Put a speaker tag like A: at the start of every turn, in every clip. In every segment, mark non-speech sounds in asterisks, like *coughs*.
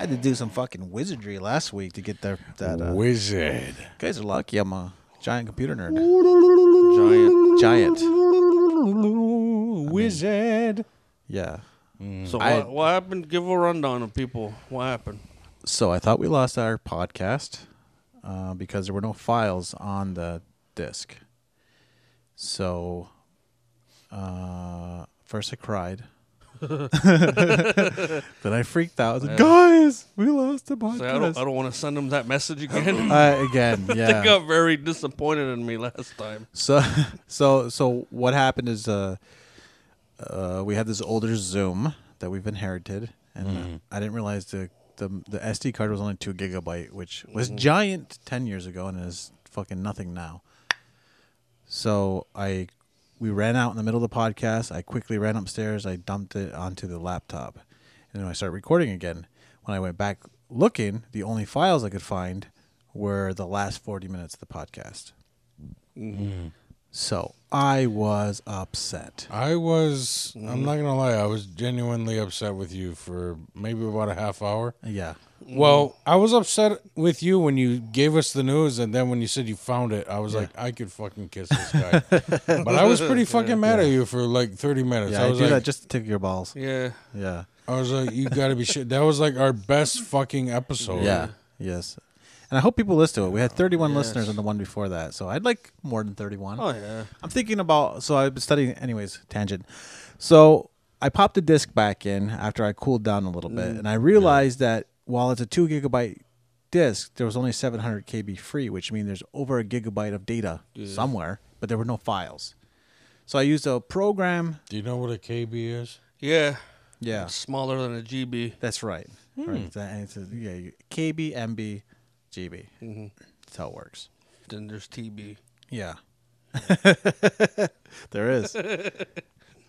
A: to do some fucking wizardry last week to get their that. Uh, you
B: Wizard.
A: guys are lucky. I'm a giant computer nerd. Giant, giant.
B: Wizard.
A: Yeah.
C: So
A: I-
C: what, what happened? Give a rundown of people. What happened?
A: So I thought we lost our podcast uh, because there were no files on the disc. So uh, first I cried. *laughs* then I freaked out. I was like, Guys, we lost the
B: Oh,
A: podcast.
C: Say, I don't. I don't want to send them that
A: *coughs*
C: message again.
A: uh, again, yeah.
C: *laughs* They got very disappointed in me last time.
A: So, *laughs* so, so what happened is, uh, uh, we had this older Zoom that we've inherited, and uh, I didn't realize the, the the SD card was only two gigabyte, which was giant ten years ago and is fucking nothing now. So I, we ran out in the middle of the podcast. I quickly ran upstairs. I dumped it onto the laptop, and then I started recording again. When I went back looking, the only files I could find were the last forty minutes of the podcast. So I was upset.
B: I was. I'm not gonna lie. I was genuinely upset with you for maybe about a half hour.
A: Yeah.
B: Well, I was upset with you when you gave us the news, and then when you said you found it, I was like, I could fucking kiss this guy. but I
A: *laughs*
B: was pretty fucking mad at you for like 30 minutes.
A: Yeah, I,
B: I
A: do
B: was like,
A: that just to tickle your balls.
C: Yeah.
A: Yeah.
B: I was like, you gotta be shit. That was like our best fucking episode.
A: Yeah. Yes. And I hope people listen to it. We had 31 listeners on the one before that, so I'd like more than 31.
C: Oh yeah.
A: I'm thinking about so I've been studying anyways, tangent. So I popped the disc back in after I cooled down a little bit
C: Mm.
A: and I realized that while it's a two gigabyte disc, there was only seven hundred KB free, which means there's over a gigabyte of data somewhere, but there were no files. So I used a program.
B: Do you know what a KB is?
C: Yeah.
A: Yeah.
C: Smaller than a GB.
A: That's right.
C: Hmm.
A: Right. That- and it's a- yeah, you- KB, MB, GB.
C: Mm-hmm.
A: That's how it works.
C: Then there's TB. *laughs*
A: Yeah. there is.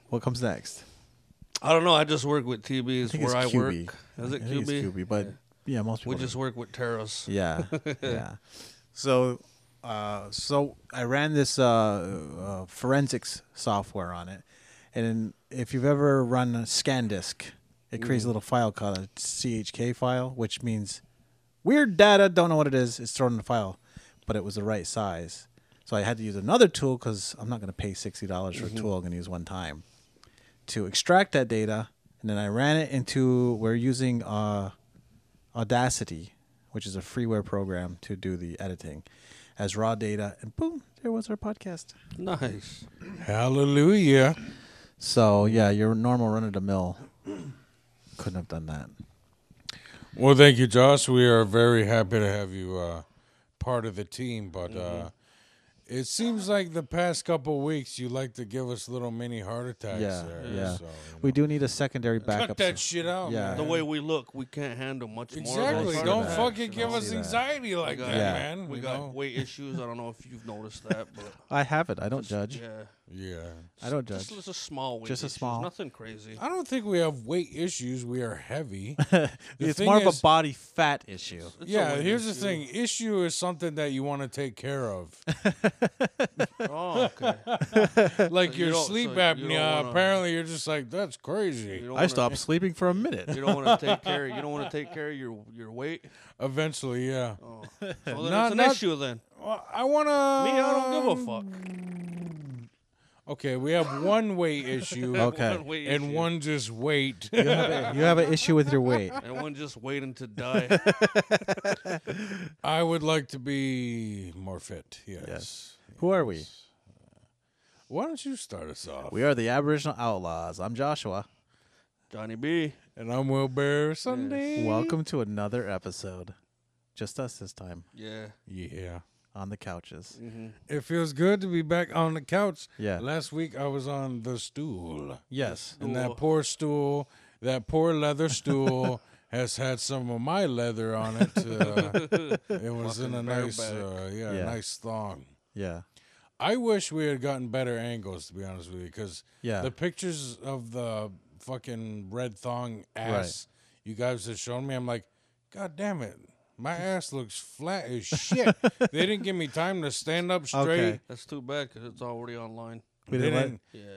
A: what comes next?
C: I don't know. I just work with TB. Is where I work. Is it
A: I think
C: QB?
A: it's QB, but yeah, most people.
C: We
A: do.
C: just work with Terrace.
A: Yeah, yeah. So, uh, so I ran this uh, uh, forensics software on it, and if you've ever run a ScanDisk, it creates a little file called a CHK file, which means weird data. Don't know what it is. It's thrown in the file, but it was the right size. So I had to use another tool because I'm not going to pay sixty dollars for a tool I'm going to use one time to extract that data, and then I ran it into. We're using. Uh, Audacity, which is a freeware program to do the editing, as raw data, and boom, there was our podcast.
C: Nice.
B: Hallelujah.
A: So yeah, your normal run of the mill *clears throat* couldn't have done that.
B: Well, thank you, Josh. We are very happy to have you uh, part of the team. But uh, it seems like the past couple weeks, you like to give us little mini heart attacks.
A: Yeah,
B: there,
A: yeah.
B: So, you
A: We
B: know.
A: do need a secondary
B: cut
A: backup.
B: that
A: so-
B: shit out.
A: Yeah.
B: man.
C: The way we look, we can't handle much more. of
B: Exactly.
C: those
A: see
B: Don't
A: that.
B: fucking give us
A: that.
B: anxiety *laughs* like
C: got-
B: that,
A: Yeah.
B: man.
C: We
B: you
C: got
B: know?
C: weight issues. I don't know if you've noticed that, but
A: I have it. I don't *laughs* judge.
C: yeah,
B: Yeah.
A: I don't
C: just,
A: judge.
C: just a small weight.
A: Just a
C: issues,
A: small.
B: *laughs*
C: Nothing crazy.
B: I don't think we have weight issues. We are
C: *laughs*
B: heavy. The
A: It's
B: thing
A: more of
B: is-
A: a body fat issue.
C: It's a
B: yeah,
C: weight
B: here's the
C: issue.
B: thing. Issue is something that you want to take care of.
C: Oh, okay.
B: Like
C: you
B: your
C: don't-
B: sleep
C: *laughs* so you don't
B: apnea,
C: wanna-
B: apparently you're just like, that's crazy.
C: You don't
A: I
C: wanna-
A: stopped sleeping for a
C: You
A: minute.
C: don't want to take care. You don't want to take care of your
B: *laughs*
C: your weight.
B: Eventually, yeah.
C: Oh. So then
B: Not-
C: it's an
B: not-
C: issue then.
B: Well, Uh, I want to.
C: Me, I don't give a fuck.
B: *laughs* Okay, we have one weight
C: *laughs*
B: issue.
A: Okay.
C: One weight
B: And
C: issue.
B: one just weight.
A: You have, a- *laughs* you have an issue with your weight.
C: and one just waiting
B: *laughs*
C: to die.
B: I would like to be more fit. Yes.
A: Who are we?
B: Why don't you start us off?
A: We are the Aboriginal Outlaws. I'm Joshua.
C: Johnny B.
B: and I'm Will Bear Sunday.
A: Welcome to another episode. Just us this time
C: Yeah.
B: Yeah.
A: on the couches.
B: It feels good to be back on the couch.
A: Yeah.
B: Last week I was on the stool.
A: Yes.
B: And
C: Stool.
B: that poor stool, that poor leather stool *laughs* has had some of my leather on it. Uh, it was in a nice uh, yeah,
A: Yeah.
B: nice thong.
A: Yeah.
B: I wish we had gotten better angles to be honest with you cuz
A: Yeah.
B: the pictures of the fucking red thong ass you guys have shown me I'm like god damn it.
A: *laughs*
B: My ass looks flat as shit. they didn't give me time to stand up straight.
A: *laughs* Okay.
C: That's too bad because it's already online.
A: We
B: They
A: didn't let-
B: didn't-
C: Yeah.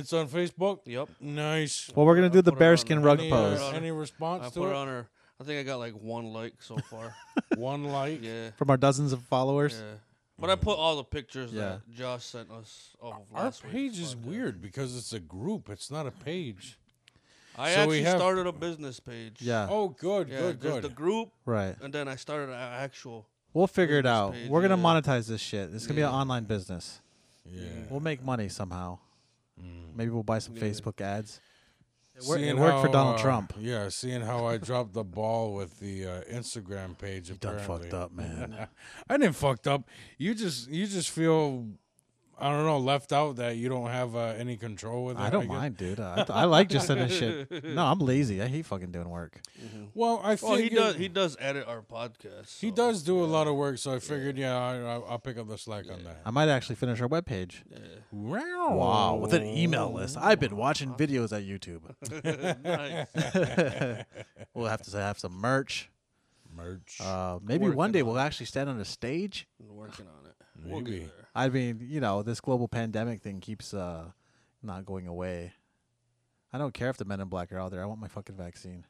B: It's on Facebook.
C: Yep.
B: Nice.
A: Well, we're gonna do the
C: put it on
A: bearskin
C: there.
A: rug
B: Any, uh,
A: pose.
C: on.
B: any
C: I
B: response
C: put
B: to
C: it
B: it?
C: on her I think I got like one like so far.
B: *laughs* One like.
C: yeah,
A: from our dozens of followers.
C: yeah. But I put all the pictures
A: Yeah.
C: that Josh sent us off of
B: Our
C: last week's
B: page is
C: podcast.
B: weird because it's a group. It's not a page.
C: I
B: So we
C: actually
B: have-
C: started a business page.
A: Yeah.
B: Oh, good,
C: yeah.
B: good,
C: there's
B: good.
C: the group,
A: Right.
C: and then I started an actual.
A: We'll figure it
C: Business
A: out.
C: page,
A: We're gonna
C: yeah.
A: monetize this shit. It's gonna be an
C: Yeah.
A: online business.
B: yeah.
A: We'll make money somehow.
C: Mm.
A: Maybe we'll buy some Facebook ads. It, wor- it
B: Seeing
A: worked for
B: how,
A: Donald
B: uh,
A: Trump.
B: Yeah, seeing how I dropped the ball with the uh, Instagram page.
A: Done
B: apparently.
A: fucked up,
C: *laughs*
A: man.
B: *laughs* I didn't fucked up. You just you just feel I don't know left out that you don't have uh, any control with it.
A: I don't
B: guess.
A: mind, dude. I, I like just sending
C: *laughs*
A: shit. No, I'm lazy. I hate fucking doing work.
B: Well, I figured
C: Well, he does. He does edit our podcast.
B: he
C: so-
B: does do a lot of work, so I figured yeah, I, I, I'll pick up the slack on that.
A: I might actually finish our webpage.
B: Wow,
A: Wow, with an email list. I've been watching videos at YouTube. *laughs*
B: *laughs*
C: nice.
A: We'll have to have some merch.
B: merch.
A: Uh, maybe one day we'll actually stand on a stage.
C: Been working on it. We'll
B: Maybe.
C: get there.
A: I mean, you know, this global pandemic thing keeps uh, not going away. I don't care if the men in black are out there. I want my fucking vaccine.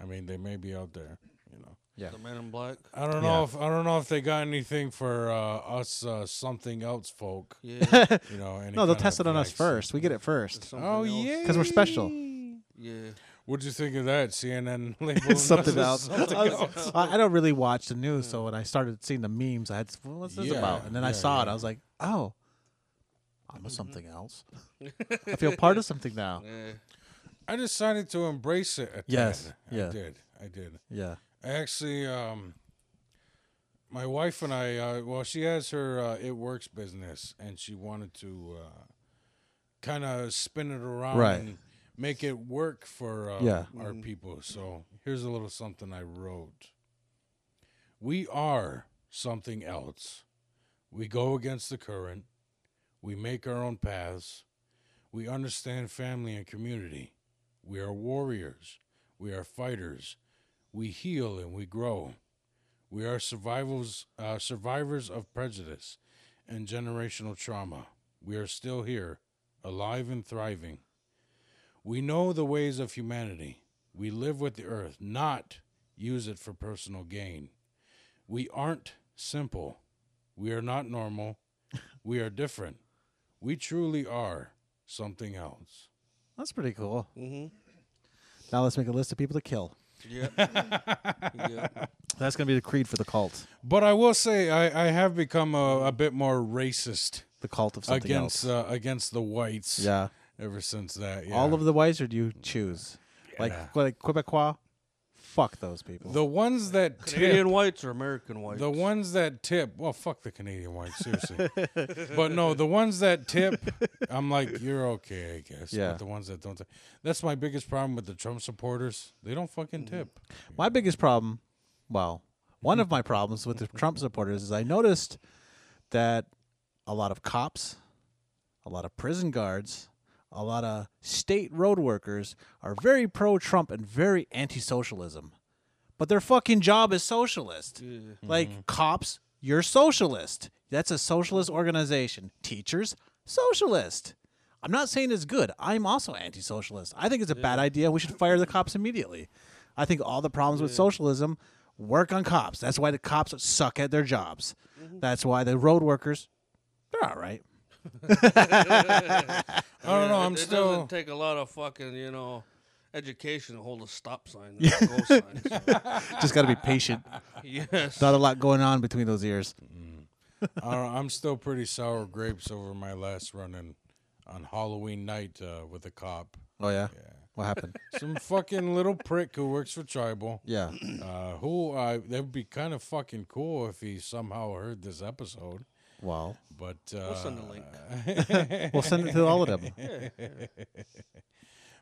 B: I mean, they may be out there. You know,
A: Yeah.
C: The Man in Black.
B: I don't know if I don't know if they got anything for uh, us uh, something else folk. *laughs*
C: Yeah.
B: You know, any
A: *laughs* No, they'll
B: kind of
A: test it on us
B: vaccine.
A: first. We get it first.
C: something
B: Oh
C: else.
B: yeah,
A: Because we're special.
C: Yeah.
B: What'd you think of that *laughs* CNN labeling
A: *laughs* It's something else.
B: us as
A: I, was- I- I don't really watch the news, so when I started seeing the memes, I had, s- well, what's this
B: Yeah,
A: about? And then I
B: yeah,
A: saw it.
B: yeah. Mm-hmm.
A: I was like, oh, I'm a something
B: *laughs*
A: else. I feel part of something now.
C: Yeah.
B: I decided to embrace it. At the
A: Yes,
B: end.
A: yeah.
B: I did. I did.
A: Yeah.
B: I actually, um, my wife and I. Uh, well, she has her uh, it works business, and she wanted to uh, kind of spin it around
A: Right.
B: and make it work for uh,
A: Yeah.
B: our people. So here's a little something I wrote. We are something else. We go against the current. We make our own paths. We understand family and community. We are warriors. We are fighters. We heal and we grow. We are survivors, uh, survivors of prejudice and generational trauma. We are still here, alive and thriving. We know the ways of humanity. We live with the earth, not use it for personal gain. We aren't simple. We are not
A: *laughs*
B: normal. We are different. We truly are something else.
A: That's pretty cool.
C: Mhm.
B: Mm-hmm.
A: Now let's make a list of people to kill.
C: Yeah. yeah.
A: That's going to be the creed for the cult.
B: But I will say I, I have become a, a bit more racist
A: The cult of something
B: against
A: else.
B: uh, against the whites.
A: yeah.
B: Ever since that, yeah.
A: All of the ways, or do you choose? Like, like Quebecois? Fuck those people.
B: the ones that tip,
C: Canadian whites or American whites?
B: the ones that tip. Well, fuck the Canadian whites, seriously. but no, the ones that tip, I'm like, you're okay, I guess.
A: Yeah.
B: But the ones that don't, tip, that's my biggest problem with the Trump supporters. They don't fucking
A: Mm-hmm.
B: tip.
A: My biggest problem, well, one of my problems with the Trump supporters is I noticed that a lot of cops, a lot of prison guards, a lot of state road workers are very pro Trump and very anti socialism. But their fucking job is socialist. Like cops, you're socialist. That's a socialist organization. Teachers, socialist. I'm not saying it's good. I'm also anti socialist. I think it's a bad idea. We should fire the cops immediately. I think all the problems with socialism work on cops. That's why the cops suck at their jobs. That's why the road workers, they're all right.
B: I don't know.
C: It-
B: I'm
C: it
B: still.
C: doesn't take a lot of fucking you know education to hold a stop sign. and
B: *laughs*
C: a go sign so.
A: Just got to be patient.
B: *laughs*
C: Yes.
A: Not a lot going on between those ears.
B: I don't, I'm still pretty sour grapes over my last run in on Halloween night uh, with a cop.
A: Oh yeah. What happened?
B: Some fucking little prick who works for Tribal.
A: Yeah.
B: Uh, who uh, that would be kind of fucking cool if he somehow heard this episode.
A: Wow.
B: But uh,
C: We'll send a link.
A: We'll send it to all of them.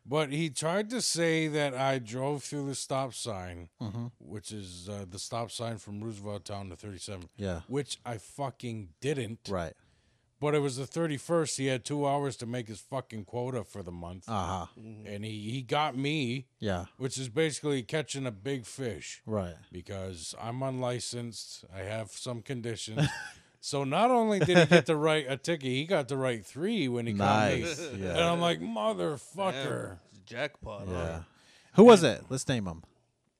B: But he tried to say that I drove through the stop sign,
A: Mm-hmm.
B: which is uh, the stop sign from Roosevelt Town to 37.
A: Yeah.
B: Which I fucking didn't.
A: Right.
B: But it was the 31st. He had two hours to make his fucking quota for the month.
A: Uh huh.
B: and he, he got me,
A: Yeah.
B: which is basically catching a big fish
A: Right.
B: because I'm unlicensed. I have
A: *laughs*
B: some conditions. so not only did he get the right a ticket, he got the right three when he got me.
A: Nice.
B: And
A: Yeah.
B: I'm like, motherfucker.
C: Damn, it's a jackpot. huh?
A: Yeah. Who was it? Let's name him.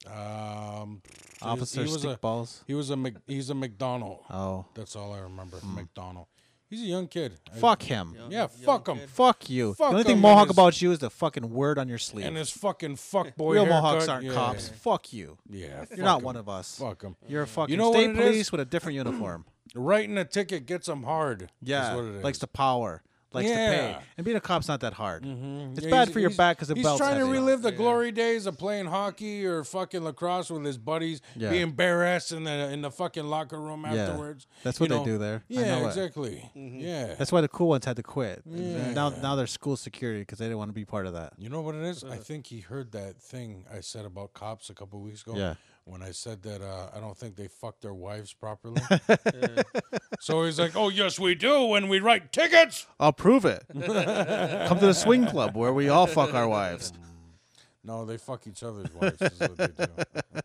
B: Um,
A: Officer
B: he was a
A: Stickballs.
B: he was a Mc, he's a McDonald.
A: Oh,
B: That's all I remember. McDonald. He's a young kid. I-
A: Hmm. fuck him.
C: Young-
B: yeah,
C: young
B: fuck him.
C: kid.
A: Fuck you.
B: Fuck
A: the only
B: him
A: thing
B: and
A: Mohawk
B: his-
A: about you is the fucking word on your sleeve.
B: And his fucking fuck boy.
A: Real Mohawks
B: haircut.
A: aren't
B: Yeah,
A: cops. Fuck you.
B: Yeah,
A: You're not one of us.
B: Fuck him.
A: You're a fucking
B: know what
A: state
B: it is?
A: police with a
B: *coughs*
A: different uniform.
B: Writing a ticket gets him hard. is
A: Yeah,
B: what it is.
A: likes the power, likes to
B: Yeah. Mm-hmm.
A: pay, and being a cop's not that hard. It's
B: Yeah,
A: bad
B: he's-
A: for your
B: he's-
A: back because the
B: he's
A: belt's
B: trying
A: heavy.
B: to relive the glory days of playing hockey or fucking lacrosse with his buddies,
A: Yeah.
B: being bare ass in the in the fucking locker room
A: Yeah.
B: afterwards.
A: That's
B: you
A: what they
B: know?
A: do there. I
B: Yeah,
A: know it.
B: exactly.
C: Mm-hmm.
B: Yeah.
A: That's why the cool ones had to quit. And Now, now they're school security because they didn't want to be part of that.
B: you know what it is?
C: Uh-huh.
B: I think he heard that thing I said about cops a couple weeks ago.
A: Yeah.
B: When I said that uh, I don't think they fuck their wives *laughs* properly. So he's like, "Oh yes, we do when we write tickets."
A: I'll prove
C: *laughs*
A: it. Come to the swing club where we all fuck our wives.
B: No, they fuck each other's wives. is what they do.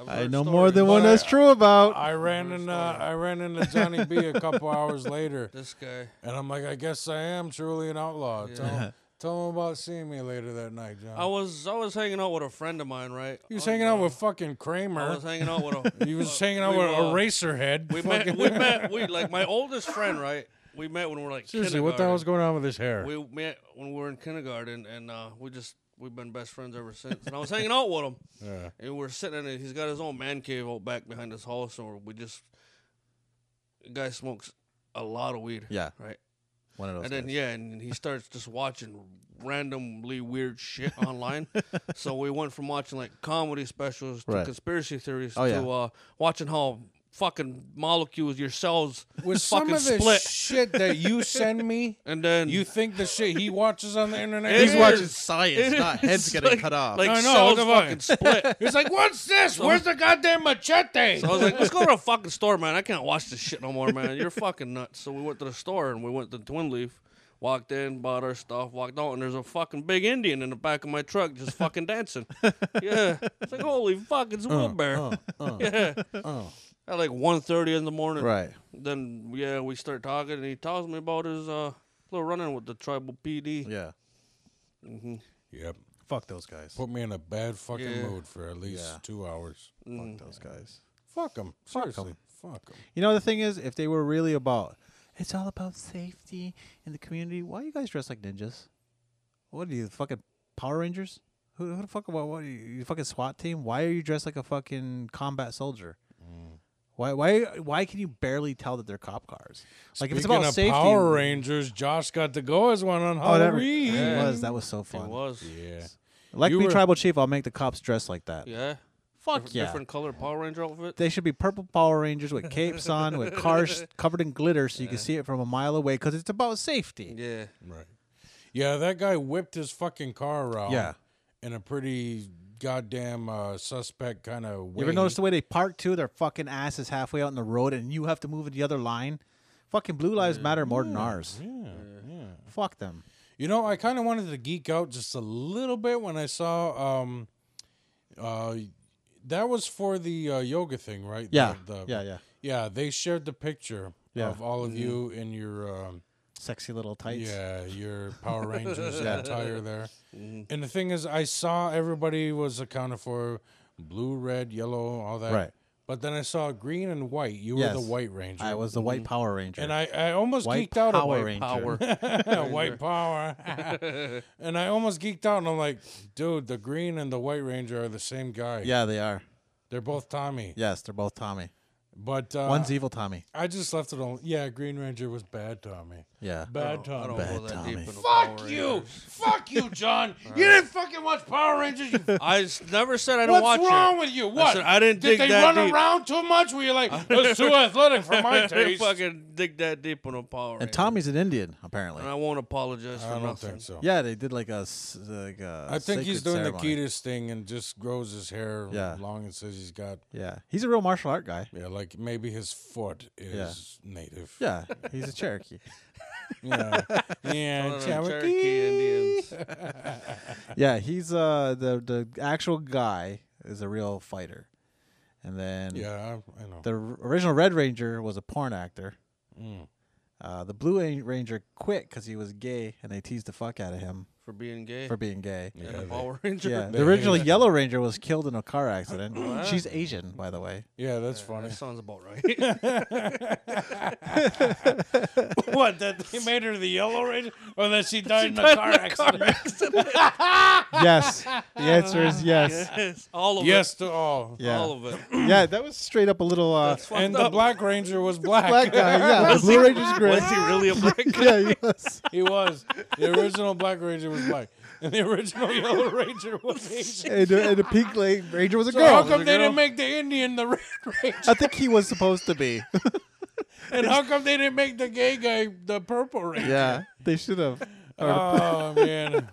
C: I've
A: I
C: heard
A: know more than
C: stories.
A: one that's true about.
B: *laughs* I ran in. Uh, I ran into Johnny B a couple hours later.
C: This guy.
B: And I'm like, I guess I am truly an outlaw. Tell, tell him about seeing me later that night, John.
C: I was I was hanging out with a friend of mine, right?
B: he was hanging out with fucking Kramer.
C: I was hanging out with
B: *laughs*
C: a.
B: he
C: *laughs*
B: was
C: uh,
B: hanging out
C: we
B: with
C: were, uh,
B: Eraserhead.
C: We met. We met. We like my oldest friend, right? We met when we were like
B: Seriously, what the hell's
C: kindergarten.
B: going on with his hair?
C: We met when we were in kindergarten, and uh, we just we've been best friends ever since. And I was hanging out with him, *laughs*
B: yeah.
C: and we're sitting in. it. He's got his own man cave out back behind his house, and we just the guy smokes a lot of weed.
A: Yeah,
C: Right.
A: one of those.
C: And then
A: guys.
C: yeah, and he starts just watching randomly weird shit online. so we went from watching like comedy specials to
A: Right.
C: conspiracy theories
A: Oh,
C: to
A: yeah.
C: uh, watching how fucking molecules your cells
B: With some
C: fucking
B: of the
C: split.
B: shit that
C: *laughs*
B: you send me,
C: and then
B: you think the shit he watches on the internet?
C: It
B: is-
A: He's watching
C: is-
A: science,
C: it
A: not
C: is
A: heads getting
C: like-
A: cut off.
C: Like
B: I know, what
C: cells
B: the fuck?
C: fucking split.
B: *laughs* He's like, what's this? Where's the goddamn machete?
C: So I was like, let's go to a fucking store, man. I can't watch this shit no more, man. You're fucking nuts. So we went to the store and we went to Twin Leaf, walked in, bought our stuff, walked out, and there's a fucking big Indian in the back of my truck just
A: *laughs*
C: fucking dancing. Yeah. It's like, holy fuck,
A: Uh,
C: it's Wilbur. *laughs* yeah. At like 1.30 in the morning.
A: right.
C: Then, yeah, we start talking, and he tells me about his uh, little run-in with the tribal PD.
A: Yeah.
B: yep.
A: Fuck those guys.
B: Put me in a bad fucking
C: Yeah. Mm.
B: mood for at least
A: Yeah.
B: two hours.
A: Fuck those guys.
B: Fuck him. Seriously. Fuck him.
A: You know the thing is, if they were really about, it's all about safety in the community. Why you guys dress like ninjas? What are you, the fucking Power Rangers? Who, who the fuck? What, what are you, you fucking SWAT team? Why are you dressed like a fucking combat soldier?
B: Mm.
A: Why, why, why can you barely tell that they're cop cars? Like if it's
B: Speaking
A: about
B: of
A: safety.
B: Power Rangers, Josh got to go as one on
A: oh, that,
B: Halloween.
A: that was that was so
C: It
A: fun.
C: was.
B: Yeah.
A: Like
B: You
A: me,
B: were-
A: tribal chief. I'll make the cops dress like that.
C: Yeah.
A: Fuck
C: Different-
A: yeah.
C: Different color Power Ranger outfit.
A: They should be purple Power Rangers with capes on, with
B: *laughs*
A: cars covered in glitter, so you can see it from a mile away. Because it's about safety.
C: Yeah.
B: Right. Yeah, that guy whipped his fucking car around.
A: Yeah.
B: In a pretty goddamn uh, suspect kind of way.
A: You ever notice the way they park too? Their fucking ass is halfway out in the road, and you have to move in the other line. Fucking blue lives matter more than ours.
B: Yeah, yeah.
A: Fuck them.
B: You know, I kind of wanted to geek out just a little bit when I saw. um uh that was for the uh, yoga thing, right?
A: Yeah,
B: The, the,
A: yeah, yeah.
B: Yeah, they shared the picture
A: Yeah. Mm-hmm.
B: of all of you in your um,
A: Sexy little tights.
B: Yeah, your
A: *laughs*
B: Power Rangers attire there.
A: Mm-hmm.
B: And the thing is, I saw everybody was accounted for blue, red, yellow, all that.
A: Right.
B: But then I saw green and white. You
A: Yes.
B: were the white ranger.
A: I was the white Power Ranger.
B: Mm-hmm. And I, I almost
A: white
B: geeked out
A: Power
B: about
A: Ranger.
B: *laughs*
C: Power.
B: white power.
A: *laughs*
B: and I almost geeked out and I'm like, dude, the green and the white ranger are the same guy.
A: Yeah, they are.
B: They're both Tommy.
A: Yes, they're both Tommy.
B: But uh,
A: One's evil Tommy.
B: I just left it alone. Yeah, Green Ranger was bad Tommy.
A: Yeah.
B: Bad
C: I don't
A: *laughs*
B: Tommy.
C: go
A: Bad
C: that
A: Tommy.
C: deep into Power
B: Fuck you!
C: Rangers.
B: Fuck *laughs* you, John! You didn't fucking watch Power Rangers. *laughs* You
C: I s- never said I don't
B: What's
C: watch
B: wrong
C: it.
B: with you? What?
C: said, I didn't
B: Did
C: dig
B: they
C: that
B: run
C: deep.
B: around too much? Were you *laughs* like, that's too athletic for *laughs* my
C: I didn't
B: taste?
C: fucking dig that deep on a power.
A: And
C: Ranger.
A: Tommy's an Indian, apparently.
C: and I won't apologize for
B: I don't
C: nothing.
B: think so.
A: Yeah, they did like a. s- Like a
B: I think he's
A: sacred
B: doing
A: ceremony.
B: the Ketis thing and just grows his hair
A: Yeah.
B: long and says he's got,
A: Yeah, he's a real martial art guy.
B: yeah, like maybe his foot is native.
A: Yeah, he's a
B: *laughs*
A: Cherokee.
B: Yeah. yeah.
C: One of them
B: Cherokee.
C: Cherokee Indians.
A: Yeah, he's uh the the actual guy is a real fighter, and then
B: Yeah, I, I know.
C: Mm.
A: the r- original Red Ranger was a porn actor, Uh, the Blue Ra- Ranger quit because he was gay, and they teased the fuck out of him
C: for being gay.
A: for being gay.
C: yeah,
B: Yeah,
C: the
B: they-
C: Power Ranger. *laughs*
A: Yeah,
B: They
A: the original
B: hated-
A: Yellow Ranger was killed in a car accident. She's Asian, by the
C: *laughs*
A: way.
B: Yeah, that's
C: That
B: funny.
C: sounds about right.
B: *laughs*
C: *laughs*
B: what? That *laughs* he made her the Yellow Ranger, or that *laughs* she died in a car accident?
A: Yes, the answer is yes.
C: yes, all of
B: Yes to all.
C: it.
A: Yeah,
C: *laughs* All of it.
B: *laughs*
A: yeah, that was straight up a little uh,
C: That's
B: And
C: fucked
B: the
C: up.
B: Black Ranger was black.
A: black guy.
C: *laughs*
A: Yeah, the Blue Ranger's great. *laughs*
C: Was he really a black guy?
A: Yeah, he was.
B: *laughs* he was. The original Black Ranger was black, and the original Yellow Ranger was Asian.
A: And, uh, and the Pink Lake Ranger was a
B: So how
A: girl.
B: come they
C: girl?
B: didn't make the Indian the Red *laughs* Ranger?
A: I think he was supposed to be.
B: And how come they didn't make the gay guy the Purple
A: *laughs*
B: Ranger?
A: yeah, they should have. *laughs*
B: Oh man.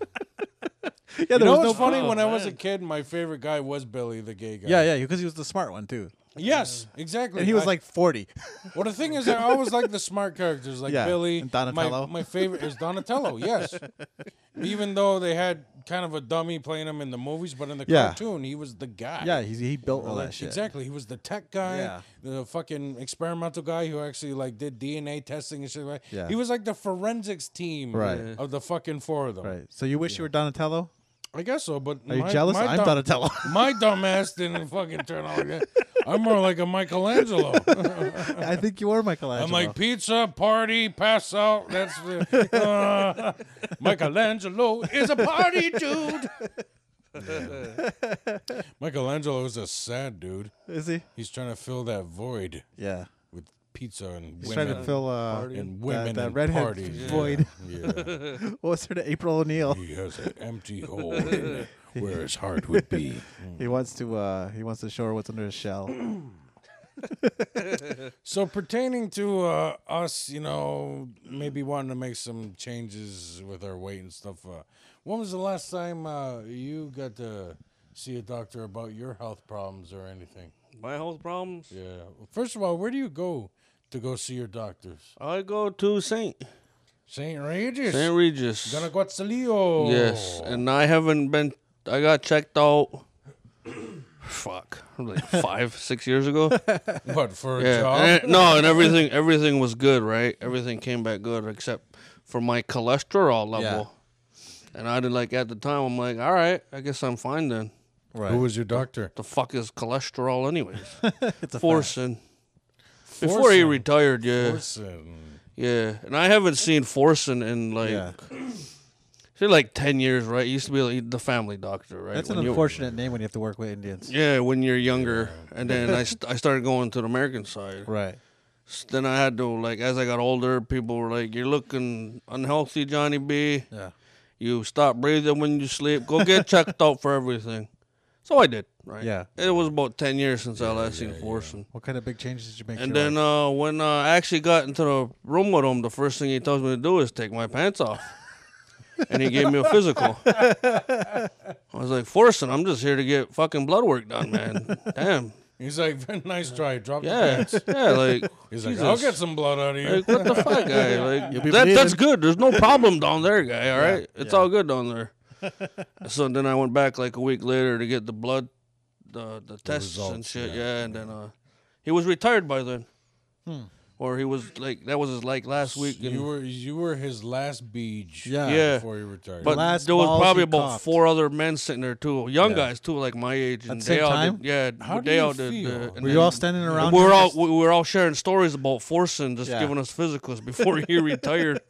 A: Yeah, there
B: You know
A: was no
B: what's funny?
C: Oh,
B: when I was a
C: man.
B: kid, my favorite guy was Billy the gay guy.
A: Yeah, yeah, because he was the smart one too,
B: Yes, exactly.
A: and he was
B: I-
A: like forty.
B: Well, the thing
A: *laughs*
B: is, I always like the smart characters, like
A: Yeah,
B: Billy
A: and Donatello.
B: My, my favorite is
A: *laughs*
B: Donatello. Yes, even though they had kind of a dummy playing him in the movies, but in the
A: Yeah.
B: cartoon, he was the guy.
A: *laughs* Yeah, he he built all that shit.
B: Exactly. He was the tech guy,
A: Yeah.
B: the fucking experimental guy who actually like did DNA testing and shit like that.
A: Yeah.
B: He was like the forensics team
A: Right. Yeah.
B: of the fucking four of them.
A: Right. So you wish you were Donatello?
B: I guess so, but
A: Are you jealous? I'm
C: *laughs*
A: Donatello.
B: *laughs*
A: *laughs*
B: My dumb ass didn't fucking turn out like that. I'm more like a Michelangelo.
A: *laughs* I think you are Michelangelo.
B: I'm like pizza party, pass out. That's the,
A: *laughs*
B: uh, Michelangelo is a party dude. *laughs* Michelangelo is a sad dude.
A: is he?
B: He's trying to fill that void
A: Yeah.
B: with pizza and
A: He's
B: women.
A: trying to fill uh, *laughs*
C: Party.
B: and women
A: that
B: and
A: redhead
B: parties. Yeah,
A: void.
B: Yeah,
A: what was her name? April O'Neil.
B: he has an empty hole in where his heart would be.
A: He wants to uh, he wants to show her what's under his shell.
B: So pertaining to uh, us, you know, maybe wanting to make some changes with our weight and stuff. Uh, when was the last time uh, you got to see a doctor about your health problems or anything?
C: My health problems.
B: Yeah. First of all, where do you go to go see your doctors?
C: I go to Saint
B: St. Regis.
C: Saint Regis.
B: Guanajuato.
C: Yes, and I haven't been. I got checked out. *clears throat* fuck,
A: *laughs*
C: like five, six years ago.
B: *laughs* what for a
C: Yeah,
B: job?
C: and- no,
A: *laughs*
C: and everything, everything was good, right? Everything came back good except for my cholesterol level. And I did like at the time. I'm like, all right, I guess I'm fine then.
A: *clears throat* Right.
B: Who was your doctor?
C: The fuck is cholesterol
A: *laughs*
C: anyways?
A: it's a
C: Forson. Before he
B: Forson.
C: retired, yeah,
B: Orson.
C: yeah. And I haven't seen Forson in like.
A: Yeah.
C: Say like ten years, right? He used to be like the family doctor, right?
A: That's
C: When
A: an
C: you-
A: unfortunate name when you have to work with Indians.
C: Yeah, when you're younger, and
A: *laughs*
C: then I, st- I started going to the American side.
A: Right.
C: S- Then I had to like as I got older, people were like, "You're looking unhealthy, Johnny B.
A: Yeah.
C: You stop breathing when you sleep. Go
A: *laughs*
C: get checked out for everything." So I did. Right.
A: Yeah.
C: It was about ten years since I last seen Forson.
A: What kind of big changes did you make? to
C: And
A: your
C: then
A: life?
C: uh, when uh, I actually got into the room with him, the first thing he tells me to do is take my pants off. and he gave me a physical. I was like, Forson, I'm just here to get fucking blood work done,
A: *laughs*
C: man. Damn.
B: He's like, *laughs* nice try. Drop the
C: Yeah.
B: pants.
C: Yeah, like, *laughs*
B: He's like, I'll
C: Jesus.
B: get some blood out of you.
C: like, what the fuck, guy? Like,
A: be
C: that,
A: bleeding.
C: that's good. There's no problem down there, guy. All right, it's all good down there. so then I went back like a week later to get the blood, the the tests and
B: results,
C: shit.
B: yeah.
C: Yeah, and then uh, he was retired by then, or he was like that was his like last week. and-
B: You were you were his last beach.
A: Yeah.
C: Yeah.
B: Before he retired.
C: but
A: last
C: there was
A: balls
C: probably
A: he
C: about
A: coughed.
C: four other men sitting there too, young guys too, like my age, and
A: the
C: they
A: same
C: all
A: time?
C: did, yeah,
B: How do
C: they
B: you
C: all did.
B: feel?
C: uh, and
A: were
C: then-
A: you all standing around?
C: we're
A: him?
C: all we we're all sharing stories about Forson just
A: Yeah.
C: giving us physicals before
B: *laughs*
C: he retired.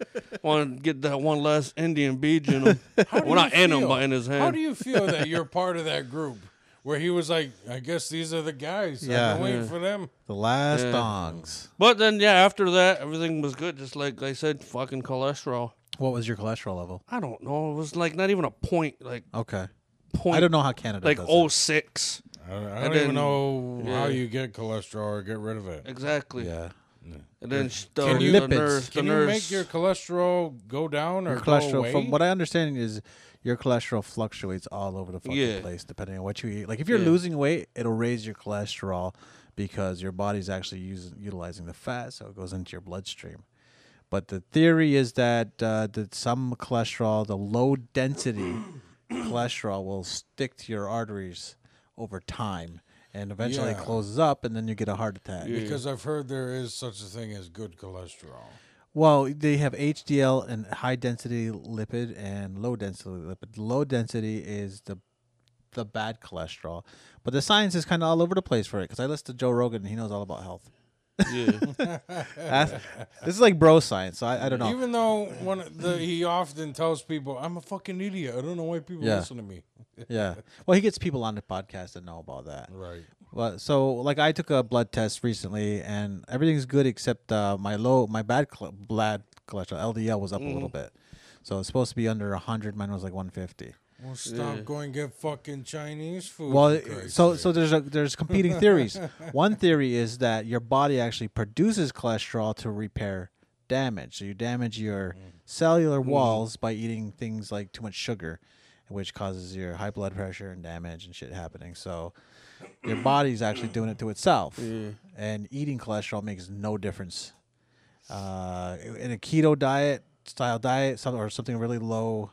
C: Want to get that one last Indian beach in him.
B: How do
C: well, not
B: you
C: in him,
B: feel?
C: but in his hand.
B: How do you feel that you're part of that group where he was like, I guess these are the guys.
A: Yeah.
B: I've been waiting
C: Yeah.
B: for them.
A: the last
C: Yeah.
A: dongs.
C: but then, yeah, after that, everything was good. Just like I said, fucking cholesterol.
A: What was your cholesterol level?
C: I don't know. It was like not even a point, like
A: Okay.
C: point,
A: I don't know how Canada
C: like
A: does it.
C: oh six
B: I don't, I
C: And
B: don't
C: then-
B: even know
C: yeah.
B: how you get cholesterol or get rid of it.
C: exactly.
A: Yeah.
C: And then she- the,
A: Can
C: the
A: you- lipids.
C: nurse,
B: Can
C: the
B: you
C: nurse,
B: make your cholesterol go down or
A: Your
B: go
A: cholesterol,
B: away?
A: from what I understand, is your cholesterol fluctuates all over the fucking
C: Yeah.
A: place depending on what you eat. Like if you're
C: Yeah.
A: losing weight, it'll raise your cholesterol because your body's actually using utilizing the fat, so it goes into your bloodstream. But the theory is that uh, that some cholesterol, the low density cholesterol, will stick to your arteries over time, and eventually it
B: Yeah.
A: closes up, and then you get a heart attack.
B: because I've heard there is such a thing as good cholesterol.
A: Well, they have HDL and high density lipid and low density lipid. Low density is the the bad cholesterol, but the science is kind of all over the place for it. Because I listen to Joe Rogan and he knows all about health.
C: *laughs* Yeah.
B: *laughs*
A: That's, this is like bro science. So I, I don't know.
B: Even though one of the, he often tells people, "I'm a fucking idiot. I don't know why people
A: Yeah.
B: listen to me."
A: *laughs* yeah. Well, he gets people on the podcast that know about that.
B: Right.
A: Well, so like I took a blood test recently, and everything's good except uh, my low, my bad cl- blood cholesterol LDL was up a little bit. So it's supposed to be under hundred. Mine was like one fifty.
B: Well, stop going get fucking Chinese food.
A: Well, uh,
B: for Christ's
A: so
B: sake.
A: so there's a, there's competing theories. One theory is that your body actually produces cholesterol to repair damage. So you damage your cellular walls by eating things like too much sugar, which causes your high blood pressure and damage and shit happening. So your body's actually doing it to itself, and eating cholesterol makes no difference. Uh, in a keto diet style diet, some, or something really low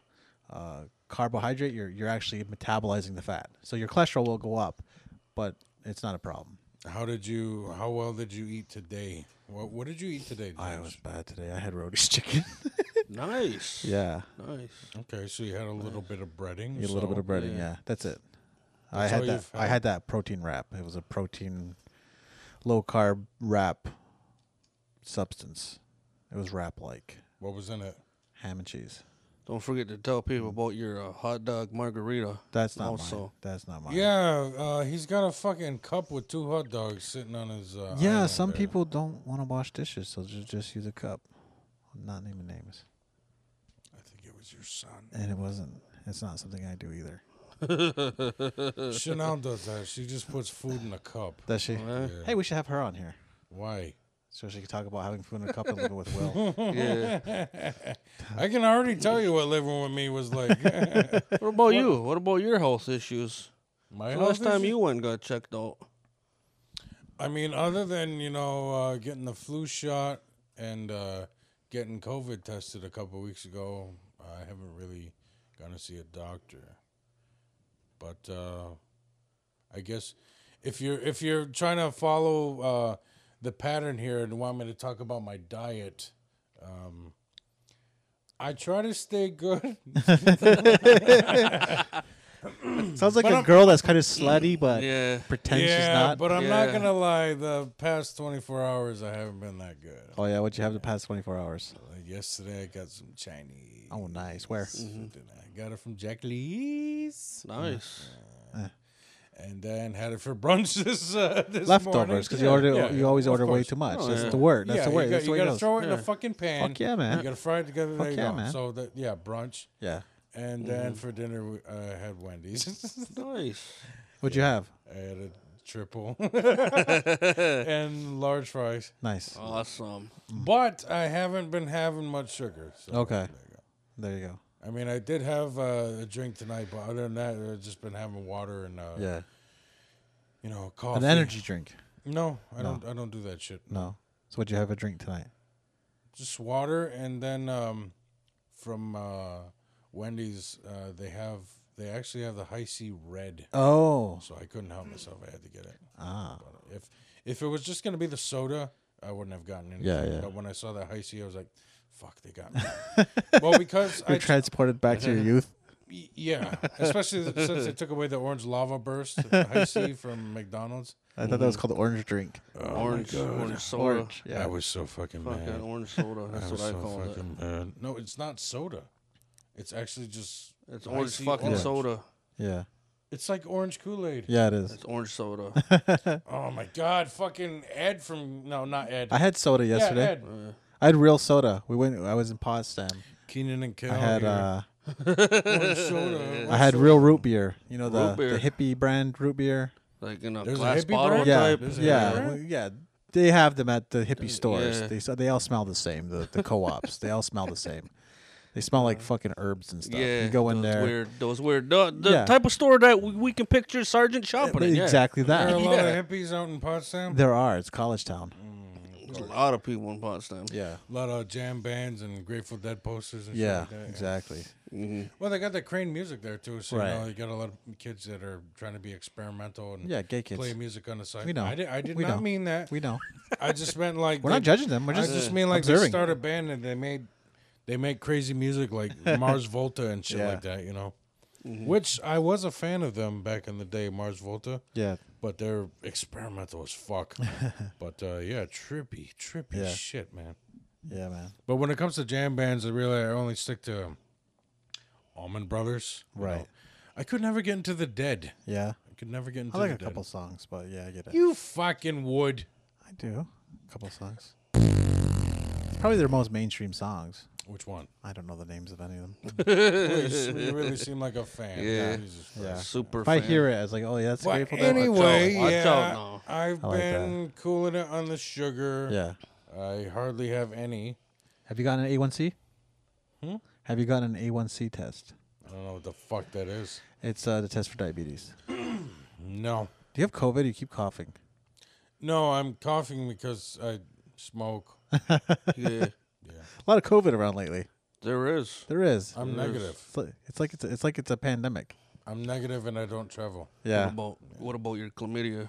A: uh, carbohydrate, you're you're actually metabolizing the fat, so your cholesterol will go up, but it's not a problem.
B: how did you? How well did you eat today? What What did you eat today?
A: I
B: James?
A: was bad today. I had rotisserie *laughs* chicken.
C: nice.
A: yeah,
C: Nice.
B: Okay, so you had a little bit of breading.
A: a little bit of breading. Yeah, that's it. I had
B: all
A: that.
B: you've
A: I
B: had?
A: had that protein wrap. It was a protein, low carb wrap substance. It was wrap like
B: What was in it?
A: ham and cheese.
C: Don't forget to tell people about your uh, hot
B: *laughs*
C: dog margarita.
A: That's not mine.
C: Also.
A: That's not mine.
B: Yeah, uh, he's got a fucking cup with two hot dogs sitting on his. Uh,
A: Yeah,
B: island
A: some
B: there.
A: people don't want to wash dishes, so just just use a cup. I'm not naming names,
B: I think it was your son.
A: and it wasn't. It's not something I do either. Uh.
B: Chanel does that. She just puts food in a cup.
A: Does she?
B: Yeah.
A: Hey, we should have her on here
B: Why?
A: so she could talk about having food in a cup and living with
B: *laughs*
A: Will.
C: Yeah.
B: I can already tell you what living with me was
A: *laughs*
B: like. *laughs*
C: what about you? What about your health issues?
B: My
C: The
B: health
C: last time
B: issues-
C: you went and got checked out.
B: I mean, other than you know uh, getting the flu shot and uh, getting COVID tested a couple weeks ago, I haven't really gone to see a doctor. But uh, I guess if you're if you're trying to follow uh, the pattern here and want me to talk about my diet, um, I try to stay good.
A: Sounds like
B: But
A: a
B: I'm-
A: girl that's kind of slutty but
C: Yeah.
A: pretends she's
B: yeah,
A: not.
B: but I'm not
C: Yeah.
B: gonna lie. The past 24 hours, I haven't been that good.
A: oh yeah, what'd you have the past 24 hours?
B: Like yesterday, I got some Chinese.
A: Oh nice. Where?
B: Something. I got it from Jack Lee's,
C: Nice.
B: and then had it for *laughs* brunch this uh, this morning.
A: Leftovers, because you order
B: Yeah,
A: you always
B: of
A: order way
B: course.
A: too much.
C: Oh,
A: That's
C: yeah.
A: the word. That's
B: yeah,
A: the word.
B: you got,
A: that's the
B: you
A: way it
B: gotta
A: goes.
B: throw it in a fucking pan.
A: Fuck yeah, man.
B: You gotta fry it together. there
A: Fuck
B: you
A: yeah,
B: go.
A: man. Mm-hmm.
B: So that yeah, brunch,
A: yeah.
B: and then for dinner we- I had Wendy's. *laughs*
C: Nice.
A: What'd you have?
B: I had a
A: *laughs*
B: triple and large fries,
A: Nice.
C: Awesome.
B: but I haven't been having much sugar. So
A: Okay.
B: there you go.
A: There you go.
B: I mean, I did have uh, a drink tonight, but other than that, I've just been having water and uh,
A: Yeah.
B: you know, coffee.
A: An energy drink.
B: No, I don't. I don't do that shit.
A: No. So what'd you have a drink tonight?
B: Just water, and then um, from uh, Wendy's, uh, they have they actually have the high C red.
A: Oh.
B: So I couldn't help myself. I had to get it.
A: Ah.
B: But if if it was just gonna be the soda, I wouldn't have gotten anything.
A: Yeah, yeah.
B: But when I saw that high C, I was like, "Fuck, they
A: *laughs*
B: got me." well, because I
A: You're transported back to your youth.
B: Y- Yeah, especially th- since they took away the orange lava burst, I see
A: *laughs*
B: from McDonald's.
A: I thought that was called orange drink.
C: orange. Mm-hmm. Orange soda.
A: Oh, Orange.
B: I
A: Yeah.
B: was so fucking
C: Fuck that
B: mad.
C: orange
A: *laughs*
C: soda.
B: I
C: That's what
B: was
C: I
B: so
C: call it.
B: fucking mad. No, it's not soda. It's actually just
C: It's
B: I
C: orange
B: see
C: fucking
B: orange.
C: soda.
A: Yeah.
B: It's like orange Kool Aid.
A: Yeah, it is.
C: It's orange soda.
A: *laughs*
B: Oh my god, fucking Ed from no, not Ed.
A: I had soda
B: yeah,
A: yesterday.
B: Ed.
A: I had real soda. We went. I was in Potsdam.
B: Keenan and
C: Oh,
B: Kel.
A: I had
B: here.
A: uh,
B: orange *laughs* soda.
A: I had real root beer. You know the,
C: Root beer.
A: the hippie brand root beer.
C: Like in a
B: There's a
C: glass
B: hippie
C: bottle
B: brand?
A: yeah,
C: type.
B: There's a
A: yeah,
B: hippie brand?
A: well, yeah. They have them at the hippie stores.
C: Uh, yeah.
A: They so they all smell the same. The the co-ops. they all smell the same. They smell like fucking herbs and stuff.
C: Yeah,
A: you go in
C: those
A: there.
C: Weird, those weird, the, the
A: Yeah.
C: type of store that we, we can picture Sergeant shopping in. Yeah.
A: Exactly
B: There are a
A: that.
B: lot of hippies out in Potsdam.
C: Mm.
A: There are. It's college town.
C: There's a lot of people in Potsdam.
A: Yeah.
B: A lot of jam bands and Grateful Dead posters and
A: Yeah.
B: shit like that.
A: Exactly.
B: Well, they got the Crane music there too, so
A: Right.
B: you know you got a lot of kids that are trying to be experimental and
A: Yeah, gay kids.
B: play music on the side.
A: We know.
B: I did, I did
A: We
B: not
A: know.
B: mean that.
A: We know.
B: I just meant
A: *laughs*
B: like
A: We're not
B: they-
A: judging them. We're
B: I
A: just,
B: just mean like
A: observing.
B: they started a band and they made they make crazy music like
A: *laughs*
B: Mars Volta and shit
A: Yeah. Mm-hmm.
B: like that, you know. Which I was a fan of them back in the day, Mars Volta,
A: Yeah.
B: but they're experimental
A: *laughs*
B: as fuck. but uh, yeah, trippy, trippy
A: Yeah.
B: shit, man.
A: Yeah, man.
B: But when it comes to jam bands, I really I only stick to um, Almond Brothers. you
A: Right.
B: know. I could never get into the Dead.
A: Yeah.
B: I could never get into
A: I like
B: the
A: a
B: Dead.
A: couple songs, but yeah, I get it.
B: You fucking would.
A: I do. A couple songs. It's probably their most mainstream songs.
B: Which one?
A: *laughs* I don't know the names of any of them.
B: you s- you really seem like a fan.
C: Yeah.
B: Jesus Christ.
A: Yeah.
C: Super.
A: If I
C: fan.
A: hear it, it's like, oh yeah, that's
B: But
A: Grateful Dead.
B: anyway,
C: Watch out, watch out
B: yeah,
C: now.
B: I've
A: I like that.
B: been cooling it on the sugar.
A: Yeah.
B: I hardly have any.
A: Have you gotten an A1C?
B: Hmm?
A: Have you gotten an A1C test?
B: I don't know what the fuck that is.
A: It's uh, the test for diabetes.
B: No,
A: Do you have COVID? You keep coughing.
B: no, I'm coughing because I smoke.
C: *laughs* Yeah,
A: A lot of COVID around lately.
C: there is.
A: There is.
B: I'm negative.
A: It's li- it's like it's a, it's like it's a pandemic.
B: I'm negative and I
A: *laughs*
B: don't travel.
A: Yeah.
C: What about what about your chlamydia?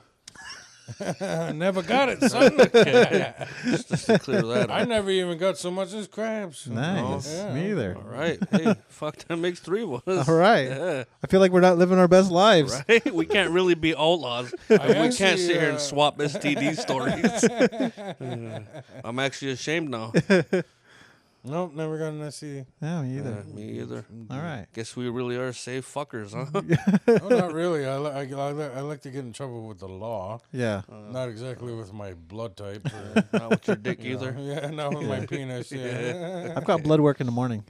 B: I never got it, *laughs* son.
A: *laughs*
C: Just to clear that
B: I
C: up.
B: never even got so much as crabs.
A: Nice.
B: Oh, Yeah.
A: Me either.
C: All right.
A: *laughs*
C: Hey, fuck. That makes three of
B: *laughs*
C: us.
A: All right.
B: Uh-huh.
C: Yeah.
A: I feel like we're not living our best lives.
C: *laughs* Right? We can't really be
A: *laughs*
C: outlaws. if we
B: actually,
C: can't sit here
B: uh,
C: and swap STD stories. I'm actually ashamed
A: *laughs*
C: now.
B: Nope, never got an E STD.
A: No, me either.
B: Uh-huh.
C: Me either.
A: All right.
C: Guess we really are safe fuckers,
A: *laughs*
C: huh?
B: oh, not really. I, li- I, li- I, li- I like to get in trouble with the law.
A: Yeah.
C: Uh.
B: Not exactly with my blood type. or-
A: *laughs*
C: Not with your dick either.
B: *laughs* Yeah, not with my penis. Yeah.
A: I've got blood work in the morning.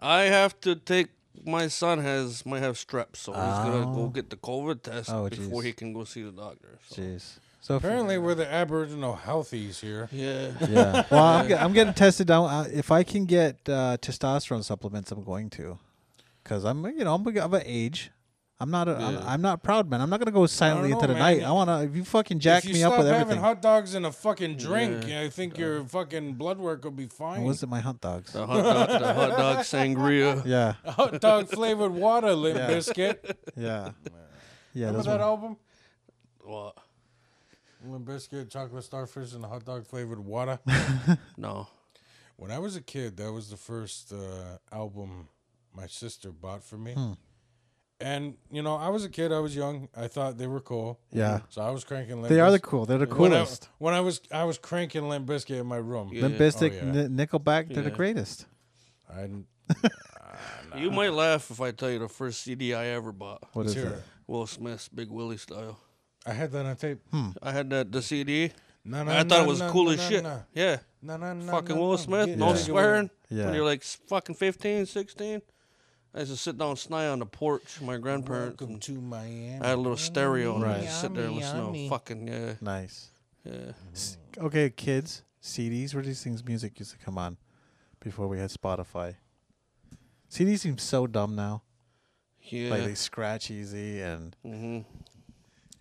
C: I have to take. My son has might have strep, so he's gonna go get the COVID test
A: Oh,
C: before
A: jeez.
C: he can go see the doctor. So.
A: Jeez. So if-
B: Apparently, we're the Aboriginal healthies here.
C: Yeah.
A: *laughs* yeah. Well,
B: *laughs*
A: I'm, ge- I'm getting tested down. Uh, if I can get uh, testosterone supplements, I'm going to, because I'm you know I'm of an age. I'm not a am I'm not proud man. I'm not gonna go silently
B: know,
A: into the
B: man.
A: night. I wanna if you fucking jack
B: if you
A: me
B: stop
A: up with
B: having
A: everything.
B: hot dogs and a fucking drink, I think your fucking blood work will be
A: It
B: fine.
A: wasn't my hunt dogs.
C: The hot dog, the
A: *laughs*
C: hot dog sangria.
A: Yeah,
B: *laughs* hot dog flavored water, Limp
A: Yeah. *laughs*
B: Biscuit. *laughs*
A: yeah, yeah.
B: Remember
A: Those
B: that
A: were,
B: album?
C: What?
B: Limp Biscuit, chocolate starfish, and hot dog
A: *laughs*
B: flavored water.
C: No.
B: when I was a kid, that was the first uh, album my sister bought for me.
A: Hmm.
B: And you know, I was a kid. I was young. I thought they were cool.
A: Yeah.
B: So I was cranking. Limp
A: they are the
B: Bizkit.
A: cool. They're the
B: When I,
A: coolest.
B: when I was I was cranking Limp Bizkit in my room.
A: Limp
C: Yeah.
A: Bizkit,
B: Oh, yeah.
A: N- Nickelback. They're the
C: Yeah.
A: greatest.
B: I
C: You might laugh if I tell you the first CD I ever bought.
A: What is
B: Sure.
A: it?
C: Will Smith's Big Willie style.
B: I had that on tape.
A: Hmm.
C: I had that the CD.
B: No,
C: I thought it was cool as shit. Yeah.
B: No, no, no,
C: fucking
B: no,
C: Will
B: no.
C: Smith,
B: Yeah.
C: no
B: Yeah.
C: swearing.
A: Yeah.
C: When you're like s- fucking 15, 16, I used to sit down and snide on the porch with my grandparents.
B: Welcome
C: and
B: to Miami.
C: I had a little stereo and I
A: Right.
C: just sit there and listen to fucking, yeah,
A: Nice.
C: yeah.
A: S- Okay, kids, CDs. Where these things music used to come on before we had Spotify. CDs seem so dumb now.
C: Yeah.
A: Like they scratch easy and
C: hmm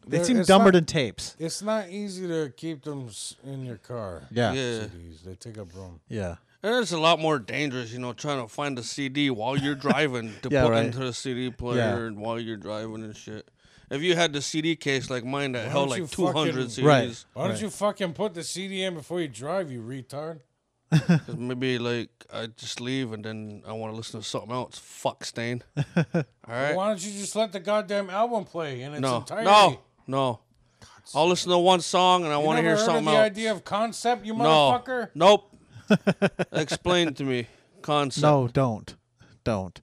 A: they
B: They're-
A: seem
B: it's
A: dumber
B: not-
A: than tapes.
B: It's not easy to keep them s- in your car.
A: Yeah.
C: Yeah.
B: CDs. They take up room.
A: Yeah.
C: And it's a lot more dangerous, you know, trying to find a CD while you're driving
A: *laughs*
C: to
A: Yeah,
C: put
A: right.
C: into the CD player and while you're driving and shit. If you had the CD case like mine that held
B: don't you
C: like 200
B: fucking-
C: CDs,
A: Right.
B: Why don't
A: Right.
B: you fucking put the CD in before you drive, you retard?
C: 'cause maybe like I just leave and then I want to listen to something else. Fuck stain.
A: *laughs*
C: All right.
B: Why don't you just let the goddamn album play in its
C: No,
B: entirety?
C: no, no. I'll listen to one song and I
B: You
C: want to
B: never
C: hear
B: heard
C: something
B: of the
C: else.
B: idea of concept, you
C: no,
B: motherfucker?
C: nope.
A: *laughs*
C: Explain to me concept.
A: No, don't. Don't.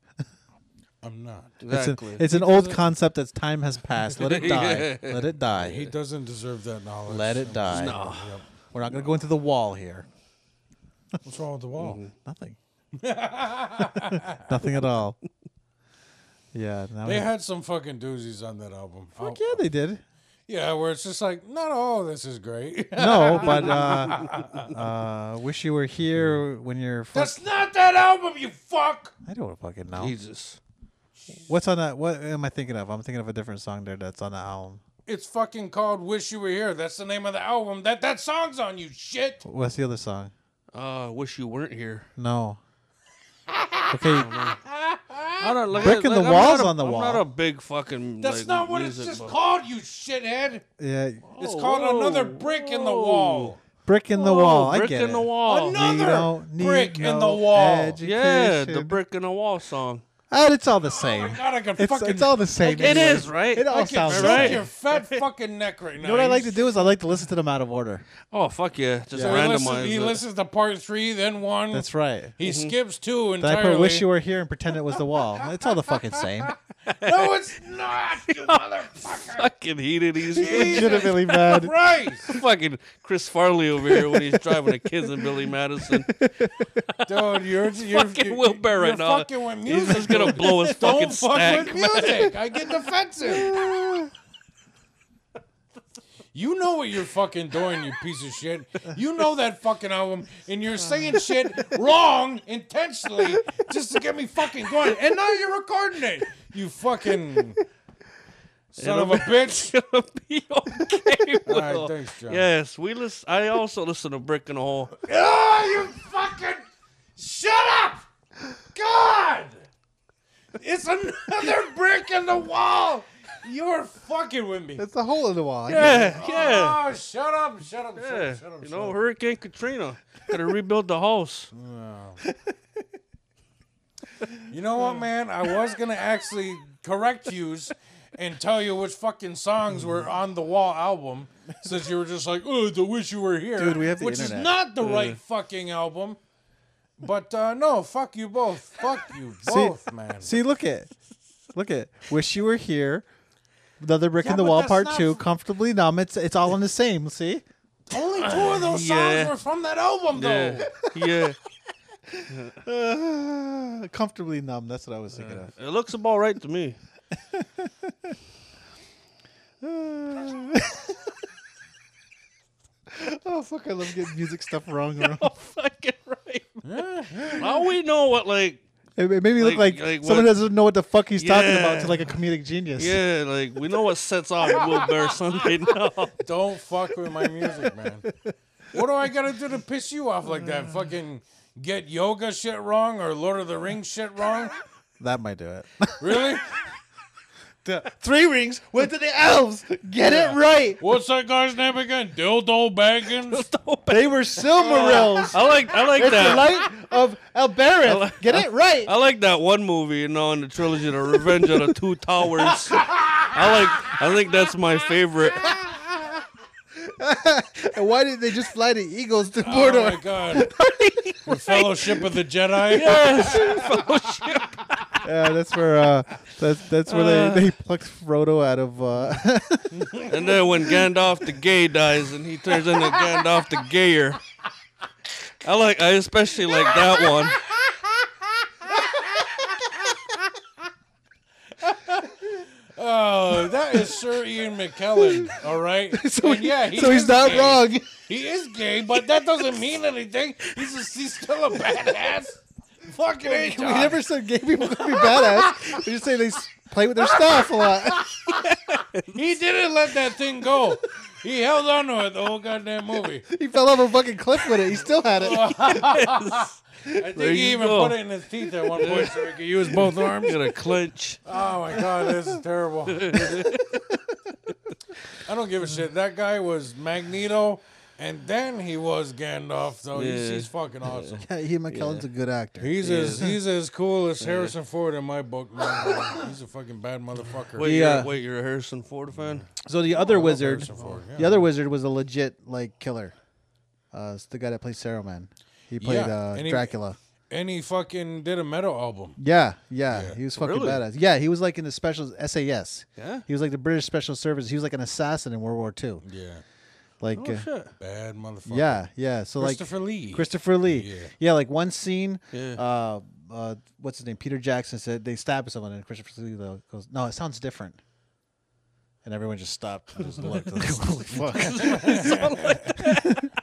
B: I'm not.
C: exactly.
A: It's an old concept that's time has passed.
C: *laughs*
A: Let it die.
C: Yeah.
A: Let it die.
B: He doesn't deserve that knowledge.
A: Let it die.
C: no.
B: Yep.
A: We're not going to go into the wall here.
B: What's wrong with the wall?
A: Mm-hmm.
C: *laughs*
A: Nothing. *laughs* Nothing at all. Yeah. Now we-
B: They had some fucking doozies on that album.
A: Fuck
B: Oh,
A: yeah, they did.
B: yeah, where it's just like, not all this
A: *laughs*
B: is great. *laughs*
A: No, but uh, uh, wish you were here when you're. Fuck-
B: That's not that album, you fuck.
A: I don't fucking know.
C: Jesus.
A: What's on that? What am I thinking of? I'm thinking of a different song there that's on the album.
B: It's fucking called "Wish You Were Here." That's the name of the album. That that song's on you. Shit.
A: What's the other song?
C: Uh, I wish you weren't here.
A: No. Okay,
C: I don't, like,
A: Brick in the
C: I'm
A: Wall's
C: not a-
A: on the wall.
C: I'm not a big fucking.
B: That's
C: like,
B: not what it's
C: music
B: just
C: buff.
B: called, you shithead.
A: yeah,
B: It's called another brick in the wall.
A: brick in the
C: Oh,
A: wall. I
C: brick
A: get
C: in
A: it.
C: the wall.
B: Another
A: We don't need
B: brick in
A: no
B: the wall.
A: education.
C: Yeah, the brick in the wall song.
A: Oh, it's all the
B: Oh my
A: same.
B: god, I can
A: It's,
B: fucking.
A: it's all the same.
C: It
A: anyway.
C: is right.
A: It all
B: I can
A: sounds
B: choke
A: the
C: right.
A: same.
B: your
A: *laughs*
B: fat fucking neck right now.
A: You know what I like to do is I like to listen to them out of order.
C: oh fuck yeah, just
B: So he, listens,
C: randomize
B: he
C: it.
B: listens to part three, then one.
A: That's right.
B: He skips two
A: Then I
B: entirely.
A: put "Wish You Were Here" and pretend it was the wall. It's all the fucking same.
B: No, it's not,
A: *laughs*
B: you motherfucker.
C: Fucking heated
B: *laughs*
C: he's
A: Legitimately bad.
B: Christ,
C: fucking Chris Farley over here when he's driving the kids and Billy Madison.
B: dude, you're you're
C: fucking
B: you're-
C: Will Barrett
B: You're
C: now.
B: fucking with
C: He's
B: music.
C: just gonna blow his fucking
B: Don't fuck
C: stack. *laughs*
B: with music. I get defensive. You know what you're fucking doing, you piece of shit. You know that fucking album, and you're saying shit wrong intentionally just to get me fucking going. And now you're recording it. You
C: *laughs*
B: fucking son of a bitch.
C: gonna be okay. Will.
B: All right, thanks, John.
C: Yes, we listen. I also listen to Brick in the Hole.
B: *laughs* Oh, you fucking shut up! God, it's another brick in the wall. You're fucking with me.
A: It's the hole in the wall.
C: Yeah, yeah.
B: Oh, shut up! Shut up! Shut
C: Yeah,
B: up! Shut up!
C: you
B: shut
C: know,
B: up.
C: Hurricane Katrina. Gotta rebuild the house.
B: You know what, man? I was gonna actually correct yous and tell you which fucking songs were on the wall album, since you were just like, "Oh, the wish you were here,"
A: Dude, we have the
B: which
A: internet.
B: is not the right fucking album. But uh, no, fuck you both. Fuck you both, man.
A: See, look at, look at. "Wish You Were Here," another brick
B: Yeah,
A: in the
B: but
A: wall,
B: that's
A: part
B: not-
A: two, comfortably numb. It's it's all in the same. See,
B: Only two of those
C: yeah.
B: songs were from that album, though.
C: Yeah, yeah.
A: Uh, *sighs* comfortably numb. That's what I was thinking of.
C: It looks about right
B: *laughs*
C: to me.
A: *laughs*
C: *laughs*
A: Oh fuck! I love getting music stuff wrong. wrong.
C: Fucking right. Now we know what like
A: *laughs* It, it made me look
C: Like-
A: like,
C: like
A: someone
C: what-
A: doesn't know what the fuck he's talking about
C: Yeah.
A: to like a comedic genius.
C: yeah, like we know what sets off Will Bear Sunday
B: *laughs*
C: now.
B: Don't fuck with my music, man. What do I gotta do to piss you off like that? Fucking get yoga shit wrong or Lord of the Rings shit wrong?
A: that might do *laughs* it.
B: Really?
A: Three rings went to the elves. Get it right.
B: What's that guy's name again? Dildo Baggins?
A: *laughs* They were *laughs* Silmarils.
C: I like I like
A: It's the
C: that.
A: light of Elbereth. Get it right.
C: I like that one movie, you know, in the trilogy, The Revenge of the Two Towers. I like. I think that's my favorite.
A: And why did they just fly the eagles to
B: Oh my
A: Mordor?
B: god.
A: *laughs*
B: The Fellowship of the Jedi?
A: yeah, that's where uh, that's that's where they, they plucked Frodo out of. *laughs* Uh,
C: And then when Gandalf the Gay dies, and he turns into Gandalf the Gayer. I like. I especially like that one.
B: Oh, that is Sir Ian McKellen, all right?
A: *laughs* so
B: And yeah, he
A: so he's
B: is
A: not
B: gay.
A: wrong.
B: He is gay, but that doesn't mean anything. He's, just, he's still a badass. Fucking A,
A: We
B: John.
A: never said gay people could be badass. We just say they s- play with their stuff a lot. *laughs*
B: He didn't let that thing go. He held on to it the whole goddamn movie.
A: He fell off a fucking cliff with it. He still had it.
B: I think
C: There
B: he
C: you
B: even
C: go.
B: put it in his teeth at one point so he could use both arms.
C: Get a clinch.
A: Uh,
B: Oh my god, this is terrible. I don't give a shit. That guy was Magneto, and then he was Gandalf. So he's,
C: Yeah.
B: he's fucking awesome.
A: Ian McKellen's a good actor.
B: He's as he's as cool as Harrison Ford in my book, man. he's a fucking bad motherfucker.
C: Wait,
A: Yeah.
C: you're, wait, you're a Harrison Ford fan?
A: So the other wizard,
B: Harrison Ford, yeah.
A: the other wizard was a legit like killer. Uh, it's the guy that plays Saruman. He played
B: Yeah,
A: uh,
B: and he-
A: Dracula.
B: and he fucking did a metal album.
A: Yeah, yeah, he was fucking
C: Really?
A: badass. Yeah, he was like in the special SAS.
C: Yeah?
A: he was like the British Special Service. He was like an assassin in World War II.
B: Yeah,
A: Like,
C: Oh,
A: uh,
B: bad motherfucker.
A: yeah, yeah. So like
B: Christopher Lee.
A: Christopher Lee.
B: Yeah.
A: like one scene.
C: Yeah.
A: Uh, uh, what's his name? Peter Jackson said they stab someone, and Christopher Lee though goes, "No, it sounds different." And everyone just stopped and just looked. Holy fuck!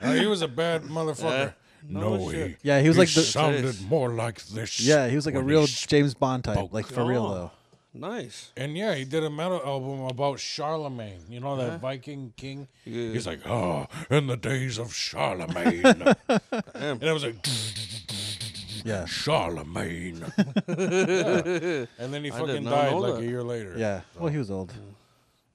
B: Uh, he was a bad
C: *laughs*
B: motherfucker. no,
C: shit.
B: he.
A: Yeah, he was like the-
B: sounded more like
A: *laughs*
B: this.
A: Yeah, he was like a
B: when
A: real
B: he
A: James Bond type,
B: spoke.
A: like for real
C: Oh.
A: though.
C: Nice. *laughs*
B: And yeah, he did a metal album about Charlemagne. You know that Viking king.
C: Yeah.
B: He's like, oh, in the days
A: *laughs*
B: of Charlemagne, and
C: Damn.
B: I was like,
A: Yeah. *laughs*
B: Charlemagne. And then he
C: did
B: fucking
C: not
B: died
C: know
B: like
C: that.
B: a year later.
A: Yeah. Well, he was old.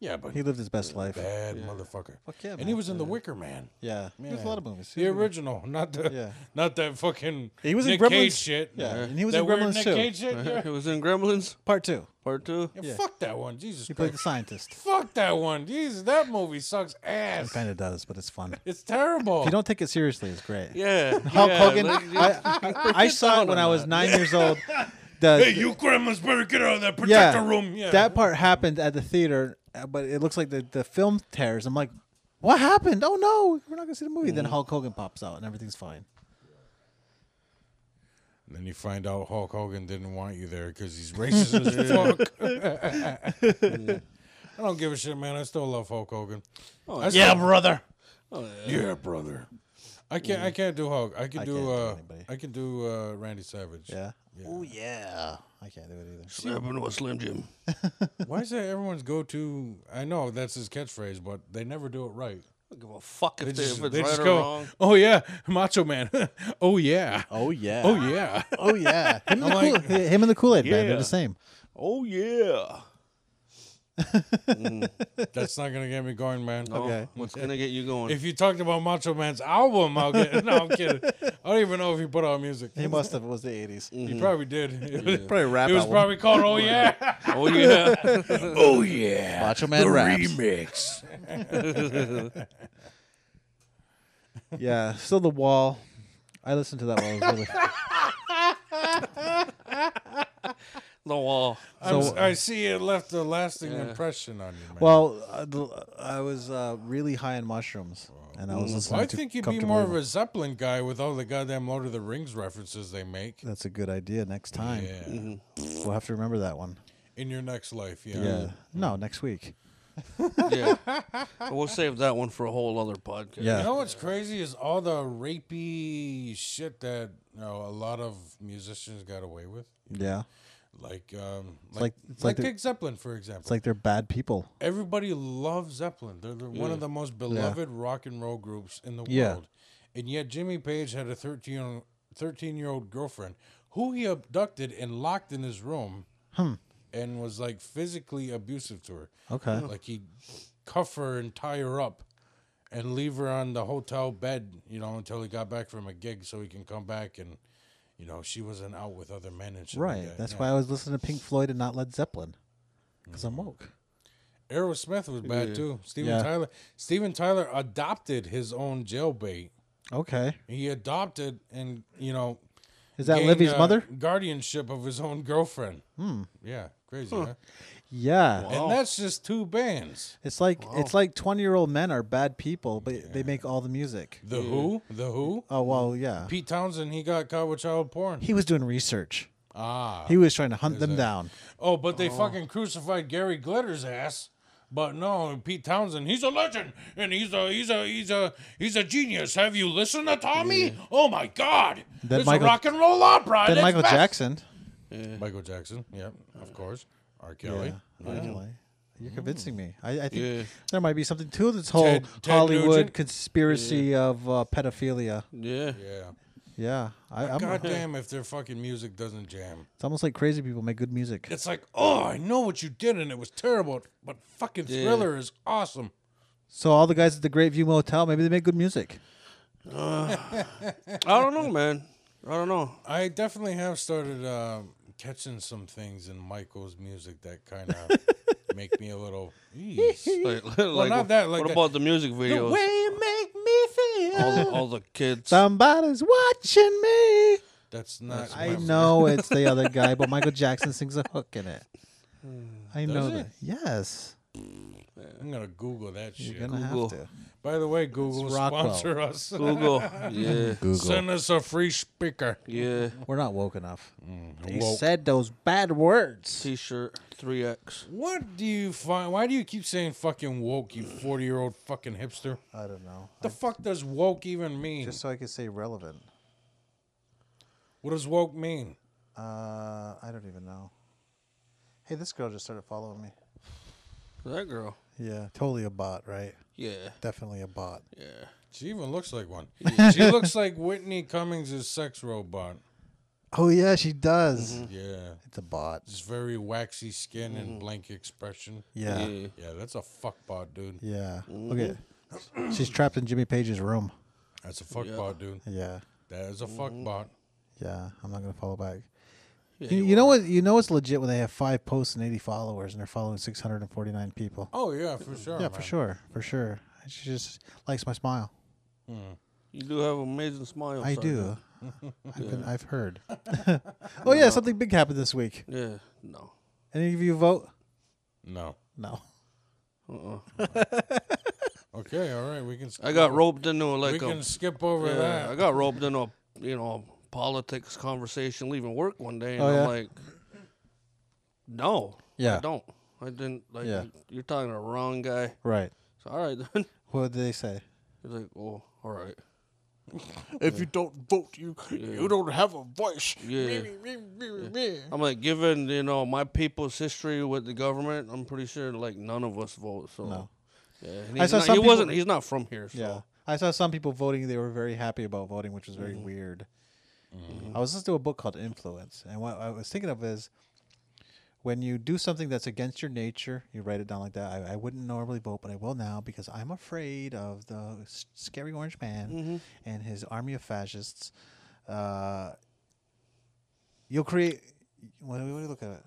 B: yeah, but
A: He lived his best life.
B: bad motherfucker.
A: yeah,
B: and he
A: man.
B: was in The Wicker Man.
A: Yeah. He was in a lot of movies. He
B: The
A: was in-
B: original, not the,
A: Yeah.
B: not that fucking.
A: He was in
B: Nick
A: Gremlins.
B: Cage shit.
A: Yeah, and he was
B: that
A: in
B: weird
A: Gremlins
B: Nick
A: too.
B: Cage shit. Yeah.
C: It was in Gremlins
A: Part two. *laughs*
C: Part Two.
B: Yeah,
A: Yeah.
B: Fuck that one, Jesus
A: He played
B: Christ.
A: the scientist.
B: Fuck that one, Jesus. That movie sucks
A: It
B: ass.
A: kind of does, but it's fun. If
B: It's terrible.
A: you don't take it seriously, it's great.
C: Yeah.
A: Hulk
C: yeah,
A: Hogan.
C: like, you-
A: I, I- I saw it when I was nine years old. The-
B: Hey, you grandmas better get out of that protector
A: yeah,
B: room. Yeah.
A: that part happened at the theater, uh, but it looks like the, the film tears. I'm like, what happened? Oh no, we're not gonna see the movie. Then Hulk Hogan pops out and everything's fine.
B: And then you find out Hulk Hogan didn't want you there because he's racist as fuck. *laughs* I don't give a shit, man. I still love Hulk Hogan. I still- Oh, yeah, brother. yeah, brother. I can't. I can't do Hulk. I can
A: I can't
B: do.
A: do
B: Uh,
A: anybody.
B: I can do uh, Randy Savage.
A: Yeah.
B: Yeah.
A: Oh yeah. I can't do it either.
C: Snap into a Slim Jim.
B: Why is that everyone's go-to? I know that's his catchphrase, but they never do it right.
C: I don't give a fuck if,
B: They
C: they,
B: just,
C: if it's
B: they
C: right
B: just
C: or
B: go,
C: wrong.
B: "Oh yeah, Macho Man. *laughs* oh yeah.
A: Oh yeah.
B: Oh yeah."
A: Oh yeah. Him and the,
B: I'm
A: Kool-
B: like-
A: him and the Kool Aid man, they're
C: Yeah.
A: the same.
C: Oh yeah.
B: that's not gonna get me going, man.
A: Okay.
C: What's gonna get you going?
B: If you talked about Macho Man's album, I'll get. *laughs* No, I'm kidding. I don't even know if he put out music.
A: He must have. It was the '80s.
B: He probably did. *laughs* It was,
A: Probably a rap
B: it was
A: album.
B: probably called Oh Yeah.
C: oh yeah. *laughs*
B: oh Yeah.
A: Macho Man raps.
B: remix.
A: Yeah, still the wall. I listened to that while I was
B: *laughs*
A: really.
C: the wall.
B: I'm s-
A: So-
B: I see it left a lasting impression on you, man.
A: Well, uh, the- I was uh, really high on mushrooms, and I was listening
B: Mm, I
A: to.
B: think you'd
A: Come
B: be
A: to
B: more of
A: Move.
B: a Zeppelin guy with all the goddamn Lord of the Rings references they make.
A: That's a good idea. Next
B: Yeah.
A: time, we'll have to remember that one.
B: In your next life, yeah.
A: Yeah. No, next week.
C: Yeah. But we'll save that one for a whole other podcast.
A: Yeah.
B: You know what's crazy is all the rapey shit that you know, a lot of musicians got away with.
A: Yeah.
B: Like, um,
A: like-
B: like, like,
A: it's like the-
B: Dick Zeppelin, for example.
A: It's like they're bad people.
B: Everybody loves Zeppelin. They're the, one of the most beloved rock and roll groups in the
A: Mm. Yeah.
B: world. And yet Jimmy Page had a 13, 13 year old girlfriend who he abducted and locked in his room
A: Hmm.
B: and was like physically abusive to her.
A: Okay.
B: *laughs* Like he cuff her and tie her up and leave her on the hotel bed, you know, until he got back from a gig so he can come back and you know, she wasn't out with other men and shit. like
A: Right.
B: that,
A: That's
B: yeah.
A: why I was listening to Pink Floyd and not Led Zeppelin, because I'm woke.
B: Aerosmith was bad too. Steven
A: Yeah.
B: Tyler. Steven Tyler adopted his own jailbait.
A: Okay.
B: He adopted and you know
A: Is that
B: gained,
A: Livy's
B: uh,
A: mother?
B: guardianship of his own girlfriend. Hmm. Yeah, crazy. Huh? Oh.
A: Yeah.
B: And that's just two bands.
A: It's like it's like twenty year old men are bad people, but they make all the music.
B: The Who, The Who.
A: Oh well, yeah.
B: Pete Townsend, he got caught with child porn.
A: He was doing research.
B: ah.
A: He was trying to hunt them down.
B: oh, but they fucking crucified Gary Glitter's ass. But no, Pete Townsend, he's a legend, and he's a he's a he's a he's a genius. Have you listened to Tommy? Oh my God!
A: Then
B: it's
A: Michael-
B: a rock and roll opera. at
A: Then
B: its
A: Michael
B: best.
A: Jackson.
B: Michael Jackson. Yeah, of course. R. Kelly.
A: Yeah. Really? You're convincing me. I, I think
C: Yeah.
A: there might be something to this whole
B: Ted- Ted
A: Hollywood
B: Nugent?
A: conspiracy of uh, pedophilia.
C: Yeah.
B: Yeah.
A: Yeah, I, I'm,
B: God damn if their fucking music doesn't jam.
A: it's almost like crazy people make good music.
B: It's like, oh, I know what you did and it was terrible, but fucking Thriller is awesome.
A: So all the guys at the Great View Motel, maybe they make good music.
C: I don't know, man. I don't know.
B: I definitely have started uh, catching some things in Michael's music that
A: *laughs*
B: kind of make me a little. Jeez.
C: Like, *laughs* like, well,
B: not that, like
C: what
A: uh,
B: that-
C: about the music
B: The
C: videos?
B: way you make me feel.
C: all, the, all the kids.
A: Somebody's watching me.
B: That's not.
A: I
B: my- *laughs*
A: know it's the other guy, but Michael Jackson sings a hook in
B: *sighs*
A: it. I know
B: it?
A: that. Yes,
B: I'm gonna Google that shit.
A: you're gonna
C: Google.
A: have to.
B: By the way, Google
A: Rockwell.
B: sponsor us.
C: Google.
A: *laughs*
C: Yeah.
A: Google.
B: Send us a free speaker.
C: Yeah.
A: We're not woke enough. They
B: Mm, woke.
A: said those bad words.
C: T-shirt 3X.
B: What do you find? Why do you keep saying fucking woke, you 40 year old fucking hipster?
A: I don't know.
B: The fuck does woke even mean?
A: Just so I could say relevant.
B: what does woke mean?
A: Uh, I don't even know. Hey, this girl just started following me.
C: That girl.
A: Yeah, totally a bot, right?
C: Yeah.
A: Definitely a bot.
C: Yeah.
B: She even looks
A: *laughs*
B: like one. she looks like Whitney Cummings' sex robot.
A: Oh yeah, she does.
B: Yeah.
A: It's a bot.
B: Just very waxy skin and blank expression.
A: Yeah. Yeah.
C: Mm-hmm.
A: Mm-hmm.
C: Yeah.
B: Yeah, that's a fuckbot, dude.
A: Okay. She's trapped in Jimmy Page's room.
B: That's a fuckbot, dude.
A: Yeah.
B: That is a
C: Mm-hmm.
B: fuckbot.
A: Yeah. I'm not gonna follow back.
C: Yeah,
A: you,
C: you
A: you know what? You know it's legit when they have five posts and 80 followers and they're following 649 people.
B: Oh yeah, for sure.
A: yeah,
B: man.
A: for sure, for sure. She just likes my smile.
C: You do have an amazing smile.
A: I
C: son.
A: do. *laughs* I've, been, I've heard. *laughs* oh yeah, something big happened this week.
C: Yeah. No.
A: Any of you vote?
B: No.
A: No.
C: Uh-uh.
B: Okay, all right, we can. Skip
C: I got
B: over-
C: roped into
B: We
C: like a.
B: can skip over
C: yeah,
B: that.
C: I got roped into a you know politics conversation leaving work one day, and
A: Oh,
C: I'm
A: yeah?
C: like, no,
A: Yeah.
C: I don't. I didn't like.
A: Yeah.
C: You're talking to the wrong guy.
A: Right.
C: So all right *laughs* then.
A: What did they say?
C: He's like, oh, all right.
D: If you don't vote, you you don't have a voice.
C: Yeah. I'm like, given you know my people's history with the government, I'm pretty sure like none of us vote. So.
A: No.
C: Yeah, and
A: I
C: he's
A: saw
C: not,
A: some
C: he
A: people-
C: wasn't. He's not from here. So.
A: Yeah. I saw some people voting. They were very happy about voting, which was very
C: Mm-hmm.
A: weird. I was listening to a book called Influence, and what I was thinking of is when you do something that's against your nature, you write it down like that. I, I wouldn't normally vote, but I will now because I'm afraid of the s- scary orange man
C: Mm-hmm.
A: and his army of fascists. Uh, you'll create. What, what do you look at it?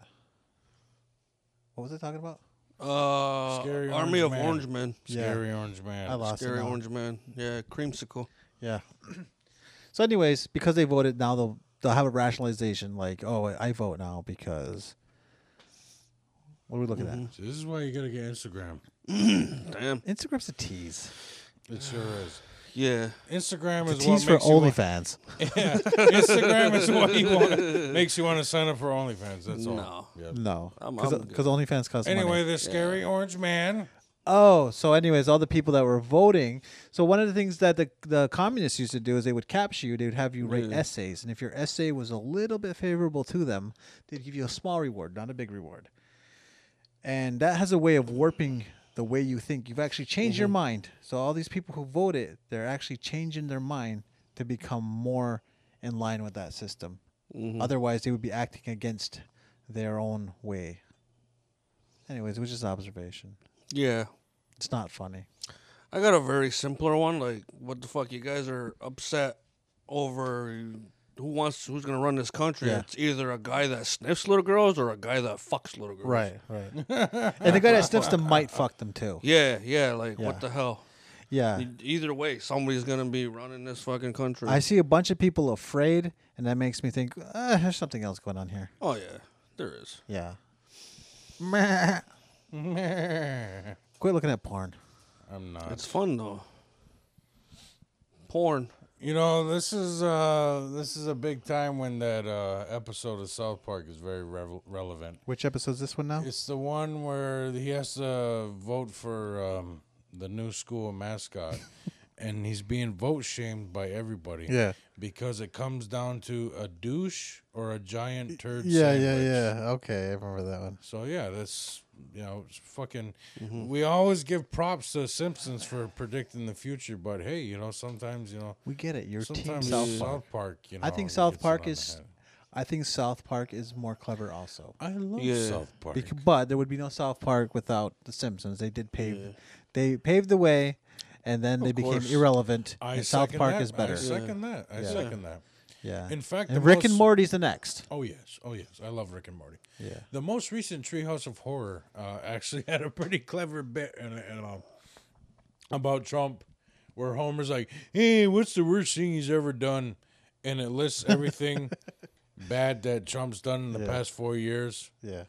A: What was I talking about?
C: Uh,
B: Scary
C: Army
B: Orange
C: of
B: Man.
C: Orange Men.
A: Yeah.
B: Scary orange man.
A: I lost it.
C: Scary
A: now.
C: Orange Man. Yeah, creamsicle.
A: Yeah. *clears throat* So, anyways, because they voted, now they'll they'll have a rationalization like, oh, I I vote now because. What are we looking
B: So this is why you gotta get Instagram.
C: Damn.
A: at? Instagram's a tease.
B: It
C: *sighs*
B: sure is.
C: Yeah.
B: Instagram
A: It's
B: is
A: a
B: what
A: tease for
B: makes you wa- *laughs*
A: OnlyFans.
B: Yeah. Instagram is what you
C: *laughs*
B: want. Makes you want to sign up for OnlyFans. That's all.
C: No.
B: Yeah.
A: No,
C: I'm-
A: because
C: I'm good.
A: uh, OnlyFans costs money.
B: Anyway, the scary orange man.
A: Oh, so anyways, all the people that were voting. So one of the things that the the communists used to do is they would capture you. They would have you write essays, and if your essay was a little bit favorable to them, they'd give you a small reward, not a big reward. And that has a way of warping the way you think. You've actually changed your mind. So all these people who voted, they're actually changing their mind to become more in line with that system. Otherwise, they would be acting against their own way. Anyways, it was just observation.
C: Yeah.
A: It's not funny.
C: I got a very simpler one. Like, what the fuck? You guys are upset over who wants, who's gonna run this country?
A: Yeah.
C: It's either a guy that sniffs little girls or a guy that fucks little girls.
A: Right,
B: *laughs*
A: right. and the guy that sniffs them might fuck them too.
C: Yeah. Yeah. Like,
A: Yeah.
C: what the hell?
A: Yeah.
C: E- Either way, somebody's gonna be running this fucking country.
A: I see a bunch of people afraid, and that makes me think uh, there's something else going on here.
C: oh yeah, there is.
A: Yeah. Meh.
B: I'm
A: Quit looking at porn.
B: not.
C: It's fun though. Porn.
B: You know, this is uh this is a big time when that uh episode of South Park is very revel relevant.
A: Which episode's this one now?
B: It's the one where he has to vote for um the new school
A: *laughs*
B: mascot and he's being vote shamed by everybody.
A: Yeah.
B: Because it comes down to a douche or a giant turd
A: yeah, yeah,
B: sandwich.
A: yeah. Okay, I remember that one.
B: So yeah, that's you know, it's fucking.
A: Mm-hmm.
B: We always give props to Simpsons for predicting the future, but hey, you know, sometimes you know,
A: We get it. Your team
B: sometimes
A: South Park.
B: you know,
A: I think
B: gets
A: South
B: it
A: Park
B: on the
A: is,
B: head.
A: I think South Park is more clever also.
B: I love
C: Yeah.
B: South Park.
A: Bec- but there would be no South Park without The Simpsons. They did pave, they paved the way, and then they became
C: course.
A: irrelevant.
B: I
A: and South
B: second
A: Park
B: that.
A: is better.
B: I second that. I second that.
A: Yeah.
B: In fact,
A: and
B: the
A: Rick and
B: most-
A: Morty's the next.
B: Oh yes, oh yes, I love Rick and Morty.
A: Yeah.
B: The most recent Treehouse of Horror uh, *laughs* actually had a pretty clever bit in, it, in, um, about Trump, where Homer's like, "Hey, what's the worst thing he's ever done?" and it lists everything bad that Trump's done in the past four years,
A: Yeah.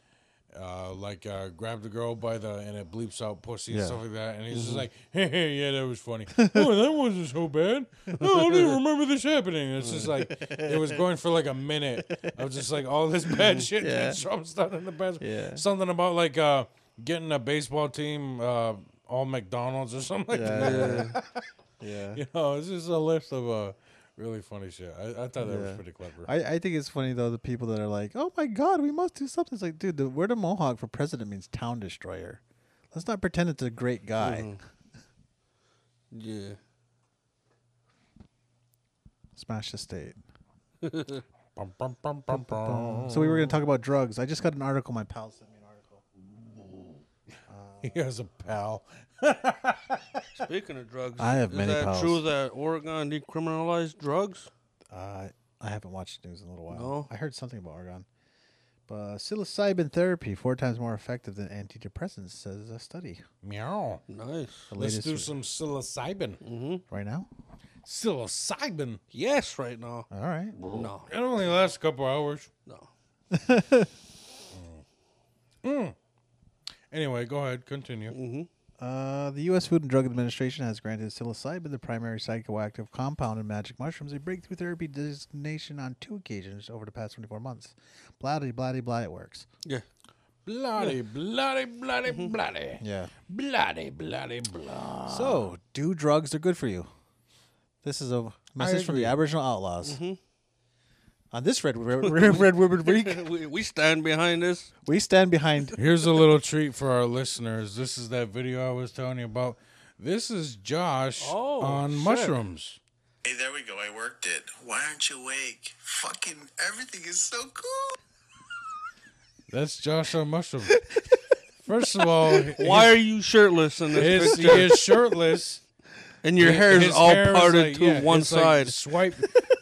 B: uh, like uh, grab the girl by the and it bleeps out pussy
A: Yeah. Mm-hmm.
B: and stuff like that, and he's just like, *laughs* "Hey, hey, yeah, that was funny. oh,
A: *laughs*
B: that wasn't so bad. Oh, I didn't remember this happening." It's just like it was going for like a minute of just like all
A: *laughs*
B: this bad shit that *laughs* Trump's done in the past.
A: Yeah.
B: Something about like uh, getting a baseball team uh, all McDonald's or something like that. *laughs*
A: Yeah. yeah.
B: You know, it's just a list of uh, Really funny shit. I, I thought that was
A: Yeah.
B: pretty clever.
A: I, I think it's funny though the people that are like, oh my god, we must do something. It's like, dude, the word of Mohawk for president means town destroyer. Let's not pretend it's a great guy.
C: Yeah.
A: Smash the state.
B: Bum, bum, bum, bum, bum.
A: So we were gonna talk about drugs. I just got an article. My pal sent me an article.
B: *laughs* He has a pal.
C: Speaking of drugs,
A: I have
C: is
A: many
C: that
A: pals.
C: true that Oregon decriminalized drugs?
A: Uh, I haven't watched the news in a little while.
C: No?
A: I heard something about Oregon. But uh, psilocybin therapy four times more effective than antidepressants, says a study.
B: Meow.
C: Nice.
A: The
B: Let's
A: latest
B: do some psilocybin.
A: right now.
B: Psilocybin.
C: Yes, right now.
A: All right.
C: No,
B: It only lasts a couple hours.
C: no.
B: Mm. Anyway, go ahead. Continue.
A: Uh, the U.S. Food and Drug Administration has granted psilocybin, the primary psychoactive compound in magic mushrooms, a breakthrough therapy designation on two occasions over the past 24 months. Bloody, bloody, blah, it works.
C: Yeah.
B: Bloody, bloody, bloody, bloody.
A: Yeah.
B: Bloody, bloody, bloody.
A: So, do drugs, they're good for you. This is a message from the Aboriginal Outlaws.
C: Mm-hmm.
A: On this Red,
C: *laughs*
A: Red, Red, Red Ribbon Week,
C: we, we stand behind this.
A: we stand behind
B: Here's a little treat for our listeners. This is that video I was telling you about. This is Josh
C: Oh,
B: on
C: shit.
B: mushrooms.
E: Hey, there we go. I worked it. Why aren't you awake? Fucking everything is so cool.
B: That's Josh on *laughs* mushrooms. First of all,
C: Why are you shirtless in this
B: his, he
C: picture?
B: is shirtless.
C: and your hair is
B: His
C: all
B: hair is
C: parted
B: like-
C: to
B: yeah,
C: one
B: it's like
C: side.
B: swipe,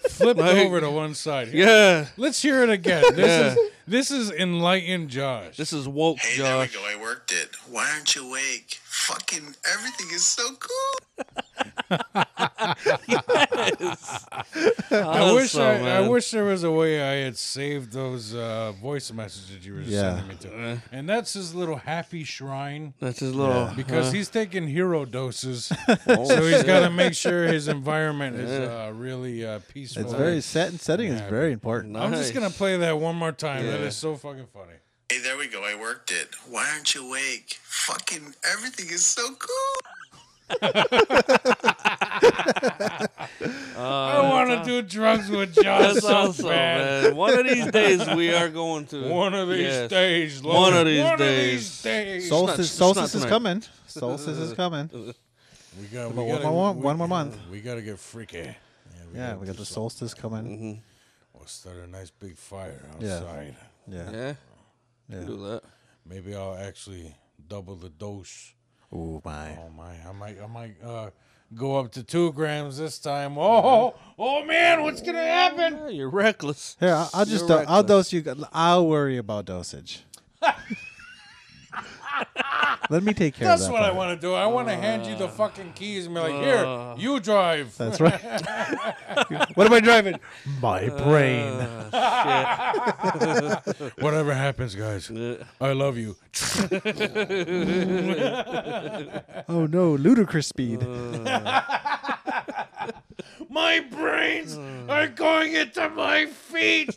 B: flip
C: *laughs* Like-
B: over to one side.
C: yeah.
B: Let's hear it again. This is this is enlightened Josh.
C: This is woke,
E: Hey, there we
C: Josh.
E: go. I worked it. Why aren't you awake? Fucking everything is so cool.
B: I wish
C: so,
B: I, I
C: man.
B: wish there was a way I had saved those uh, voice messages you were
A: Yeah.
B: sending me
C: Uh-huh.
B: to. And that's his little happy shrine
C: That's his little.
B: because he's taking hero
C: *laughs*
B: doses,
C: Oh,
B: so he's got to make sure his environment is uh, really uh, peaceful.
A: It's very set and setting is very important.
B: I'm just gonna
C: Nice.
B: play that one more time. That
C: Yeah.
B: is so fucking funny.
E: Hey, there we go. I worked it. Why aren't you awake? Fucking everything is so cool.
B: I want to do drugs
C: *laughs*
B: with Josh
C: *laughs* That's
B: so
C: awesome,
B: bad.
C: man. One of these days we
B: *laughs*
C: are going to.
B: One of these
C: Yes.
B: days, Lord.
C: One of these
B: One
C: days.
B: days.
A: Solstice,
C: it's not
A: solstice is
C: tonight. *laughs*
A: coming. Solstice is coming.
B: we got
A: About one more month- one more month.
B: We gotta get freaky. Yeah, we
A: Yeah,
B: gotta
A: we got
B: do
A: the
B: something.
A: solstice coming.
B: We'll start a nice big fire
A: Yeah.
B: outside.
C: Mm-hmm.
A: Yeah.
C: Yeah.
A: Yeah.
C: Do that.
B: Maybe I'll actually double the dose.
A: Oh my.
B: Oh my! I might, I might uh, go up to two grams this time. Oh,
A: Mm-hmm.
B: oh man, what's gonna happen?
C: Yeah, you're reckless.
A: Here, I'll, I'll just
C: You're
A: do- I'll
C: reckless.
A: dose you. I'll worry about
B: *laughs*
A: dosage. Let me take care
B: That's
A: of that.
B: what I *laughs*
A: part.
B: want to do. I
C: Uh,
B: want to hand you the fucking keys and be like, "Here, you drive."
A: That's right. *laughs* what am I driving? My
B: Uh,
A: brain.
B: Whatever happens, guys, I love you.
A: oh no, ludicrous speed.
B: uh, My brains
A: Mm.
B: are going into
A: *laughs*
B: my feet.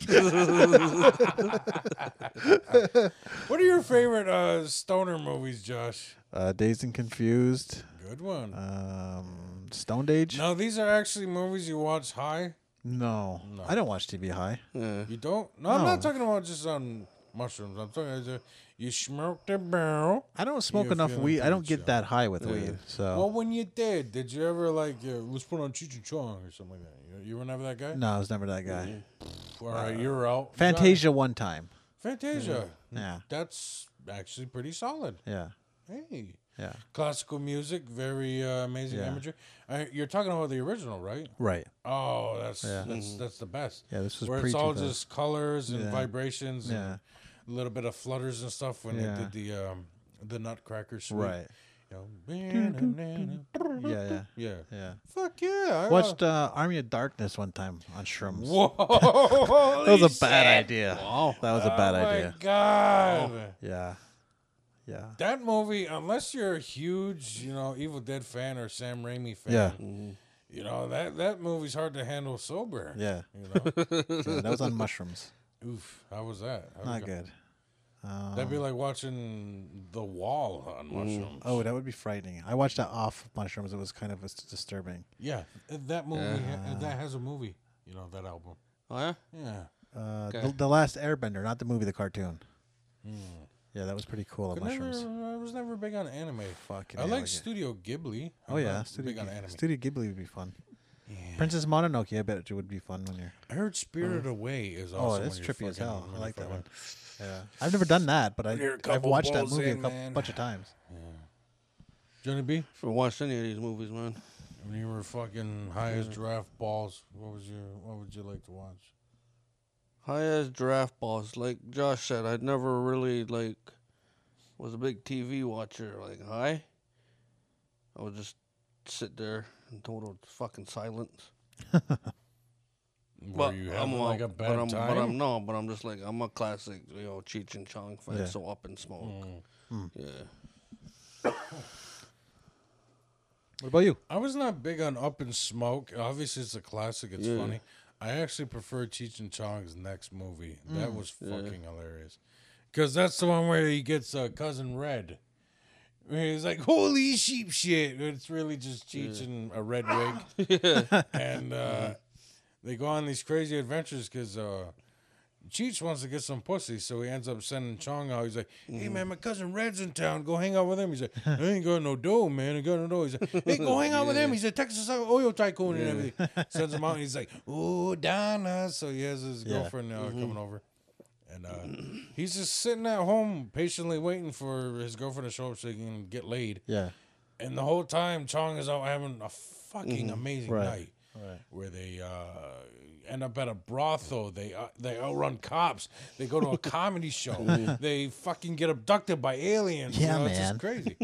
B: what are your favorite uh, stoner movies, Josh?
A: Uh, Dazed and confused.
B: Good one.
A: Um, Stoned Age.
B: no, these are actually movies you watch high.
A: No. I don't watch TV High.
B: You don't? No, I'm not talking about just on mushrooms. I'm talking about you smoke the barrel.
A: I don't smoke
B: You're
A: enough
B: feeling
A: weed. I don't
B: good,
A: get
B: Joe.
A: that high with weed. So
B: Well, when you did, did you ever like uh, let's put on Cheech and Chong or something like that? You, you were never that guy.
A: no, I was never that guy.
B: All right, you were out.
A: Fantasia one time.
B: Fantasia.
A: Yeah.
B: That's actually pretty solid.
A: Yeah.
B: Hey.
A: Yeah.
B: Classical music, very uh, amazing
A: Yeah.
B: imagery. Uh, you're talking about the original, right?
A: Right.
B: Oh, that's that's that's the best.
A: Yeah, this was
B: where it's all
A: pre-2000.
B: just colors and vibrations
A: Yeah.
B: and a little bit of flutters and stuff when
A: Yeah.
B: they did the um, the Nutcracker suite.
A: Right.
B: You know, "Banana."
A: Yeah. Yeah.
B: yeah.
A: Yeah.
B: Fuck yeah! I *laughs*
A: Watched uh, Army of Darkness one time on shrooms.
B: Whoa!
A: That was a bad idea. That was a bad
B: oh
A: idea.
B: my god!
A: Yeah. Yeah.
B: That movie, unless you're a huge, you know, Evil Dead fan or Sam Raimi fan,
A: Yeah.
B: you know that that movie's hard to handle sober.
A: Yeah.
B: You know, *laughs*
A: Yeah, That was on mushrooms.
B: oof, how was that? How
A: Not
B: go-
A: good. Uh-huh.
B: That'd be like watching The Wall on mushrooms.
A: Oh, that would be frightening. I watched that off mushrooms. It was kind of disturbing.
B: Yeah, that movie ha- that has a movie. You know that album.
C: Oh yeah.
B: Yeah.
A: Uh,
C: Okay.
A: the, the Last Airbender, not the movie, the cartoon.
B: Hmm.
A: Yeah, that was pretty cool. on
B: Could
A: mushrooms.
B: Never, I was never big on anime.
A: Fucking
B: I
A: hell,
B: like
A: yeah.
B: Studio Ghibli.
A: Oh
B: I'm
A: yeah,
B: not
A: Studio,
B: big on
A: Ghib-
B: anime.
A: Studio Ghibli would be fun. Princess Mononoke, I bet it would be fun when you're.
B: I heard Spirited Away is
A: Oh,
B: also.
A: it's
B: when you're
A: trippy as
B: fucking-
A: hell. I
B: when
A: like
B: you're
A: that one.
B: fucking-
A: Yeah, I've never done that, but I,
B: You're a
A: I've
B: couple
A: watched that
B: balls
A: movie
B: in,
A: a couple,
B: man.
A: bunch of times.
B: Johnny B,
C: Never watched any of these movies, man.
B: when you were fucking high as giraffe balls, what was your what would you like to watch?
C: High as giraffe balls. Like Josh said, I never really like was a big TV watcher. Like high, I would just sit there in total fucking silence.
B: Were
C: But
B: you
C: I'm
B: having like
C: all-
B: a bad
C: but I'm,
B: time?
C: But I'm no, but I'm just like I'm a classic, you know, Cheech and Chong fan.
A: Yeah.
C: So up in smoke.
B: Mm.
C: Yeah.
A: What about you?
B: I was not big on Up in Smoke. Obviously, it's a classic. It's funny. I actually prefer Cheech and Chong's next movie.
C: Mm.
B: That was fucking hilarious. Because that's the one where he gets uh, Cousin Red. Where He's like, holy sheep shit. It's really just Cheech in a red wig. and uh, they go on these crazy adventures because uh, Cheech wants to get some pussy, so he ends up sending Chong out. He's like, "Hey man, my cousin Red's in town. Go hang out with him." He's like, "I ain't got no dough, man. I got no dough." He's like, "Hey, go hang out with him. He's a Texas oil tycoon and everything." Sends him out. And he's like, "Ooh, Donna." So he has his
A: Yeah.
B: girlfriend uh, coming over, and uh, he's just sitting at home patiently waiting for his girlfriend to show up so he can get laid.
A: Yeah,
B: And the whole time, Chong is out having a fucking amazing
A: Mm-hmm. Right.
B: night. Where they uh, end up at a brothel, they uh, they outrun cops. They go
A: *laughs*
B: to a comedy show. they fucking get abducted by aliens. you
A: Mm-hmm. Yeah,
B: know, It's
A: man. *laughs*
B: just crazy.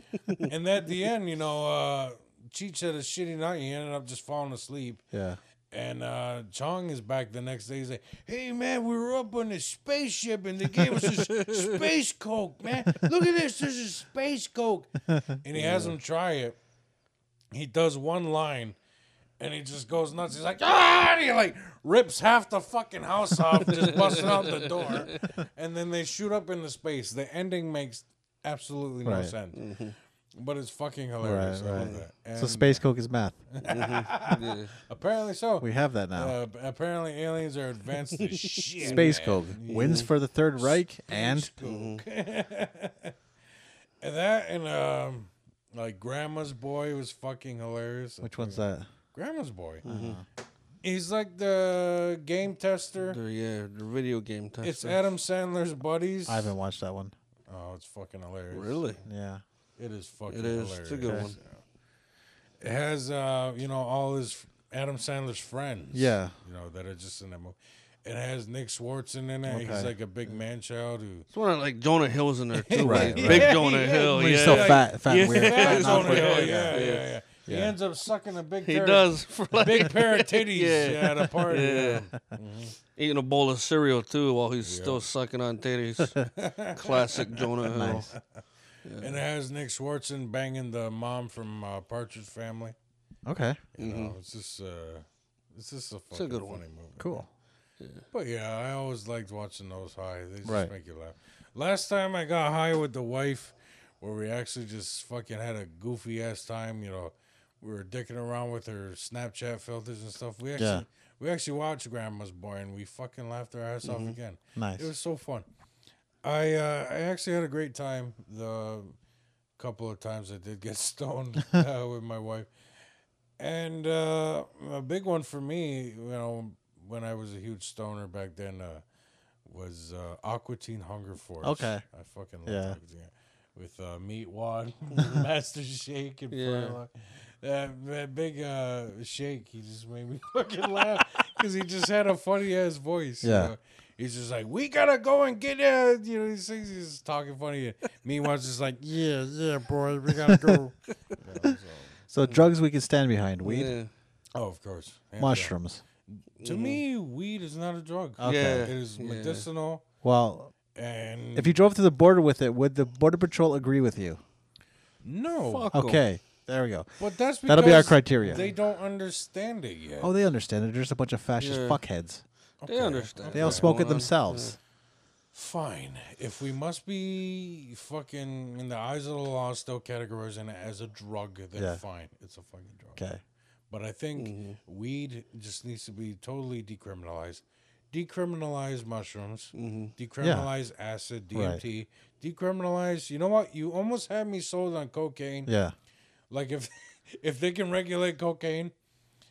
B: and at the end, you know, uh, Cheech had a shitty night. He ended up just falling asleep.
A: yeah.
B: And uh, Chong is back the next day. He's like, "Hey man, we were up on this spaceship and they gave us this
A: *laughs*
B: space coke, man. Look at this. This is space coke." And he has him try it. He does one line, and he just goes nuts. He's like, "Ah!" And he like rips half the fucking house off, just busting out the
A: *laughs*
B: door. And then they shoot up into space. The ending makes absolutely no
A: Right. Mm-hmm.
B: sense, but it's fucking hilarious.
A: Right,
B: I love
A: right.
B: that. And
A: So Space Coke is math.
B: apparently so.
A: We have that now.
B: Uh, apparently, aliens are advanced as
A: *laughs*
B: shit.
A: Space
B: man.
A: Coke wins for the Third Reich and
B: And that and um, like Grandma's Boy was fucking hilarious.
A: which one's that?
B: Grandma's Boy.
A: Mm-hmm.
B: He's like the game tester.
C: They're, yeah, the video game test.
B: It's Adam Sandler's buddies.
A: I haven't watched that one.
B: Oh, it's fucking hilarious.
C: really.
A: Yeah,
B: It is fucking
C: It is.
B: hilarious.
C: It's a good one.
B: It has uh, you know, all his Adam Sandler's friends.
A: Yeah.
B: You know, that are just in that movie. It has Nick Swartzen in it.
A: Okay.
B: He's like a big man child who
C: It's one of like Jonah Hill's in there
B: *laughs*
C: too.
A: Right,
C: right,
A: right.
C: Big Jonah Hill.
A: When
C: Yeah.
A: he's so fat, fat,
C: Yeah. *laughs*
A: and weird.
B: Yeah,
A: fat and
B: it's on
A: awkward.
B: the- yeah,
C: awkward.
B: yeah,
C: Yeah.
B: yeah, yeah. He
A: Yeah.
B: ends up sucking a big
C: He
B: pair of-
C: does. For
B: *laughs*
C: like,
B: big pair of titties
C: *laughs* Yeah.
B: at a party.
C: Yeah. Mm-hmm. Eating a bowl of cereal too while he's still sucking on
A: *laughs*
C: titties. Classic Jonah Hill.
A: Nice.
B: And it has Nick Swartzen banging the mom from uh, Partridge Family.
A: Okay,
B: You know, it's just uh it's just a fucking
C: a good one.
B: funny movie.
A: cool.
B: But yeah, I always liked watching those high. They just
A: Right.
B: make you laugh. Last time I got high with the wife, where we actually just fucking had a goofy ass time. You know, we were dicking around with her Snapchat filters and stuff. We actually
A: Yeah.
B: we actually watched Grandma's Boy and we fucking laughed our ass off again.
A: Nice.
B: It was so fun. I uh, I actually had a great time. The couple of times I did get *laughs* stoned uh, with my wife, and uh, a big one for me, you know, when I was a huge stoner back then, uh, was uh, Aqua Teen Hunger Force.
A: Okay.
B: I fucking love
A: Yeah.
B: Aqua Teen. With uh,
A: *laughs*
B: Meat Wad, *laughs* Master Shake, and
C: Yeah.
B: Perla. That, that big uh, shake, he just made me *laughs* fucking laugh because he just had a funny ass voice. you
A: Yeah.
B: know? He's just like, we gotta go and get uh, you know, these things. He's just talking funny. Meanwhile, it's just like, yeah, yeah, boy, we
A: *laughs*
B: gotta go.
A: So drugs we can stand behind: weed,
C: Yeah.
B: oh, of course. Hands
A: mushrooms.
B: down. To me, weed is not a drug.
A: Okay.
B: It is medicinal.
A: Well,
B: And
A: if you drove to the border with it, would the border patrol agree with you?
B: no,
C: Fuck 'em.
A: Okay, there we go.
B: but that's because
A: That'll be our criteria.
B: They don't understand it yet.
A: Oh, they understand it. They're just a bunch of fascist
C: Yeah.
A: fuckheads.
C: They understand.
A: They all
C: what's
A: smoke
C: going
A: it
C: on.
A: themselves.
B: Fine. If we must be fucking in the eyes of the law still categorizing it as a drug, then
A: Yeah.
B: fine. It's a fucking drug.
A: Okay. Mm-hmm.
B: But I think weed just needs to be totally decriminalized. Decriminalize mushrooms, decriminalize acid,
A: Mm-hmm. Right.
B: DMT, decriminalize. You know what? You almost had me sold on cocaine.
A: Yeah.
B: Like if *laughs* if they can regulate cocaine,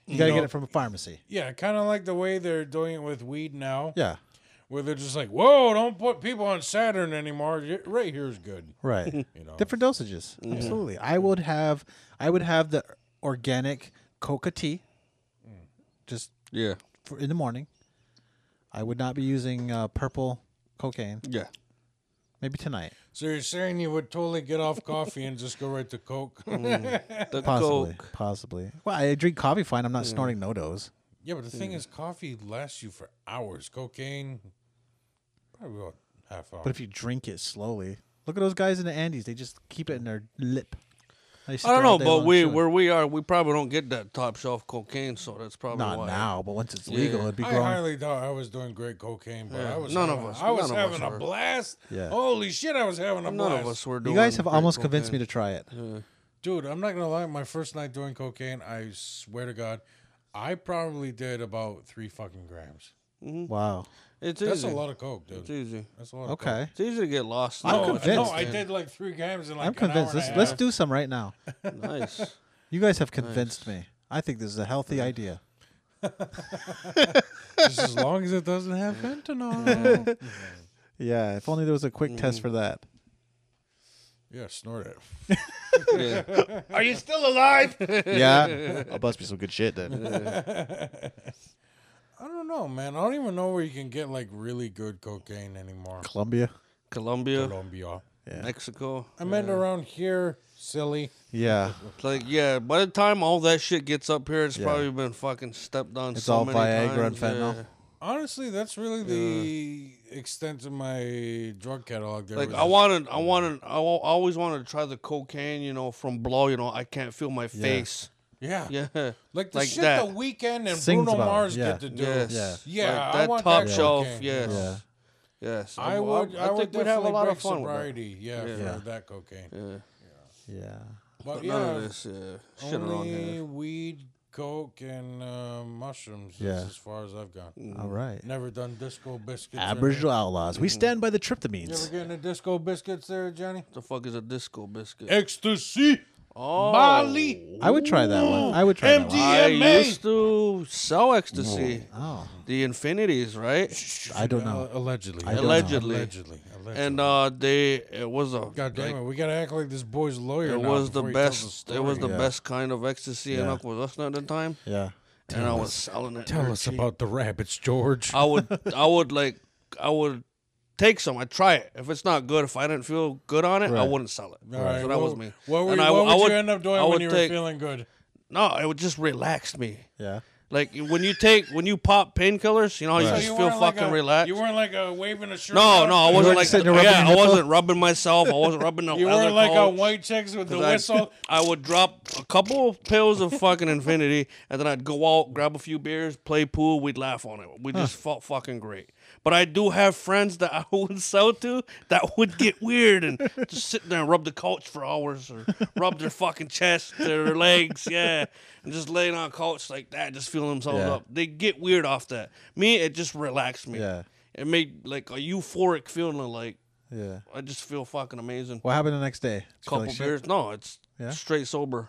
A: You got to get
B: know-
A: it from a pharmacy.
B: yeah, kind of like the way they're doing it with weed now,
A: Yeah.
B: where they're just like, "Whoa, don't put people on Saturn anymore. Y- Right here's good."
A: *laughs* Right.
B: You know,
A: Different dosages. Absolutely. I would have I would have the organic coca tea
C: Mm.
A: just
C: Yeah.
A: for in the morning. I would not be using uh, purple cocaine.
C: Yeah.
A: Maybe tonight.
B: So you're saying you would totally get off coffee and just go right to coke?
A: *laughs* Mm.
C: The
A: Possibly.
C: coke.
A: Possibly. Well, I drink coffee fine. I'm not snorting no dos.
B: Yeah, but the
A: Mm.
B: thing is, coffee lasts you for hours. Cocaine, probably about half hour.
A: But if you drink it slowly, look at those guys in the Andes. They just keep it in their lip. They sit
C: I don't
A: there all
C: know,
A: day
C: but
A: long
C: we
A: chewing.
C: where we are, we probably don't get that top shelf cocaine, so that's probably
A: not
C: why.
A: now. But once it's legal,
C: Yeah.
A: it'd be
B: I
A: growing.
B: highly doubt I was doing great cocaine, but I was
C: none
B: having,
C: of us-
B: I was
C: none of us
B: having a
C: are.
B: blast.
A: Yeah.
B: Holy shit, I was having a
C: None
B: blast.
C: of us were doing.
A: you guys have
C: great
A: almost convinced me
C: cocaine.
A: to try it.
B: Dude, I'm not gonna lie. My first night doing cocaine, I swear to God, I probably did about three fucking grams.
A: Wow.
C: It's easy.
B: That's a lot of coke,
C: It's
B: dude.
C: easy.
B: That's a lot. Of
A: Okay.
C: It's easy to get lost.
A: I'm
B: Coke.
C: now,
B: No,
A: I'm convinced.
B: No, I did like three grams in like
A: I'm convinced.
B: An
A: Let's
B: hour and a
A: let's
B: half.
A: do some right now. *laughs*
C: Nice.
A: You guys have convinced me. I think this is a healthy idea.
B: Just as long as it doesn't have
C: *laughs*
B: fentanyl.
A: Yeah. If only there was a quick test for that.
B: yeah, snort it.
C: Yeah.
D: Are you still alive?
A: Yeah. I'll bust me some good shit then.
B: I don't know, man. I don't even know where you can get like really good cocaine anymore.
A: Columbia.
C: Colombia,
B: Colombia.
C: Mexico.
B: I meant around here, silly.
A: Yeah.
C: It's like, yeah, by the time all that shit gets up here, it's
A: Yeah.
C: probably been fucking stepped on
A: It's
C: so
A: all
C: many
A: Viagra and
C: times.
A: fentanyl.
C: yeah.
B: Honestly, that's really the extent of my drug catalog. There
C: Like
B: was
C: I wanted, I wanted, I al- I always wanted to try the cocaine, you know, from blow. You know, I can't feel my face. *laughs*
B: yeah,
C: Yeah,
B: like the
C: like
B: shit
C: that.
B: the weekend and
A: Sings
B: Bruno
A: about it,
B: Mars
A: yeah.
B: get to do.
C: yes,
A: Yeah.
B: Yeah,
C: Like
B: I
C: that
B: want
C: top
B: that
C: shelf.
B: cocaine.
C: Yes,
A: Yeah.
C: yes.
B: I would, I, would
C: think we'd
B: definitely
C: have a lot
B: break
C: of fun with
B: sobriety. Yeah,
A: Yeah.
B: for that cocaine.
C: that. Yeah.
A: Yeah.
B: But
C: But none of
B: yeah,
C: this yeah, shit around
B: only
C: here.
B: weed, coke, and uh, mushrooms. Yeah.
A: Yeah.
B: as far as I've gone.
A: All right.
B: Never done disco biscuits. or
A: Aboriginal outlaws. We stand by the
B: You ever
A: tryptamines.
B: get into disco biscuits there, Johnny?
C: The fuck is a disco biscuit?
B: Ecstasy,
C: oh,
B: Molly,
A: I would try that one. I would try that one.
C: I
B: DMA.
C: used to sell ecstasy.
A: Oh,
C: The infinities, right?
A: I don't know.
B: Uh, allegedly,
A: I don't know.
C: Allegedly.
B: allegedly, allegedly.
C: And uh, they it was a
B: God damn
C: like,
B: it, we gotta act like this boy's lawyer.
C: It
B: now
C: was the
B: before he tells
C: best.
B: The
C: it was the
A: Yeah.
C: best kind of ecstasy in
A: Yeah.
C: Aquavesna at the time,
A: Yeah.
C: and I was selling it. dirt cheap.
B: about the rabbits, George.
C: I would, I would like, I would take some. I'd try it. If it's not good, if I didn't feel good on it, I
A: Right.
C: wouldn't sell it.
B: Alright,
C: So that
B: what-
C: was me.
B: What, were,
C: And
B: you-
C: I-
B: what would,
C: I
B: you end up doing
C: I
B: when
C: would
B: you
C: take-
B: were feeling good?
C: No, it would just relaxed me.
A: Yeah.
C: Like when you take when you pop painkillers, you know, how you
A: Right. So
C: just
B: you
C: feel
B: weren't like
C: fucking
B: a-
C: relaxed.
B: You weren't like a waving a shirt.
C: no,
B: out?
C: no, I
B: You
C: wasn't
B: weren't-
C: like
A: sitting there rubbing
C: yeah,
A: your
C: I
A: nipple?
C: wasn't rubbing myself. I wasn't
B: *laughs*
C: rubbing no
B: You
C: other
B: weren't like a
C: coat.
B: white chicks with the
C: 'Cause I'd-
B: whistle.
C: *laughs* I would drop a couple of pills of fucking infinity, and then I'd go out, grab a few beers, play pool. We'd laugh on it. We just felt fucking great. But I do have friends that I *laughs* would sell to that would get weird and just sit there and rub the couch for hours or rub their fucking chest, their legs, yeah, and just laying on a couch like that, just feeling themselves
A: Yeah.
C: up. They get weird off that. Me, it just relaxed me.
A: Yeah.
C: It made like a euphoric feeling. Like
A: Yeah.
C: I just feel fucking amazing.
A: What happened the next day? Just feel
C: Couple
A: like shit?
C: beers. No, it's
A: Yeah?
C: straight sober.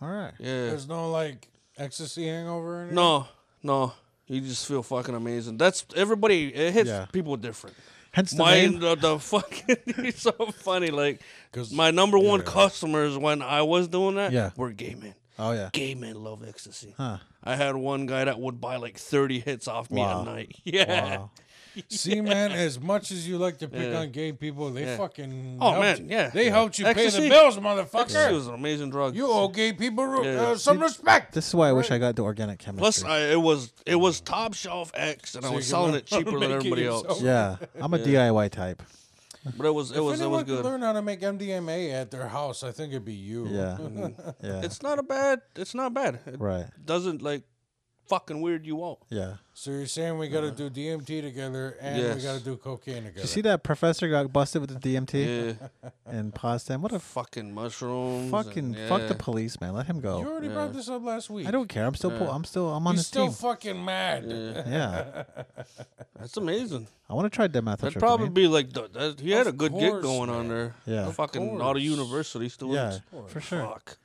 A: All right.
C: Yeah.
B: There's no like ecstasy hangover. Or anything?
C: No, no. You just feel fucking amazing. That's everybody. It hits
A: Yeah.
C: people different.
A: Hence the
C: Mine,
A: name.
C: the, the fucking. *laughs* it's so funny. Like
B: 'Cause-
C: my number one customers when I was doing that
A: Yeah.
C: were gay men.
A: Oh yeah.
C: Gay men love ecstasy.
A: Huh.
C: I had one guy that would buy like thirty hits off me
A: Wow.
C: a night. *laughs* Yeah.
A: Wow.
B: See, man, as much as you like to pick
C: Yeah.
B: on gay people, they fucking.
C: Oh,
B: helped
C: man,
B: you.
C: yeah.
B: They
C: Yeah.
B: helped you pay
C: Ecstasy?
B: the bills,
C: Ecstasy
B: motherfucker.
C: was an amazing drug.
B: You owe gay people ru-
C: Yeah.
B: uh, some respect.
A: This is why I wish I got into organic chemistry.
C: Plus, I, it was it was top shelf X, and I
B: you
C: was
B: can
C: selling
B: learn
C: it
B: how to
C: cheaper than
B: make it
C: everybody
B: yourself.
C: else.
A: yeah, I'm a DIY type.
C: But it was it
B: if
C: was it
B: anyone
C: was good.
B: could learn how to make MDMA at their house, I think it'd be you.
A: Yeah. Yeah.
C: It's not a bad. It's not bad. It
A: right.
C: doesn't like fucking weird you want.
A: Yeah.
B: So you're saying we got to do DMT together and
C: Yes.
B: we got to do cocaine
A: Did you
B: together?
A: see that professor got busted with the DMT
C: Yeah,
A: and Potsdam? What a
C: fucking mushrooms.
A: fucking
C: and, yeah.
A: fuck the police, man. Let him
B: You
A: go.
B: already brought this up last week.
A: I don't care. I'm still po- I'm still I'm on
B: He's
A: his
B: still
A: team.
B: *laughs* fucking mad.
A: yeah.
C: That's amazing.
A: I want to try
C: That'd
A: dimethyltryptamine.
C: probably be like the, that, he had a
B: Of
C: good gig
B: course,
C: going
B: man.
C: on there.
A: Yeah. Of
C: fucking
B: course.
C: out of university
A: yeah,
C: students.
A: for sure.
C: Fuck.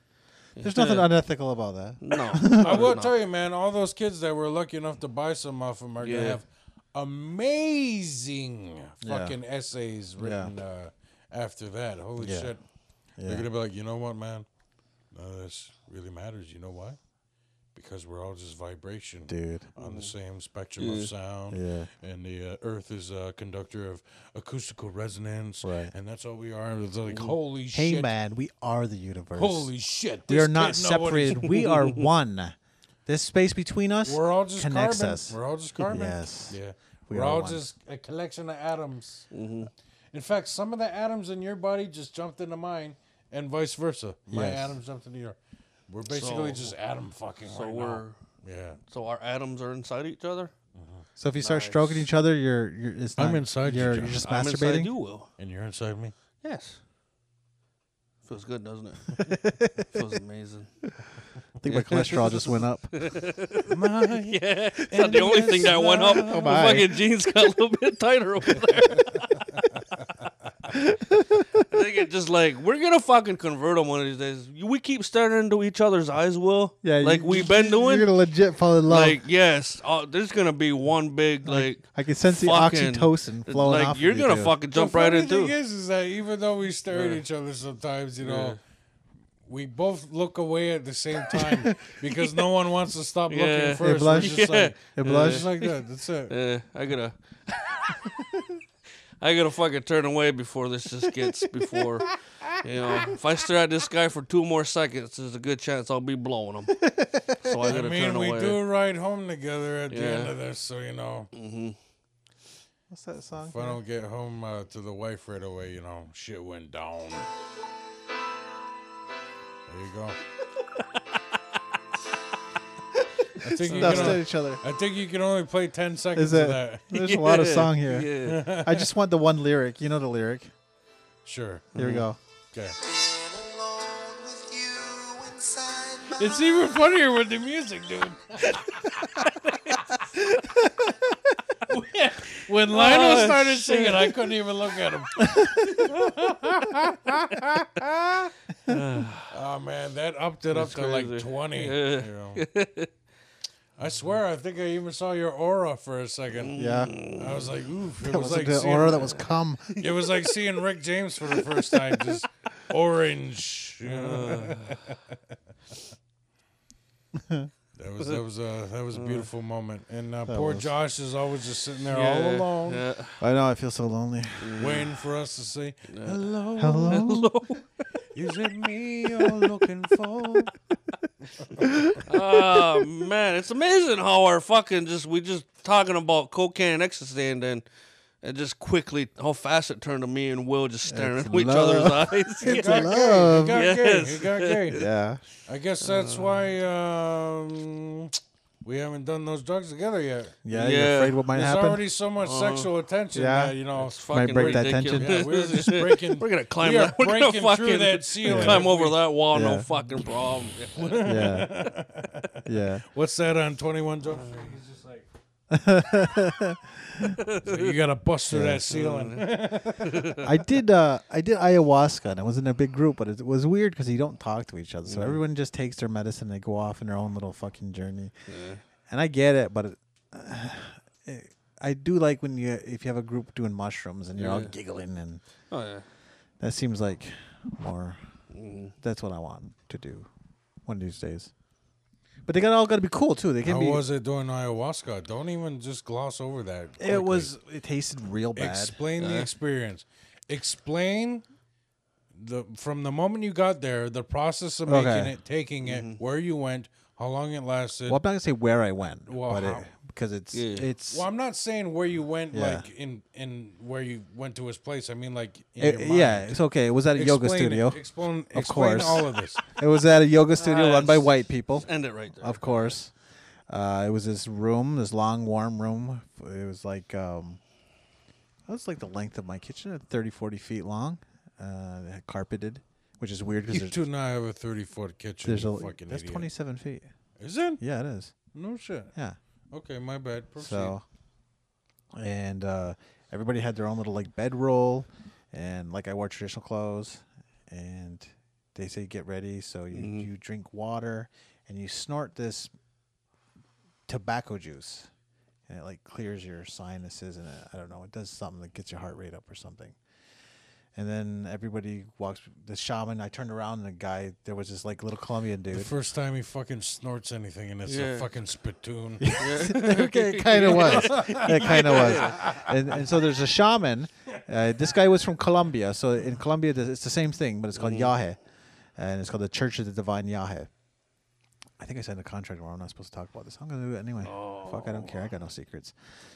A: There's nothing unethical about that. *laughs*
C: No,
B: I will tell you, man, all those kids that were lucky enough to buy some off them are
C: Yeah.
B: gonna have amazing
A: Yeah.
B: fucking essays written uh, after that. Holy
A: Yeah.
B: shit.
A: Yeah.
B: They're gonna be like, you know what, man? None of this really matters. You know why? Because we're all just vibration
A: Dude.
B: on the same spectrum of sound.
A: Yeah.
B: And the uh, earth is a conductor of acoustical resonance.
A: Right.
B: And that's all we are. It's like, holy
A: Hey
B: shit.
A: man, we are the universe.
B: Holy shit.
A: we
B: this
A: are not
B: kid know what he's
A: separated. we are one. This space between us
B: We're all just
A: connects
B: carbon.
A: us.
B: We're all just carbon.
A: Yes.
B: Yeah.
A: We
B: We are
A: are
B: all
A: one.
B: just a collection of atoms.
C: Mm-hmm.
B: In fact, some of the atoms in your body just jumped into mine, and vice versa. My
A: Yes.
B: atoms jumped into your. We're basically just atom fucking.
C: so
B: right
C: we're
B: now. yeah.
C: so our atoms are inside each other.
A: So if you start stroking each other, you're you're it's not,
B: I'm inside you,
A: You're,
B: John.
A: you're just
C: I'm
A: masturbating.
C: inside you, Will.
B: And you're inside me.
C: Yes. Feels good, doesn't it?
A: *laughs*
C: Feels amazing.
A: I think my cholesterol just went *laughs* up. *laughs*
C: Yeah, it's not the only thing that went up. my
A: Oh, my.
C: fucking jeans got a little bit tighter over there. *laughs* I think it's just like we're gonna fucking convert them one of these days. You- We keep staring into each other's eyes, Will.
A: Yeah,
C: like
A: you-
C: we've been doing.
A: You're gonna legit fall in love.
C: like yes, uh, there's gonna be one big like.
A: I can sense the
C: fucking-
A: oxytocin flowing
C: like,
A: off of
C: You're
A: you
C: gonna
A: two.
C: fucking jump
B: the
C: right
B: funny
C: into.
B: thing
C: it.
B: is, is that even though we stare at each other sometimes, you know, we both look away at the same
A: *laughs*
B: time because no one wants to stop
C: Yeah.
B: looking
C: It
B: first. We're
A: blush.
B: just
C: Yeah.
B: like,
A: It
B: we're
A: blush.
B: just like that. That's it.
C: Yeah, Eh, I gotta. *laughs* I gotta fucking turn away before this just gets before, you know. If I stare at this guy for two more seconds, there's a good chance I'll be blowing him. So I
B: I
C: gotta
B: mean,
C: turn
B: we
C: away.
B: do ride home together at the end
C: Yeah.
B: of this, so you know,
A: What's that song?
B: if I don't get home uh, to the wife right away, you know, shit went down. There you go. I think you,
A: Stop
B: can
A: staring at
B: only,
A: each other.
B: I think you can only play 10
A: Is
B: seconds of
A: it?
B: that.
A: *laughs* There's a lot of
C: Yeah,
A: song here.
C: Yeah.
A: I just want the one lyric. You know the lyric.
B: Sure.
A: Here
C: Mm.
A: we go.
B: Okay.
E: Been alone with you inside my
B: It's even funnier with the music, dude. when Lionel
C: Oh,
B: started singing, I couldn't even look at
C: *sighs*
B: him. oh man, that upped it up to like
C: crazy.
B: twenty.
C: Yeah.
B: you know. I swear, I think I even saw your aura for a second.
A: Yeah.
C: Mm.
B: I was like, oof! It
A: That
B: was
A: was like
B: like
A: the
B: seeing,
A: aura that was cum. *laughs*
B: It was like seeing Rick James for the first time, just orange. you know? that was that was a that was a beautiful moment. And uh, poor
A: was.
B: Josh is always just sitting there all
C: Yeah,
B: alone,
C: yeah.
A: I know. I feel so lonely.
B: waiting for us to say hello.
A: Hello.
B: Is it me you're looking for?
C: Oh man, it's amazing how our fucking just we just talking about cocaine and ecstasy and then and just quickly how fast it turned to me and Will just staring
A: It's
C: at each
A: love.
C: other's
A: *laughs*
C: eyes.
A: It's
C: Yeah.
B: It
A: love.
B: got gay.
C: Yes.
B: It got
A: *laughs* *laughs*
B: gay.
A: Yeah.
B: I guess that's why um, we haven't done those drugs together yet.
A: Yeah. You're
C: Yeah.
A: afraid what might
B: There's
A: happen.
B: already so much
C: Uh-huh.
B: sexual attention
A: Yeah.
B: that you know.
C: It's fucking
A: break that
C: ridiculous.
A: tension.
B: Yeah, we're just breaking.
C: We're gonna climb
B: we are
C: that. We're gonna
B: breaking
C: fucking
B: through that ceiling.
C: climb
B: if
C: over
B: we-
C: that wall.
A: Yeah.
C: No fucking problem.
A: Yeah.
C: *laughs*
A: Yeah.
B: What's that on Twenty One Jump Street? Uh, He's just like. *laughs* So you gotta bust through that ceiling.
A: I did. Uh, I did ayahuasca, and I was in a big group, but it was weird because you don't talk to each other. So everyone just takes their medicine. They go off on their own little fucking journey. And I get it, but it, *sighs* it- I do like when you if you have a group doing mushrooms and you're all
C: Yeah.
A: giggling, and
C: Oh yeah.
A: that seems like more. That's what I want to do one of these days. But they got all got to be cool too. They can
B: How
A: be.
B: was it doing ayahuasca? Don't even just gloss over that. quickly.
A: it was. It tasted real bad. Uh.
B: Explain the experience. Explain the from the moment you got there, the process of making
A: Okay. Mm-hmm.
B: it, taking it, where you went, how long it lasted.
A: well, I'm not gonna say where I went,
B: Well,
A: but
B: how-
A: it, because it's
C: Yeah.
A: it's
B: Well, I'm not saying where you went,
A: Yeah.
B: like in in where you went to his place. I mean, like in
A: it-
B: your mind.
A: Eh, yeah. It's okay. It was at a yoga
B: Explain it.
A: studio.
B: Explain, explain
A: course. *laughs*
B: all of this.
A: It was at a yoga studio
C: Ah,
A: run by
C: it's-
A: white people,
C: End it right there.
A: of course. Uh, it was this room, this long, warm room. It was like um, it was like the length of my kitchen, 30, 40 feet long, uh, it had carpeted, which is weird
B: You
A: because
B: do not have a 30 foot kitchen.
A: there's, there's
B: you
A: a
B: fucking
A: that's
B: idiot.
A: 27 feet.
B: Is it?
A: Yeah, it is.
B: No shit.
A: Yeah.
B: Okay, my bad. Proceed.
A: So, and uh, everybody had their own little like bedroll, and like I wore traditional clothes, and they say get ready. So you, you drink water and you snort this tobacco juice, and it like clears your sinuses and it, I don't know, it does something that gets your heart rate up or something. And then everybody walks. The shaman. I turned around and the guy. There was this like little Colombian
B: the
A: dude.
B: first time he fucking snorts anything and it's a
C: Yeah.
B: fucking *laughs* spittoon.
A: okay, it
B: *laughs*
A: kind of was. It kind of was. And, and so there's a shaman. Uh, this guy was from Colombia. So in Colombia, th- it's the same thing, but it's
B: Mm-hmm.
A: called Yahweh. And it's called the Church of the Divine Yahweh. I think I signed a contract where I'm not supposed to talk about this. I'm going to do it anyway.
B: Oh.
A: Fuck, I don't care. I got no secrets.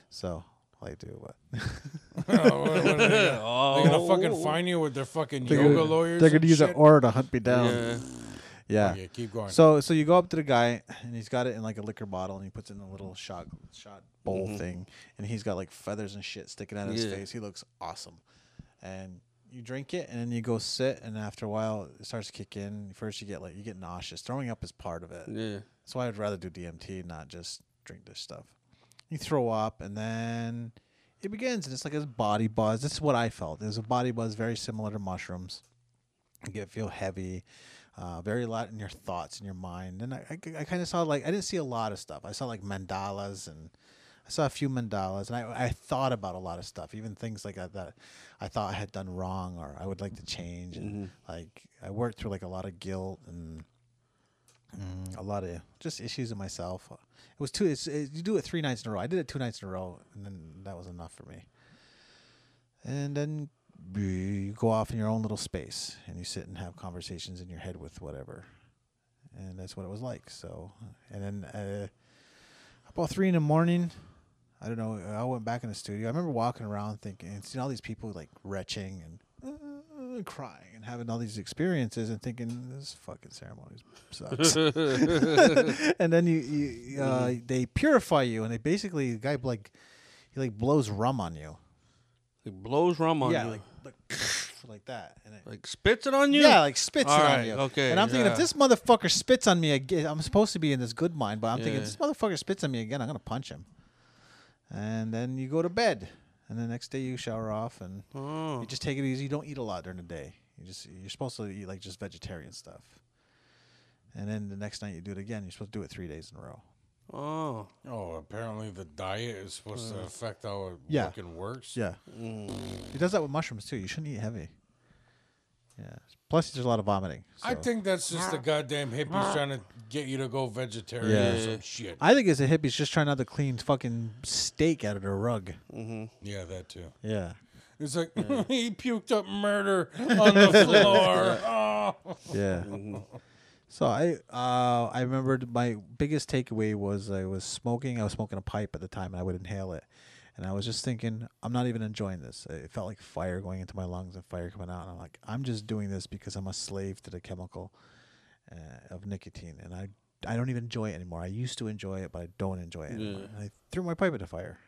A: So I do what?
B: oh, what- *laughs* what are they gonna-
C: Oh,
B: They're gonna fucking find you with their fucking
A: They're
B: yoga
A: gonna-
B: lawyers.
A: They're going to
B: and
A: use
B: shit?
A: an aura to hunt me down.
C: yeah.
A: Yeah.
B: Okay, keep going.
A: So so you go up to the guy and he's got it in like a liquor bottle and he puts it in a little shot shot bowl thing and he's got like feathers and shit sticking out of his
C: Yeah.
A: face. He looks awesome. And you drink it and then you go sit and after a while it starts to kick in. First you get like you get nauseous. Throwing up is part of it.
C: Yeah.
A: That's why I'd rather do DMT, not just drink this stuff. You throw up, and then it begins, and it's like a body buzz. This is what I felt. It was a body buzz very similar to mushrooms. You get feel heavy, uh, very lot in your thoughts in your mind. And I, I, I kind of saw like I didn't see a lot of stuff. I saw like mandalas and. I saw a few mandalas, and I, I thought about a lot of stuff, even things like that, that I thought I had done wrong or I would like to change. And like I worked through like a lot of guilt and mm, a lot of just issues with myself. It was two. It's, it, you do it three nights in a row. I did it two nights in a row, and then that was enough for me. And then you go off in your own little space and you sit and have conversations in your head with whatever, and that's what it was like. So, and then uh, about three in the morning. I don't know. I went back in the studio. I remember walking around thinking, and seeing all these people like retching and uh, crying and having all these experiences and thinking, this fucking ceremony sucks. and then you, you uh,
C: Mm-hmm.
A: they purify you, and they basically the guy like he like blows rum on you.
C: He blows rum on
A: yeah,
C: you.
A: like like *laughs* like that. And it,
C: Like spits it on you?
A: yeah, like spits
C: All
A: it on
C: right,
A: you.
C: okay,
A: And I'm thinking
C: yeah.
A: if this motherfucker spits on me again, I'm supposed to be in this good mind, but I'm thinking
C: Yeah.
A: if this motherfucker spits on me again, I'm gonna punch him. And then you go to bed, and the next day you shower off, and
C: Oh.
A: you just take it easy. You don't eat a lot during the day. You just you're supposed to eat like just vegetarian stuff. And then the next night you do it again. You're supposed to do it three days in a row.
C: Oh.
B: oh, apparently the diet is supposed to affect how it
A: Yeah.
B: fucking works.
A: Yeah. He does that with mushrooms too. You shouldn't eat heavy. Yeah. Plus, there's a lot of vomiting.
B: I
A: so-
B: think that's just the goddamn hippies trying to get you to go vegetarian or
A: Yeah.
B: some shit.
A: I think it's a hippie's just trying not to clean fucking steak out of their rug.
B: yeah, that too.
A: Yeah.
B: It's like *laughs* he puked up murder
A: *laughs*
B: on the floor. oh.
A: Yeah. so I uh, I remembered my biggest takeaway was I was smoking. I was smoking a pipe at the time, and I would inhale it. And I was just thinking, I'm not even enjoying this. It felt like fire going into my lungs and fire coming out. And I'm like, I'm just doing this because I'm a slave to the chemical uh, of nicotine, and I I don't even enjoy it anymore. I used to enjoy it, but I don't enjoy it. Anymore. And I threw my pipe at the fire.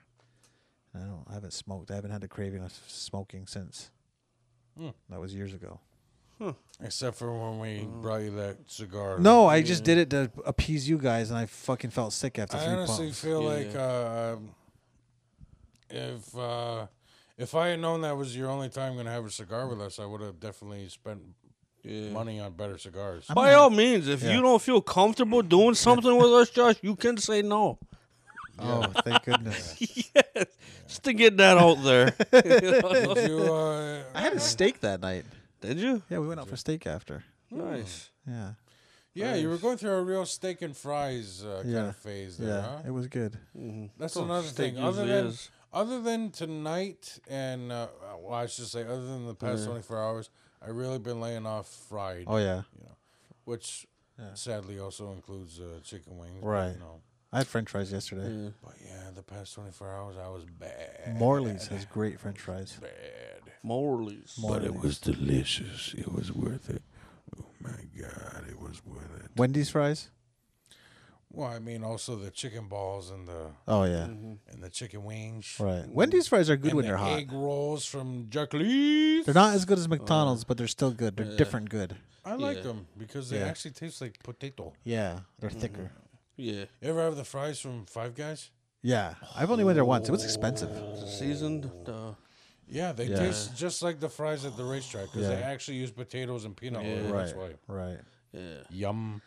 A: And I don't. I haven't smoked. I haven't had the craving of smoking since. That was years ago.
B: Except for when we
C: Mm.
B: brought you that cigar.
A: No, I just did it to appease you guys, and I fucking felt sick after
B: I
A: three
B: honestly
A: pumps.
B: feel
C: Yeah.
B: like uh, if uh, if I had known that was your only time going to have a cigar with us, I would have definitely spent
C: Yeah.
B: money on better cigars.
C: By all means, if you don't feel comfortable doing something with us, Josh, you can say
A: *laughs*
C: no.
A: oh, thank goodness!
C: yes. Just to get that out there.
B: Did
A: *laughs*
B: you, uh,
A: *laughs* I had a steak that night.
C: Did you?
A: Yeah, we went out for steak after.
B: Hmm.
C: Nice.
A: Yeah,
B: yeah, you were going through a real steak and fries uh, kind
A: Yeah.
B: of phase there.
A: yeah,
B: Huh?
A: it was good.
B: That's another
C: Oh, steak
B: thing. Other
C: usually
B: than
C: is.
B: other than tonight, and uh, well, I should say, other than the
C: Mm-hmm.
B: past twenty four hours, I really been laying off fried,
A: Oh yeah,
B: which sadly also includes uh, chicken wings. but,
A: Right.
B: You know.
A: I had French fries yesterday.
B: But yeah, the past twenty four hours, I was bad,
A: Morley's has great French fries.
B: bad.
C: Morley's.
A: Morley's.
B: was delicious. It was worth it. Oh my god, it was worth it.
A: Wendy's fries.
B: Well, I mean, also the chicken balls and the
A: Oh yeah,
B: and the chicken wings.
A: right. Wendy's fries are good
B: And
A: when
B: the
A: they're hot.
B: egg rolls from Jack Leaf.
A: They're not as good as McDonald's, but they're still good. They're different good.
B: I like
C: Yeah.
B: them because they
A: Yeah.
B: actually taste like potato.
A: Yeah, they're thicker.
C: Yeah.
B: You ever have the fries from Five Guys?
A: Yeah, I've only went there once. It was expensive.
C: Seasoned. Uh,
B: Yeah, they
A: Yeah.
B: taste just like the fries at the racetrack because they
A: Yeah.
B: actually use potatoes and peanut oil.
A: Right,
B: That's why.
A: right.
C: yeah.
B: Yum.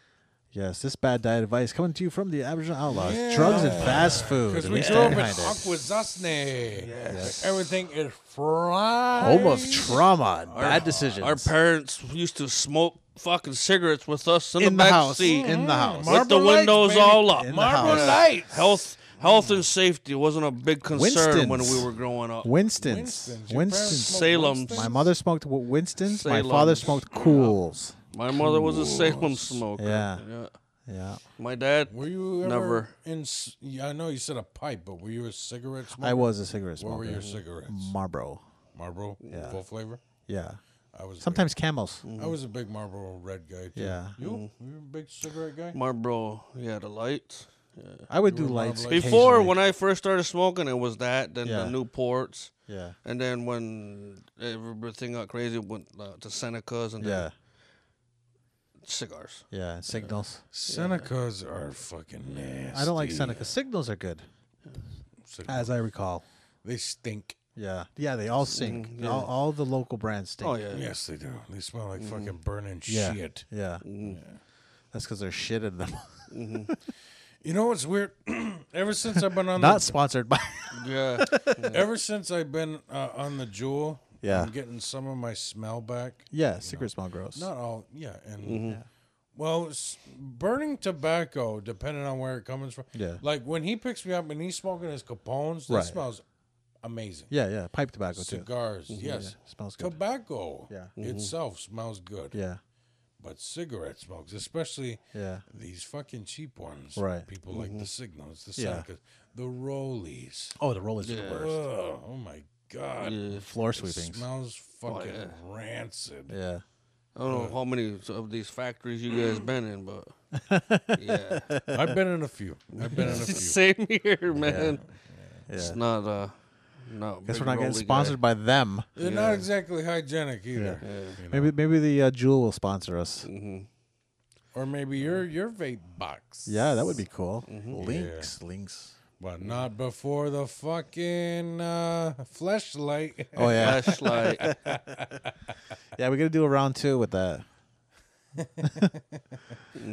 A: Yes, this bad diet advice coming to you from the Aboriginal Outlaws. Drugs and fast food.
B: Because
A: and
B: we
A: we
B: grew
A: stand
B: up in
A: behind it.
B: Akwesasne. Everything is fried.
A: Almost trauma. bad decisions.
C: Our parents used to smoke fucking cigarettes with us in,
A: in
C: the
A: the
C: back
A: house.
C: seat.
A: In the house.
C: with the
B: Marble lights,
C: windows
B: baby.
C: all up.
A: In the
B: Marble
A: house.
B: lights.
C: Health, health and safety wasn't a big concern when
A: Winston's.
C: we were growing up.
A: Winston's.
B: Winston's. Your parents
A: Winston's.
B: smoke
C: Salem's.
B: Winston's?
A: My mother smoked Wi- Winston's. My
C: Salem's.
A: father smoked Cools.
C: My mother was a Salem smoker.
A: Yeah. Yeah.
C: My dad.
B: Were you ever
C: Never.
B: in? s- Yeah, I know you said a pipe, but were you a cigarette smoker?
A: I was a cigarette
B: What
A: smoker. Mm.
B: were your cigarettes?
A: Marlboro.
B: Marlboro, full flavor.
A: Yeah.
B: I was. a big-
A: Sometimes Camels.
B: I was a big Marlboro red guy. Too.
A: Yeah.
B: You?
C: Mm-hmm.
B: You were a big cigarette guy?
C: Marlboro, yeah, the lights.
A: I would do lights
B: Marlboro.
C: Before,
A: occasionally.
C: when I first started smoking, it was that, then
A: Yeah.
C: the Newports,
A: Yeah.
C: and then when everything got crazy, went uh, to Senecas and
A: Yeah.
C: then cigars.
A: Yeah. Signals.
B: Senecas are fucking nasty.
A: I don't like Seneca. Signals are good,
B: Seneca.
A: as I recall.
B: They stink.
A: Yeah. Yeah. They all stink. All, all the local brands stink.
C: Oh yeah,
B: Yes, they do. They smell like fucking burning
A: Mm. Yeah.
B: shit.
A: Yeah. That's because they're shit in them.
B: You know what's weird? *clears throat* ever since I've
A: *laughs*
B: been on
A: Not
B: the,
A: sponsored by.
C: yeah.
B: *laughs* ever since I've been uh, on the Jewel,
A: Yeah.
B: I'm getting some of my smell back.
A: yeah. Cigarette smell gross.
B: Not all, yeah, and
A: Mm-hmm.
B: well, s- burning tobacco, depending on where it comes from.
A: Yeah.
B: like when he picks me up and he's smoking his Capones, that
A: Right.
B: smells amazing.
A: Yeah. Yeah. Pipe tobacco too. Mm-hmm,
B: Cigars, yes,
A: Yeah, smells good.
B: tobacco,
A: Yeah.
B: itself smells good.
A: Yeah.
B: but cigarette smokes, especially
A: Yeah.
B: these fucking cheap ones.
A: Right. Mm-hmm.
B: people like the Signals, the
A: Yeah.
B: Senecas, the Rollies.
A: Oh, the rollers is the
B: Ugh,
A: worst.
B: oh my god,
A: The floor
B: it
A: sweepings.
B: smells fucking
C: Oh, yeah.
B: rancid.
A: Yeah.
C: I don't know how many of these factories you guys been in, but yeah,
B: I've been in a few. I've been in a
C: *laughs*
B: few.
C: same here, man. It's
A: Yeah.
C: not uh, not.
A: Guess
C: big
A: we're not getting
C: rolly guy.
A: sponsored by them.
B: They're not exactly hygienic either. you know.
A: Maybe maybe the uh, Jewel will sponsor us.
B: Or maybe your your vape box.
A: Yeah, that would be cool. Links, links.
B: But not before the fucking uh, fleshlight.
A: Oh yeah,
C: Flashlight.
A: yeah. We gotta do a round two with that.
B: *laughs*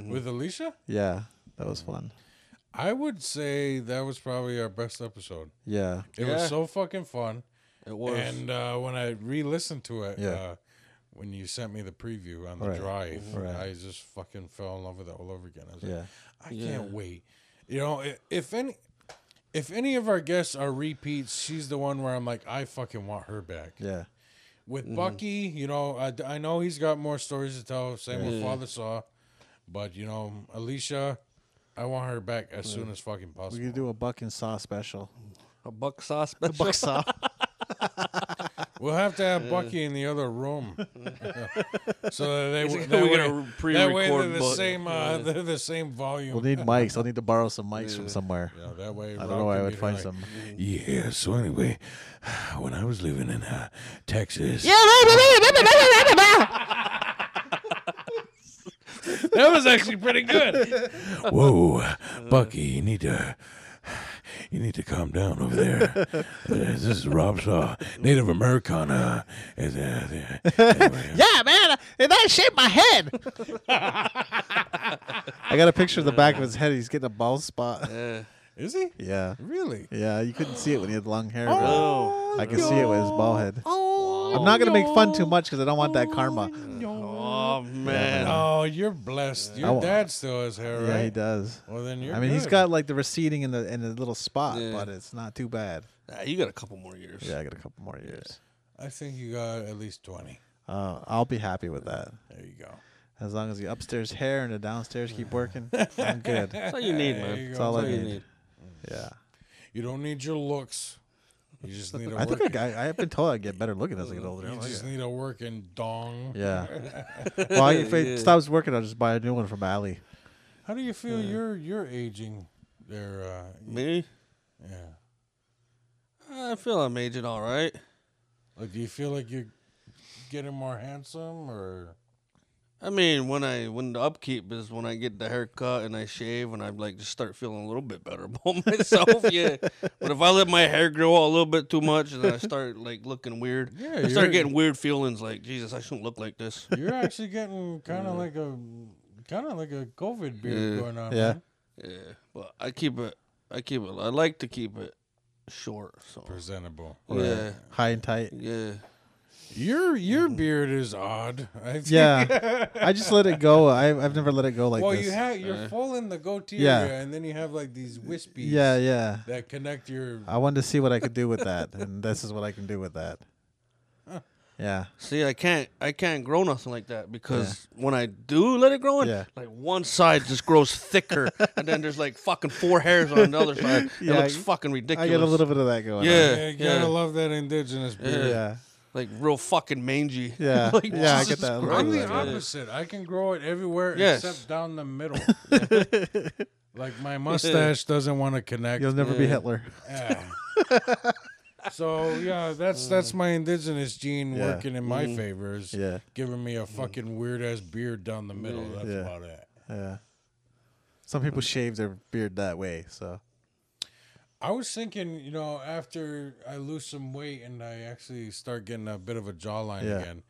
B: With Alicia,
A: Yeah, that was fun.
B: I would say that was probably our best episode.
A: Yeah,
B: It
C: Yeah.
B: was so fucking fun.
C: It was.
B: And uh, when I re-listened to it,
A: Yeah.
B: uh, when you sent me the preview on the
A: Right.
B: drive,
A: Right.
B: I just fucking fell in love with it all over again. I was like,
A: yeah,
B: I can't wait. You know, i- if any, if any of our guests are repeats, she's the one where I'm like, I fucking want her back.
A: yeah, Mm-hmm.
B: With Bucky, you know, I, I know he's got more stories to tell. Same with Father Saw, but you know, Alicia, I want her back as soon as fucking
A: we
B: possible.
A: could do a buck and saw special.
C: a buck sauce special.
A: Buck saw.
B: We'll have to have Bucky in the
A: *laughs*
B: other room, *laughs* so that they
C: He's
B: w-
C: like,
B: that
C: "We
B: way, that way
C: gotta
B: they're
C: pre-record
B: the
C: Buck."
B: same. Uh, *laughs* They're the same volume.
A: we'll need mics. I'll need to borrow some mics from somewhere.
B: Yeah, that way,
A: I don't know where I would find some.
B: Yeah, so anyway, *sighs* when I was living in uh, Texas. *laughs* that was actually pretty good. Whoa, Bucky, you need to. You need to calm down over there. Uh, this is Rob Shaw, Native Americana. Is, uh, anyway,
A: Yeah, man, and I shaved my head. I got a picture of the back of his head. He's getting a bald spot.
C: Yeah.
B: is he
A: Yeah,
B: really?
A: yeah. You couldn't see it when he had long hair. but-
C: Oh.
A: I can see it with his bald head. I'm not gonna make fun too much because I don't want that karma.
C: Oh man.
B: Oh, you're blessed. Your
A: I wa-
B: dad still has hair, right?
A: Yeah, he does.
B: Well, then you're.
A: I mean, he's
B: good.
A: got like the receding in the in the little spot,
C: Yeah.
A: but it's not too bad.
C: Ah, you got a couple more years.
A: Yeah, I got a couple more years.
B: I think you got at least twenty.
A: Uh, I'll be happy with that
B: There you go.
A: as long as the upstairs hair and the downstairs keep working. I'm good.
B: *laughs*
C: That's all you need,
B: There
C: man.
B: you
A: That's
B: go.
A: all I
C: all you
A: need.
C: need.
A: Yeah,
B: You don't need your looks. You
A: *laughs*
B: just need a
A: I
B: work.
A: think I, I have been told I get better looking as I get older. I
B: you
A: like
B: just
A: it.
B: need a working dong. *laughs*
A: Yeah. Well, I- if it stops working, I'll just buy a new one from Ali.
B: How do you feel you're you're aging there? Uh,
C: Me?
B: yeah.
C: I feel I'm aging all right.
B: Like, do you feel like you're getting more
A: *laughs*
B: handsome or?
C: I mean, when I when the upkeep is when I get the haircut and I shave and I like just start feeling a little bit better *laughs* about myself, yeah. But if I let my hair grow out a little bit too much and then I start like looking weird,
B: Yeah,
C: I
B: you're-
C: start getting weird feelings like Jesus, I shouldn't look like this.
B: You're actually getting kind of like a kind of like a COVID beard
C: Yeah.
B: going on.
A: Yeah.
B: man.
C: Yeah, but I keep it. I keep it. I like to keep it short. So
B: Presentable.
C: yeah,
A: High and tight.
C: yeah.
B: Your your beard is odd. *laughs* I think.
A: Mm-hmm. Yeah. I just let it go. I, I've never let it go like
B: well,
A: this. Uh-huh.
B: you have you're full in the goatee
A: Yeah.
B: area, and then you have like these wispies.
A: yeah, Uh, yeah.
B: That connect your.
A: I wanted to see what I could do with that, and this is what I can do with
B: *laughs*
A: that. Yeah.
C: See, I can't. I can't grow nothing like that because when I do let it grow in,
A: Yeah.
C: like one side just grows
A: *laughs*
C: thicker, and then there's like fucking four hairs on the other side.
A: Yeah,
C: it looks
A: I-
C: fucking ridiculous.
A: I get a little bit of that going.
C: Yeah.
B: Yeah, you gotta
C: yeah.
B: love that indigenous beard.
A: On. Yeah.
C: like real fucking mangy.
A: Yeah.
C: *laughs* like,
A: yeah. I
C: Jesus
A: get that. a little
B: I'm
A: bit
B: the
A: of that.
B: opposite. I can grow it everywhere
C: Yes.
B: except down
A: *laughs*
B: the middle. like my mustache doesn't want to connect.
A: You'll never be Hitler.
B: Yeah. *laughs* so yeah, that's that's my indigenous gene
A: Uh. Yeah. Mm-hmm.
B: working in my favor. Is
A: Yeah. Mm-hmm.
B: giving me a fucking weird ass beard down the middle. That's
A: Yeah.
B: about it.
A: Yeah. Some people shave their beard that way, so
B: I was thinking, you know, after I lose some weight and I actually start getting a bit of a jawline
A: Yeah.
B: again,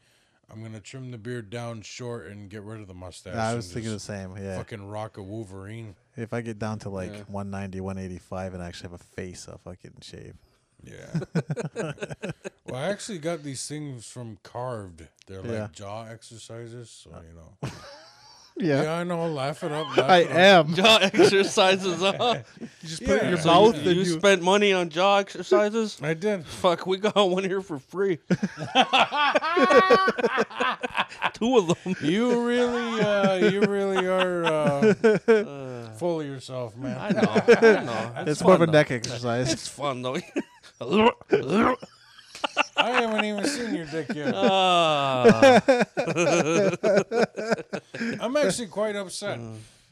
B: I'm gonna trim the beard down short and get rid of the mustache.
A: I
B: and
A: was thinking the
B: just
A: same. Yeah.
B: fucking rock a Wolverine.
A: If I get down to like 190, 185 and I actually have a face, I'll fucking shave.
B: Yeah. *laughs* well, I actually got these things from Carved. They're like
A: Yeah. Uh,
B: jaw exercises, so you know.
A: Yeah.
B: Yeah, I know. Laugh it up. Laugh
A: *laughs* I
B: it up.
A: am.
C: *laughs* Jaw exercises.
A: *laughs*
C: Huh?
A: You just
B: put it in your
C: So
B: mouth
C: you, you spent money on jaw exercises. *laughs*
B: I did.
C: Fuck, we got one here
A: *laughs*
C: for free. *laughs* Two of
B: *laughs*
C: them.
B: You really, uh, you really are uh,
A: *laughs*
B: full of yourself, man.
C: I know. I know.
A: It's more of a
C: fun,
A: neck exercise.
C: It's fun though. *laughs* Ah.
B: I haven't even seen your dick yet.
C: Uh,
B: Uh, I'm actually quite upset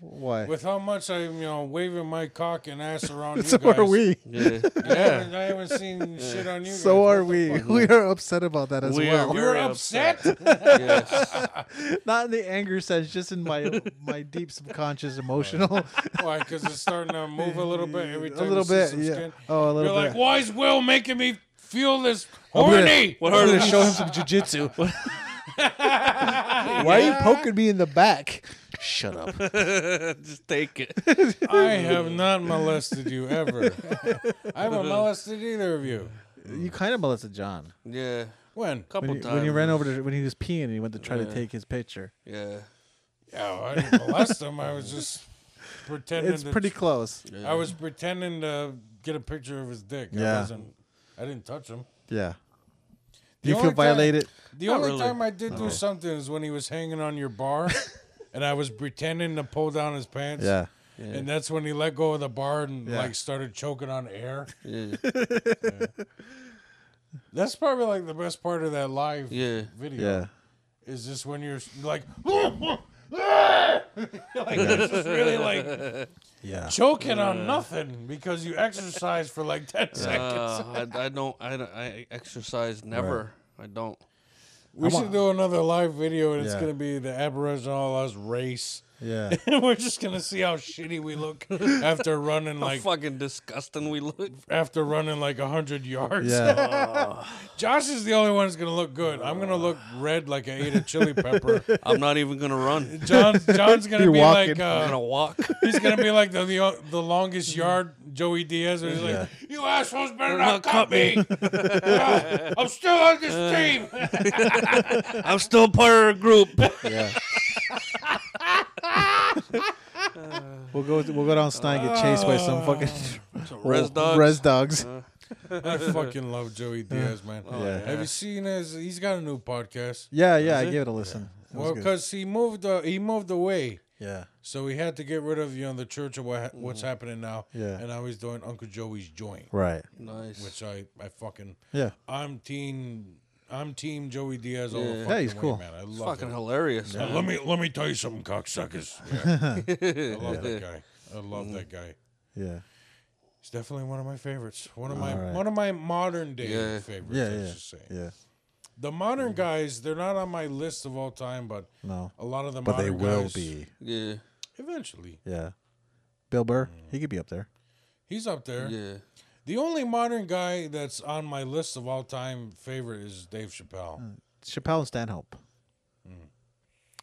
A: Why?
B: with how much I'm, you know, waving my cock and ass around
A: *laughs* So
B: you guys.
A: are we.
C: yeah. *laughs*
B: I haven't, I haven't seen shit on you.
A: So
B: guys.
A: are we. We are upset about that as
C: We
A: well.
C: are
B: You're
C: very
B: upset.
C: Yes.
A: Not in the anger sense, just in my my deep subconscious *laughs* emotional.
B: Why? Because it's starting to move a little bit
A: *laughs*
B: every
A: A
B: time.
A: little
B: you see
A: bit,
B: some
A: yeah.
B: skin.
A: Oh, a little
B: You're like,
A: bit.
B: why is Will making me feel this
A: gonna-
B: horny?
C: What
A: I'm
C: are
A: gonna
C: these?
A: show him some
C: *laughs*
A: jujitsu. Why are you poking me in the back? Shut up.
C: Just take it.
B: I have not molested you ever. I haven't molested either of you.
A: *laughs* You kind of molested John
C: Yeah.
B: When?
C: Couple
A: when you,
C: times.
A: when you ran over to when he was peeing and he went to try to take his picture.
C: Yeah.
B: Yeah, I didn't molest him. I was just pretending.
A: It's
B: to-
A: pretty close.
B: I was pretending to get a picture of his dick. I
A: Yeah.
B: wasn't. I didn't touch him.
A: Yeah.
B: The
A: Do you
B: only
A: feel
B: time-
A: violated?
B: The
C: Not
B: only
C: really.
B: time I did do something is when he was hanging on
A: *laughs*
B: your bar, and I was pretending to pull down his pants.
A: Yeah.
B: And that's when he let go of the bar and
A: Yeah.
B: like started choking on air. *laughs*
C: Yeah.
B: That's probably like the best part of that live
C: Yeah.
B: video.
A: Yeah.
B: Is just when you're like, *laughs* like you're just really like
A: *laughs* Yeah.
B: choking on nothing because you exercise for like ten seconds.
C: Uh, I, I don't. I, don't- I exercise never. I don't.
B: We should do another live video, and it's
A: Yeah.
B: gonna be the Aboriginal us race. *laughs*
A: Yeah.
B: And we're just gonna see how shitty
A: *laughs*
B: we look after running
C: How
B: like
C: fucking disgusting we look.
B: after running like hundred yards.
A: Yeah.
B: Josh is the only one that's gonna look good. I'm gonna look red like I ate a chili pepper.
C: *laughs* I'm not even gonna *laughs* run.
B: John John's gonna
A: You're
B: be like
A: walking.
C: I'm
B: uh,
C: gonna walk.
B: he's gonna be like the the, the longest yard Joey Diaz. Where he's like, "You assholes better not cut me. Yeah, I'm still on this team." *laughs*
C: *laughs* I'm still part of the group.
A: yeah. *laughs* we'll go. We'll go down Stein and get chased by some *laughs* fucking
C: Res dogs.
A: Res dogs.
B: I fucking love Joey Diaz, man.
A: yeah.
B: Have you seen his? He's got a new podcast.
A: yeah. Yeah. I gave it a listen. It was
B: Well,
A: good.
B: because he moved, uh, he moved away,
A: Yeah.
B: so he had to get rid of you know the church of what, ha- what's happening now.
A: Mm. Yeah.
B: and now he's doing Uncle Joey's joint,
A: Right.
C: Nice.
B: which I I fucking
A: Yeah.
B: I'm teen. I'm Team Joey Diaz. All the
C: Yeah.
B: fucking
A: Yeah, he's
B: way,
A: cool.
B: man. I
C: It's
B: love
C: fucking
B: him.
C: hilarious.
B: Uh,
C: man.
B: let me let me tell you something,
A: *laughs*
B: cocksuckers. Yeah. I love
C: *laughs*
B: that guy. I love
C: Mm.
B: that guy.
A: Yeah.
B: He's definitely one of my favorites. One of my
A: Alright.
B: one of my modern day
C: Yeah.
B: favorites.
A: Yeah.
B: I
A: Yeah.
B: should say.
A: Yeah. Mm-hmm.
B: The modern guys, they're not on my list of all time, but
A: No.
B: a lot of the
A: But they
B: modern
A: will
B: guys-
A: be.
C: Yeah,
B: eventually.
A: Yeah. Bill Burr, he could be up there.
B: He's up there.
C: yeah.
B: The only modern guy that's on my list of all time favorite is Dave Chappelle.
A: Mm. Chappelle and Stanhope.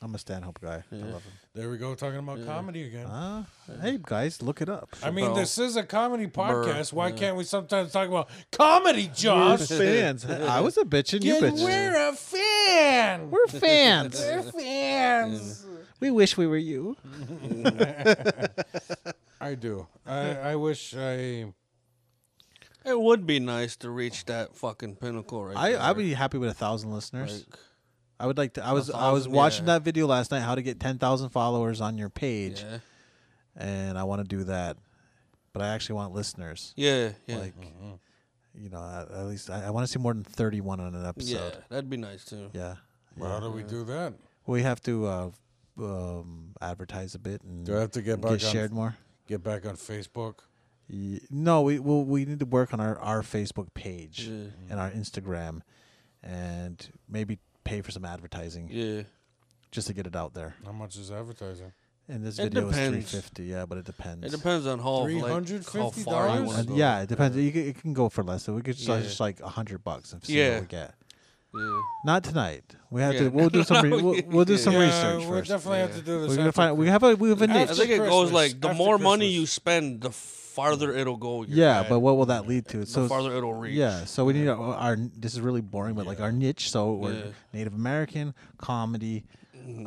A: I'm a Stanhope guy. I love him.
B: There we go, talking about comedy again.
A: Uh, hey guys, look it up.
B: I mean,
C: Chappelle.
B: this is a comedy podcast. Why can't we sometimes talk about comedy, Josh?
A: fans. I was a bitch and you
B: Then
A: bitch.
B: we're a fan.
A: We're fans.
B: fans.
A: we wish we were you.
B: I do. I, I wish I.
C: It would be nice to reach that fucking pinnacle right
A: I
C: there.
A: I'd be happy with a thousand listeners.
C: Like,
A: I would like to. I was I
C: thousand,
A: was watching
C: yeah.
A: that video last night, how to get ten thousand followers on your page,
C: yeah,
A: and I want to do that, but I actually want listeners.
C: yeah, yeah.
A: Like, you know, at, at least I, I want to see more than thirty-one on an
C: yeah,
A: episode.
C: that'd be nice too.
A: Yeah,
B: Well, how do we do that?
A: we have to uh, um, advertise a bit and
B: Do I have to get back
A: get
B: on
A: shared more.
B: get back on Facebook?
A: Ye- No, we well, we need to work on our, our Facebook page and our Instagram, and maybe pay for some advertising
C: Yeah,
A: just to get it out
B: How much is advertising?
A: And this
C: It
A: video is three
C: depends.
A: fifty, yeah, but it depends.
C: it depends on how like how far you
B: $350?
C: want
A: And
C: to go.
A: yeah, it depends. You can, it can go for less. So we could just,
C: Yeah.
A: just like a hundred bucks and see
C: Yeah.
A: what we get. Uh,
C: yeah.
A: Not tonight. We have
C: Yeah.
A: to. We'll do some.
C: *laughs*
A: Re-
C: No,
A: we'll, we'll do some
B: yeah,
A: research
B: We
A: first.
B: Uh, definitely have to do this.
A: We're gonna
B: after
A: find. We have a. We have a
B: After
A: niche.
C: I think it
B: Christmas,
C: goes like the
B: after
C: more money
B: Christmas.
C: you spend, the farther it'll go. Your
A: yeah,
B: bad.
A: but what will that lead to? So it's-
C: farther it'll reach.
A: Yeah, so we need our, our. This is really boring, but like our niche. So we're
C: Yeah.
A: Native American comedy,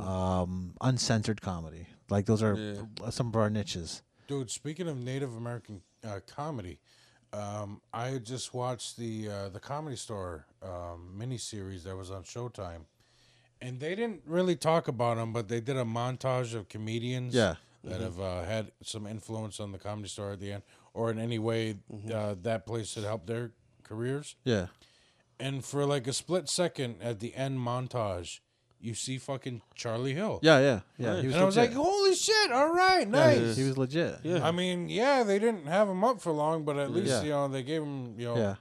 A: um, uncensored comedy. Like those are some of our niches.
B: Dude, speaking of Native American uh, comedy, um, I just watched the uh, the Comedy Store um, miniseries that was on Showtime, and they didn't really talk about them, but they did a montage of comedians
A: Yeah. Mm-hmm.
B: that have uh, had some influence on the Comedy Store at the end, or in any way
A: Mm-hmm.
B: uh, that place had helped their careers.
A: Yeah.
B: And for like a split second at the end montage, you see fucking Charlie Hill.
A: Yeah. Yeah. Yeah. He was
B: And I was like,
A: legit.
B: holy shit, all right, nice.
A: he was legit.
B: I mean, yeah, they didn't have him up for long, but at least
A: Yeah.
B: you know they gave him you know,
A: Yeah.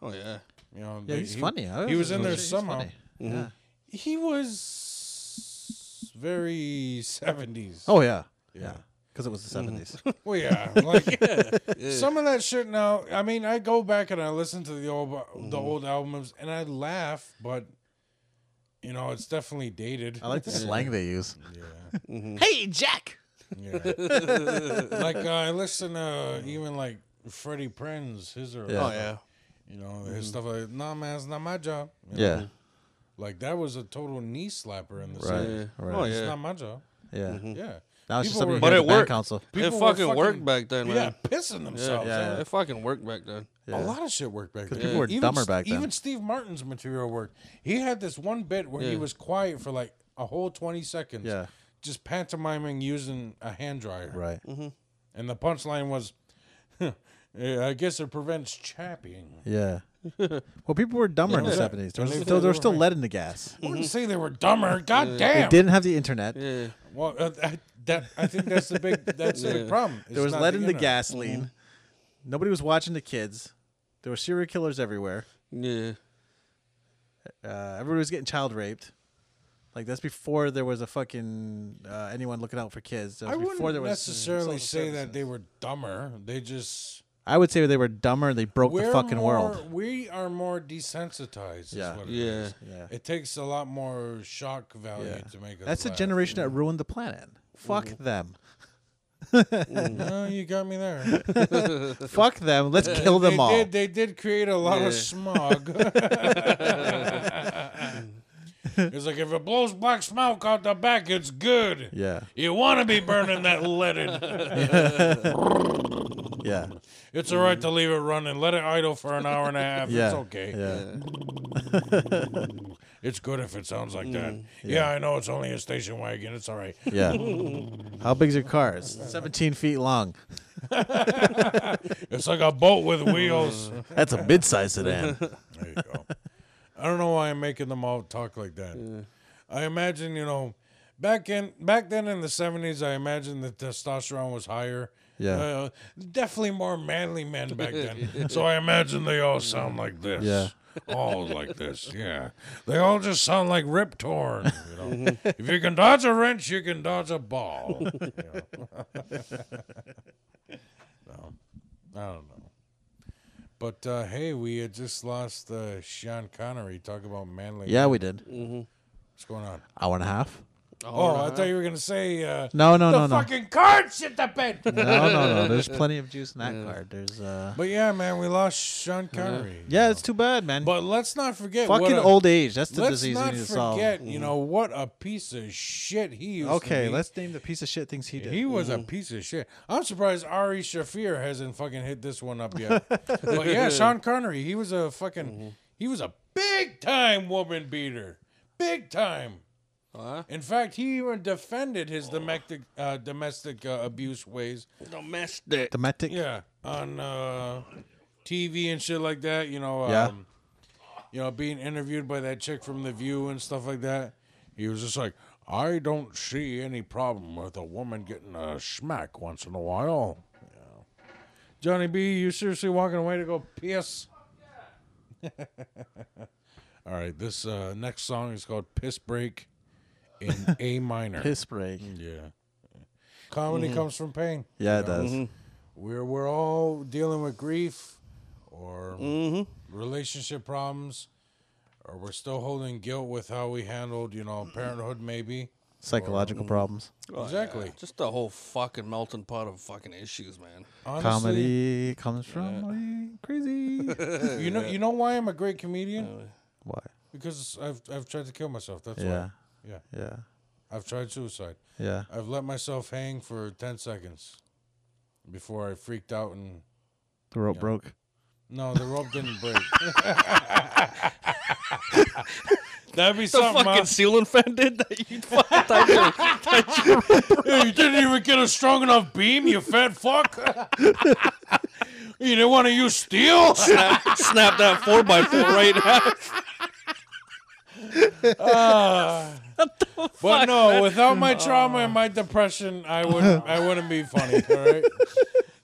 C: Oh yeah.
B: you know
A: Yeah,
B: they-
A: he's
B: he-
A: funny. I
B: he was in there
A: he's
B: somehow.
A: funny. Yeah.
B: He was very seventies.
A: Oh yeah. Yeah. Because it was the seventies.
B: *laughs* well, yeah,
A: *laughs*
B: like *laughs* some of that shit. Now, I mean, I go back and I listen to the old
A: Mm-hmm.
B: the old albums and I laugh, but you know, it's definitely dated.
A: I like
B: *laughs*
A: the slang they use.
B: Yeah. like uh, I listen to even like Freddie Prinz, his or
A: Mm-hmm. Yeah. Mm-hmm.
C: Oh yeah.
B: you know his stuff. Like, nah, man, it's not my job. you know?
A: Yeah.
B: Like that was a total knee slapper in the
A: Right.
B: city.
A: Right.
C: Oh
B: It's
C: yeah.
B: not my job.
A: Yeah.
B: Yeah.
A: Now it's just
B: mm-hmm.
A: something
B: People
A: you get at
B: were-
C: But it
A: the band
C: worked.
A: council.
C: It
B: were
C: fucking,
B: fucking-
C: worked back
B: *laughs*
C: then,
B: Yeah,
C: man.
B: pissing themselves.
A: yeah,
B: Yeah,
A: yeah.
C: It fucking worked back then.
B: A lot of shit worked back then.
A: people were
B: even
A: dumber
B: S-
A: back then.
B: Even Steve Martin's material worked. He had this one bit where he
C: Yeah.
B: was quiet for like a whole twenty seconds.
A: Yeah.
B: Just pantomiming using a hand dryer.
A: Right.
B: And the punchline was, "Huh, yeah, I guess it prevents chapping.
A: Yeah. well, people were dumber in the
B: Yeah.
A: seventies. They were
B: They-
A: still,
B: they
A: they
B: were
A: were still
B: right.
A: lead in the gas.
B: I wouldn't say they were dumber. God
A: They
B: damn.
A: didn't have the internet.
C: Yeah.
B: Well, uh, I, that I think that's the big that's the big problem.
A: There was lead in the gasoline. Nobody was watching the kids. There were serial killers everywhere.
C: Yeah.
A: Uh, everybody was getting child raped. Like that's before there was a fucking uh, anyone looking out for kids. That
B: I
A: was
B: wouldn't
A: before there was
B: necessarily
A: social
B: say that
A: services.
B: they were dumber. They just
A: I would say they were dumber. They broke the
B: we're
A: fucking
B: more,
A: world.
B: We are more desensitized.
A: Yeah.
B: Yeah, is what it
C: Yeah.
B: is.
A: Yeah.
B: It takes a lot more shock value
A: Yeah.
B: to make us.
A: That's the
B: laugh.
A: generation that ruined the planet. Fuck
B: Mm-hmm. *laughs*
A: them.
B: No, you got me
A: *laughs*
B: there.
A: Fuck
B: *laughs*
A: them. Let's kill
B: they
A: them all.
B: did. They did create a lot of
A: *laughs*
C: Yeah.
B: smog. *laughs* it's like if it blows black smoke out the back, it's good.
A: Yeah.
B: You want to be burning
A: *laughs*
B: that leaded. *laughs*
A: Yeah.
B: It's all right to leave it running. Let it idle for an hour and a half.
A: Yeah.
B: It's okay. *laughs*
A: Yeah.
B: It's good if it sounds like
A: Mm,
B: that. Yeah. I know it's only a station wagon. It's all right.
A: Yeah. How big's your car? It's 17 feet long. *laughs*
B: It's like a boat with wheels.
A: That's a mid-sized sedan. *laughs*
B: *laughs* There you go. I don't know why why I'm making them all talk like that. I imagine, you know, back in back then in the 70s, I imagine the testosterone was higher.
A: Yeah.
B: Uh, definitely more manly men
A: *laughs*
B: back then. so I imagine they all sound like this.
A: Mm. Yeah.
B: All like this, yeah. They all just sound like Rip Torn. You know?
A: Mm-hmm.
B: if you can dodge a wrench, you can dodge a ball.
A: *laughs*
B: you know? So, I don't know. But uh, hey, we had just lost uh, Sean Connery. Talk about manly.
A: Yeah, we did.
B: What's going on?
A: Hour and a half.
B: Oh, I thought you were gonna say uh,
A: No, no,
B: the
A: no, no.
B: fucking cards at the bed.
A: *laughs* No, no, no.
B: *laughs*
A: There's plenty of juice in that card. There's uh.
B: but yeah, man, we lost Sean Connery.
A: Yeah, it's too bad, man.
B: But let's not forget what
A: Fucking
B: a-
A: old age. That's the
B: let's
A: disease we
B: not
A: need to solve. Mm.
B: forget, you know what a piece of shit he used. to
A: Okay,
B: be.
A: let's name the piece of shit things he did. Mm-hmm.
B: He was a piece of shit. I'm surprised Ari Shafir hasn't fucking hit this one up
A: *laughs*
B: yet. but yeah, Sean Connery, he was a fucking,
A: Mm-hmm.
B: he was a big time woman beater, big time.
A: Uh-huh.
C: Huh?
B: In fact, he even defended his domestic uh, domestic uh, abuse ways.
C: Domestic.
A: Domestic.
B: Yeah, on uh, TV and shit like that. You know, um,
A: Yeah.
B: you know, being interviewed by that chick from The View and stuff like that. He was just like, I don't see any problem with a woman getting a smack once in a while. Yeah. Johnny B, you seriously walking away to go piss? *laughs* All right, this uh, next song is called "Piss Break" in A minor.
A: *laughs* Piss break.
B: Yeah. Comedy comes from pain.
A: Yeah, it does.
B: Mm-hmm. We're we're all dealing with grief or
C: Mm-hmm.
B: relationship problems or we're still holding guilt with how we handled, you know, parenthood maybe.
A: Psychological
B: Mm-hmm.
A: problems.
C: Oh,
B: exactly.
C: Just a whole fucking melting pot of fucking issues, man.
B: Honestly,
A: Comedy comes from
B: *laughs*
A: crazy.
B: you know you know why I'm a great
C: Uh,
B: comedian?
A: Why?
B: Because I've I've tried to kill myself. That's
A: Yeah.
B: why. Yeah.
A: Yeah.
B: I've tried suicide.
A: Yeah.
B: I've let myself hang for 10 seconds before I freaked out and
A: The rope broke.
B: No, the rope didn't break. *laughs* That'd be
C: The
B: something.
C: fucking ceiling fan did that. *laughs* You fucking typed your-
B: huh? Hey, you didn't even get a strong enough beam, you fat fuck. you didn't want to use steel.
C: snap, snap that four by four right now.
B: But no, without my trauma and my depression, I wouldn't. I wouldn't be funny. All right.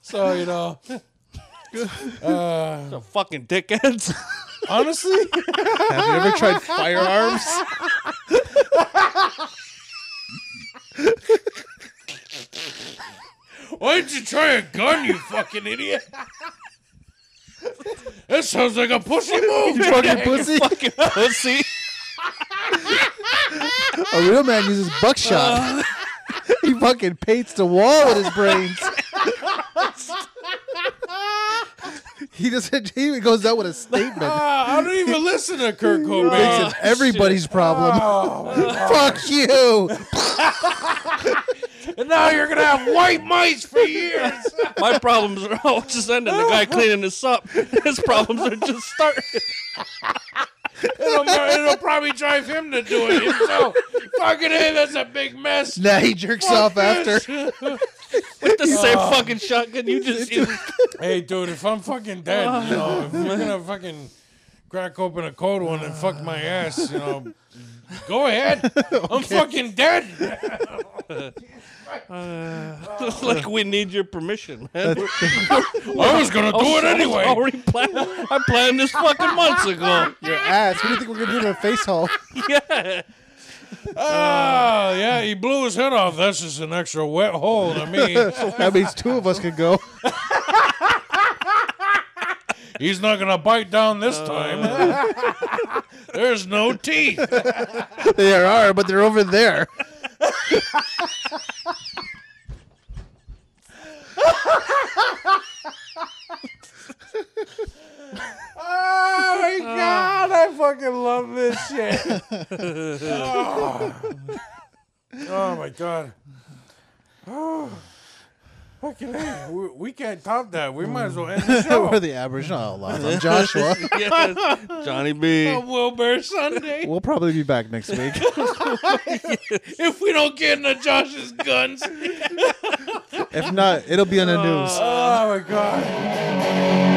B: So you know,
C: The *laughs* fucking dickheads.
B: honestly,
A: Have you ever tried
B: *laughs*
A: firearms?
B: why didn't you try a gun, you fucking idiot? That sounds like a pussy move.
A: You fucking pussy.
C: fucking pussy.
A: A real man uses buckshot. he fucking paints the wall with his brains. he doesn't. He even goes out with a statement.
B: Ah, I don't even listen to Kurt Cobain.
A: It's everybody's problem. *laughs* Fuck you.
B: Now you're gonna have white mice for years.
C: My problems are all just ending. The *laughs* guy cleaning this up, his problems are just starting. *laughs*
B: it'll, it'll probably drive him to do it himself. Fucking hey, that's a big mess.
A: Now he jerks off after.
C: With the same fucking shotgun you *laughs* just used.
B: Hey, dude, if I'm fucking dead, you know, if you're gonna fucking crack open a cold one and fuck my ass, you know, go ahead. I'm fucking dead.
C: like we need your permission. *laughs* man.
B: I was gonna do it
C: I
B: anyway.
C: already planned. I planned this fucking months *laughs* ago.
A: Your ass. What do you think we're gonna do to a face hole?
C: Yeah.
B: Ah, yeah, he blew his head off. That's just an extra wet hole to me.
A: That means two of us could go.
B: He's not gonna bite down this *laughs* time. There's no teeth.
A: there are, but they're over there.
B: Oh my god, I fucking love this shit. oh. *laughs* Oh my god. *sighs* Oh. Fucking hell, we, we can't top that. We might as well end the
A: We're
B: show.
A: the Aboriginal outlaws. I'm Joshua.
C: Yes. Johnny B.
B: Wilbur Sunday.
A: We'll probably be back next week.
B: *laughs* If we don't get into Josh's guns.
A: If not, it'll be on the news.
B: Oh my god.